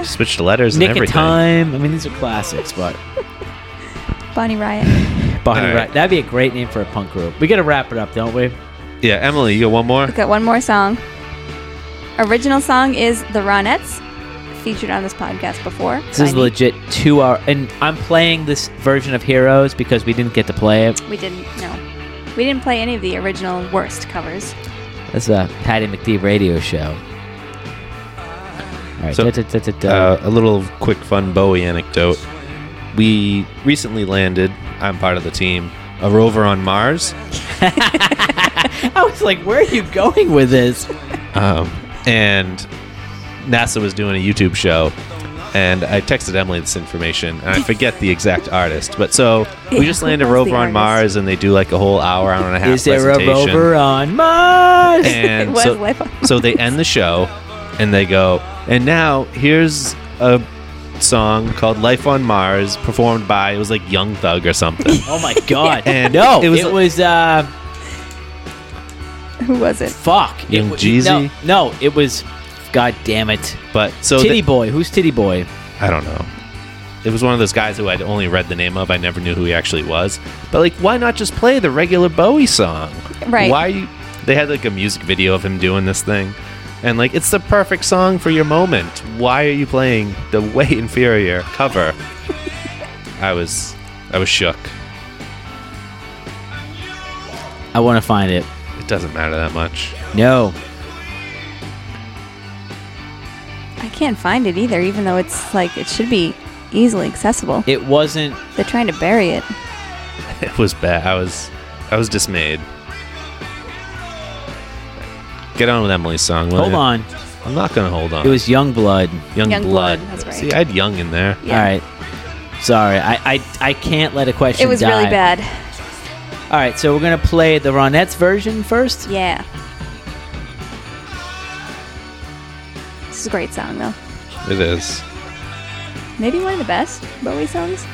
Switched letters
Nick
and
of
everything.
Time. I mean, these are classics, but
Bonnie Riot.
Bonnie
All right.
Raitt. That'd be a great name for a punk group. We gotta wrap it up, don't we?
Yeah, Emily, you got one more?
We've got one more song. Original song is The Ronettes, featured on this podcast before.
This is
By me.
legit two hour, and I'm playing this version of Heroes because we didn't get to play it.
We didn't know. We didn't play any of the original worst covers.
That's a Patty McDee radio show. right.
So,
Da, da, da, da, da.
uh, a little quick fun Bowie anecdote. We recently landed. I'm part of the team. A rover on Mars.
I was like, where are you going with this?
Um, and NASA was doing a YouTube show, and I texted Emily this information, and I forget the exact artist, but so we
Yeah,
just
who
land a
was the
rover on
artist?
Mars, and they do like a whole hour, hour and a half.
Is there a
presentation.
rover on Mars?
And so, so they end the show, and they go, and now here's a song called "Life on Mars" performed by it was like Young Thug or something.
oh my god!
And
no,
it
it
was-
was. uh,
Who was it?
Fuck. It
Young
wa-
Jeezy?
No, no, it was. God damn it!
But so
Titty
they-
Boy. Who's Titty Boy?
I don't know. It was one of those guys who I'd only read the name of. I never knew who he actually was. But like, why not just play the regular Bowie song?
Right.
Why you- they had like a music video of him doing this thing, and like it's the perfect song for your moment. Why are you playing the way inferior cover? I was, I was shook.
I want to find it.
It doesn't matter that much.
No.
I can't find it either, even though it's like it should be easily accessible.
It wasn't.
They're trying to bury it.
It was bad. I was, I was dismayed. Get on with Emily's song. will
Hold
ya?
on.
I'm not gonna hold on.
It was Young Blood.
Young,
Young
blood.
Blood, that's right.
See, I had young in there.
All right. Sorry, I, I I can't let a question.
It was
die.
really bad.
All right, so we're gonna play the Ronettes version first.
Yeah. This is a great song, though.
It is.
Maybe one of the best Bowie songs.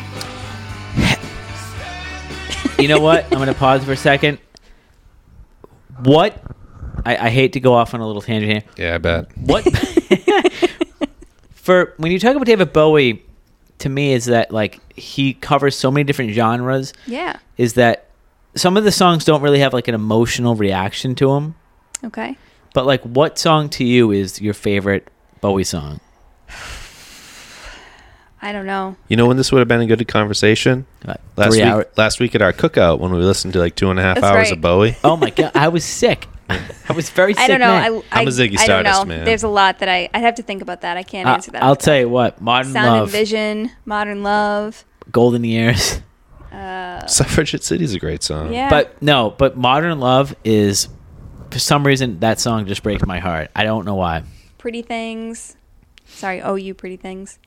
You know what? I'm gonna pause for a second. What? I, I hate to go off on a little tangent here.
Yeah, I bet.
What? for when you talk about David Bowie, to me is that like he covers so many different genres.
Yeah.
Is that some of the songs don't really have like an emotional reaction to them,
Okay.
but like what song to you is your favorite Bowie song?
I don't know.
You know when this would have been a good conversation? last
three
week,
hour-
last week at our cookout when we listened to like two and a half
That's
hours
right.
of Bowie.
Oh my god, I was sick. I was very sick.
I don't know. I,
man.
I,
I'm a Ziggy
I don't
Stardust
know.
man.
There's a lot that I, I'd have to think about that. I can't
I-
answer that.
I'll tell you what, Modern
Sound
Love,
and Vision, Modern Love.
Golden Years.
Uh,
Suffragette City's a great song.
yeah.
But no, but Modern Love is for some reason that song just breaks my heart. I don't know why.
pretty Things. Sorry, Oh You Pretty Things.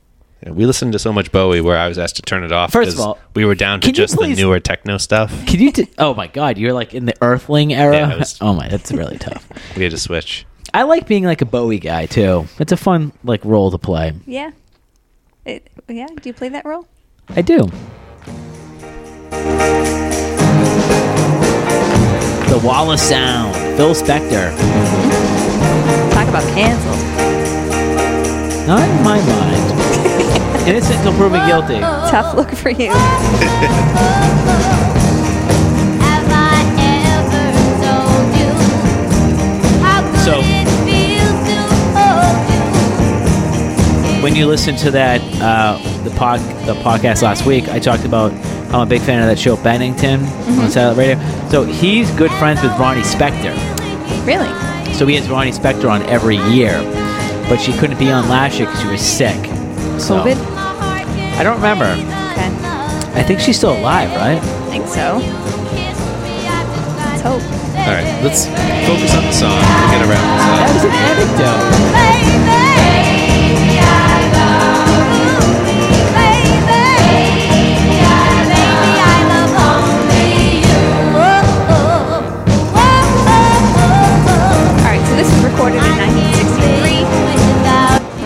Yeah, We listened to so much Bowie where I was asked to turn it off.
First of
'cause
all,
we were down to
can you
just the
please-
newer techno stuff.
Can you? T- oh my God, you're like in the Earthling era.
Yeah, I was-
oh my, that's really tough.
We had to switch.
I like being like a Bowie guy too. It's a fun like role to play.
Yeah. It, yeah. Do you play that role?
I do. The Wall of Sound, Phil Spector.
Talk about canceled.
Not in my mind. Innocent until proven guilty.
Tough look for you.
So when you listen to that uh, the pod the podcast last week, I talked about how I'm a big fan of that show Bennington on satellite radio. So he's good friends with Ronnie Spector.
Really?
So he has Ronnie Spector on every year, but she couldn't be on last year because she was sick. So,
COVID?
I don't remember.
Okay.
I think she's still alive, right?
I think so. Let's hope.
All right, let's focus on the song. We're gonna wrap this up.
It's an anecdote.
All right. So this was recorded in 1963,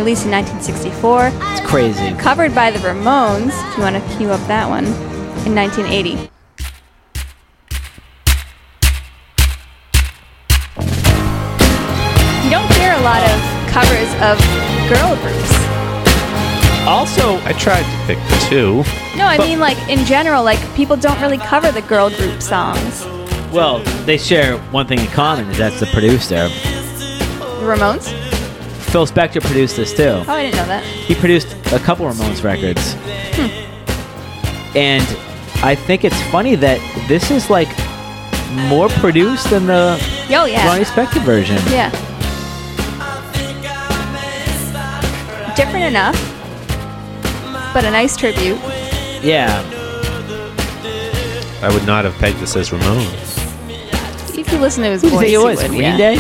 released in 1964,
It's crazy.
covered by the Ramones. If you want to cue up that one, in 1980. You don't hear a lot of covers of girl groups.
Also,
I tried to pick two.
No, I
But-
mean like in general, like people don't really cover the girl group songs.
Well, they share one thing in common is that's the producer.
The Ramones?
Phil Spector produced this too.
Oh, I didn't know that.
He produced a couple Ramones records.
Hmm.
And I think it's funny that this is like more produced than the
Yo, yeah.
Ronnie Spector version.
Yeah. different enough, but a nice tribute.
Yeah.
I would not have pegged this as Ramones.
If you listen to his
Who'd you
voice,
think it was? Green
you would, yeah.
Day?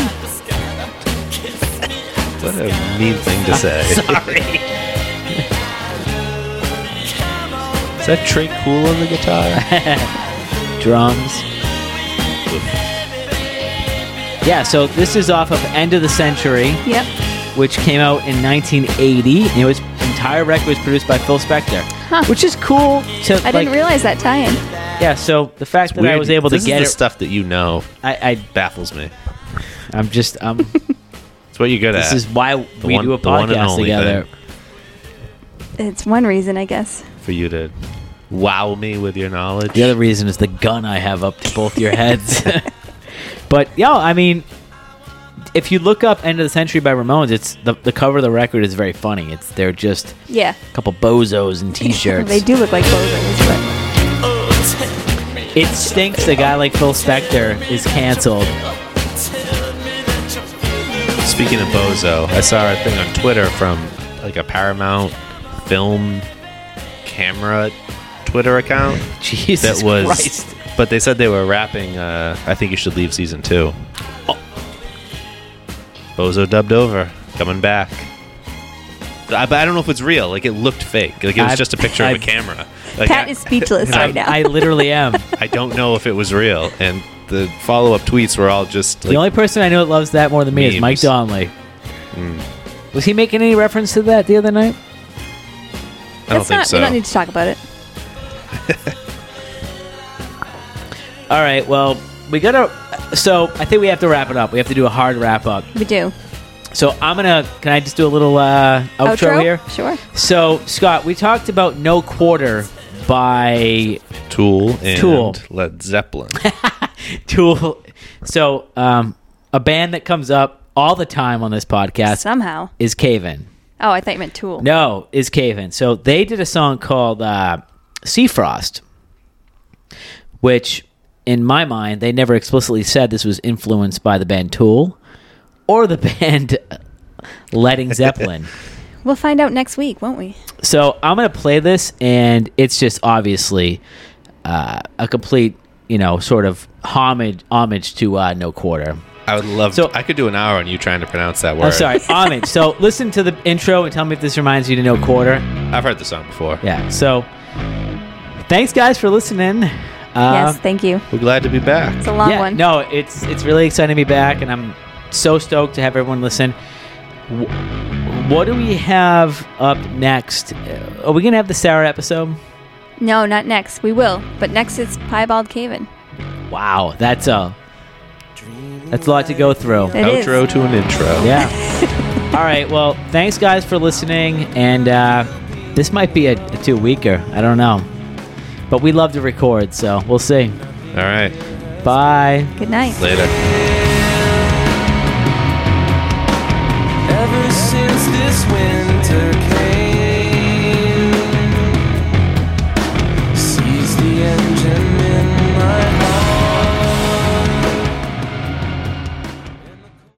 What a mean thing to say.
Sorry.
Is that Trey Cool on the guitar?
Drums. Yeah, so this is off of End of the Century.
Yep.
Which came out in 1980, and it was entire record was produced by Phil Spector.
Huh.
Which is cool to
I
like,
didn't realize that tie-in.
Yeah, so the fact that I was able to
this
get
is the
it,
stuff that you know.
I, I
baffles me.
I'm just um.
it's what you're good
this
at.
is why
The
we
one-
do a
the one and
podcast
only
together.
It's one reason, I guess.
thing for you to wow me with your knowledge.
The other reason is the gun I have up to both your heads. but yeah, I mean, if you look up "End of the Century" by Ramones, it's the, the cover of the record is very funny. It's they're just
Yeah.
a couple bozos in t-shirts.
They do look like bozos, but
It stinks. A guy like Phil Spector is canceled.
Speaking of Bozo, I saw a thing on Twitter from like a Paramount film camera Twitter account.
Jesus
that was,
Christ.
but they said they were wrapping. Uh, I think you should leave season two.
Oh.
Bozo dubbed over, coming back. I, but I don't know if it's real. Like it looked fake. Like it was
I've-
just a picture
I've-
of a camera. Like,
Pat
I-
is speechless right
I'm-
now.
I literally am.
I don't know if it was real. And the follow up tweets were all just like,
the only person I know that loves that more than me is Mike
Memes.
Donnelly.
mm,
Was he making any reference to that the other night?
I don't
that's
think
not.
so.
We don't need to talk about it.
All right. Well, we gotta. So I think we have to wrap it up. We have to do a hard wrap up.
We do.
So I'm gonna. Can I just do a little uh, outro, here?
Sure.
So Scott, we talked about "No Quarter" by
Tool and
Tool.
Led Zeppelin.
Tool. So um, a band that comes up all the time on this podcast
Somehow.
is Caven.
Oh, I thought you meant Tool.
No, is Caven. So they did a song called uh, Sea Frost, which, in my mind, they never explicitly said this was influenced by the band Tool or the band Letting Zeppelin.
We'll find out next week, won't we?
so I'm going to play this, and it's just obviously uh, a complete, you know, sort of homage homage to uh, No Quarter.
I would love. So, to, I could do an hour on you trying to pronounce that word.
I'm Oh, sorry, homage. so listen to the intro and tell me if this reminds you to No Quarter.
I've heard the song before.
Yeah. So thanks guys for listening. Uh,
yes, thank you.
We're glad to be back.
It's a long
yeah,
one.
No, it's it's really exciting to be back, and I'm so stoked to have everyone listen. Wh- What do we have up next? Uh, Are we gonna have the Sarah episode?
No, not next. We will. But next is Piebald Caven.
Wow, that's a that's a lot to go through.
It is.
Outro to an intro.
Yeah. All right. Well, thanks guys for listening, and uh, this might be a, a two weeker. I don't know, but we love to record, so we'll see.
All right.
Bye.
Good night.
Later.
Ever since this winter came.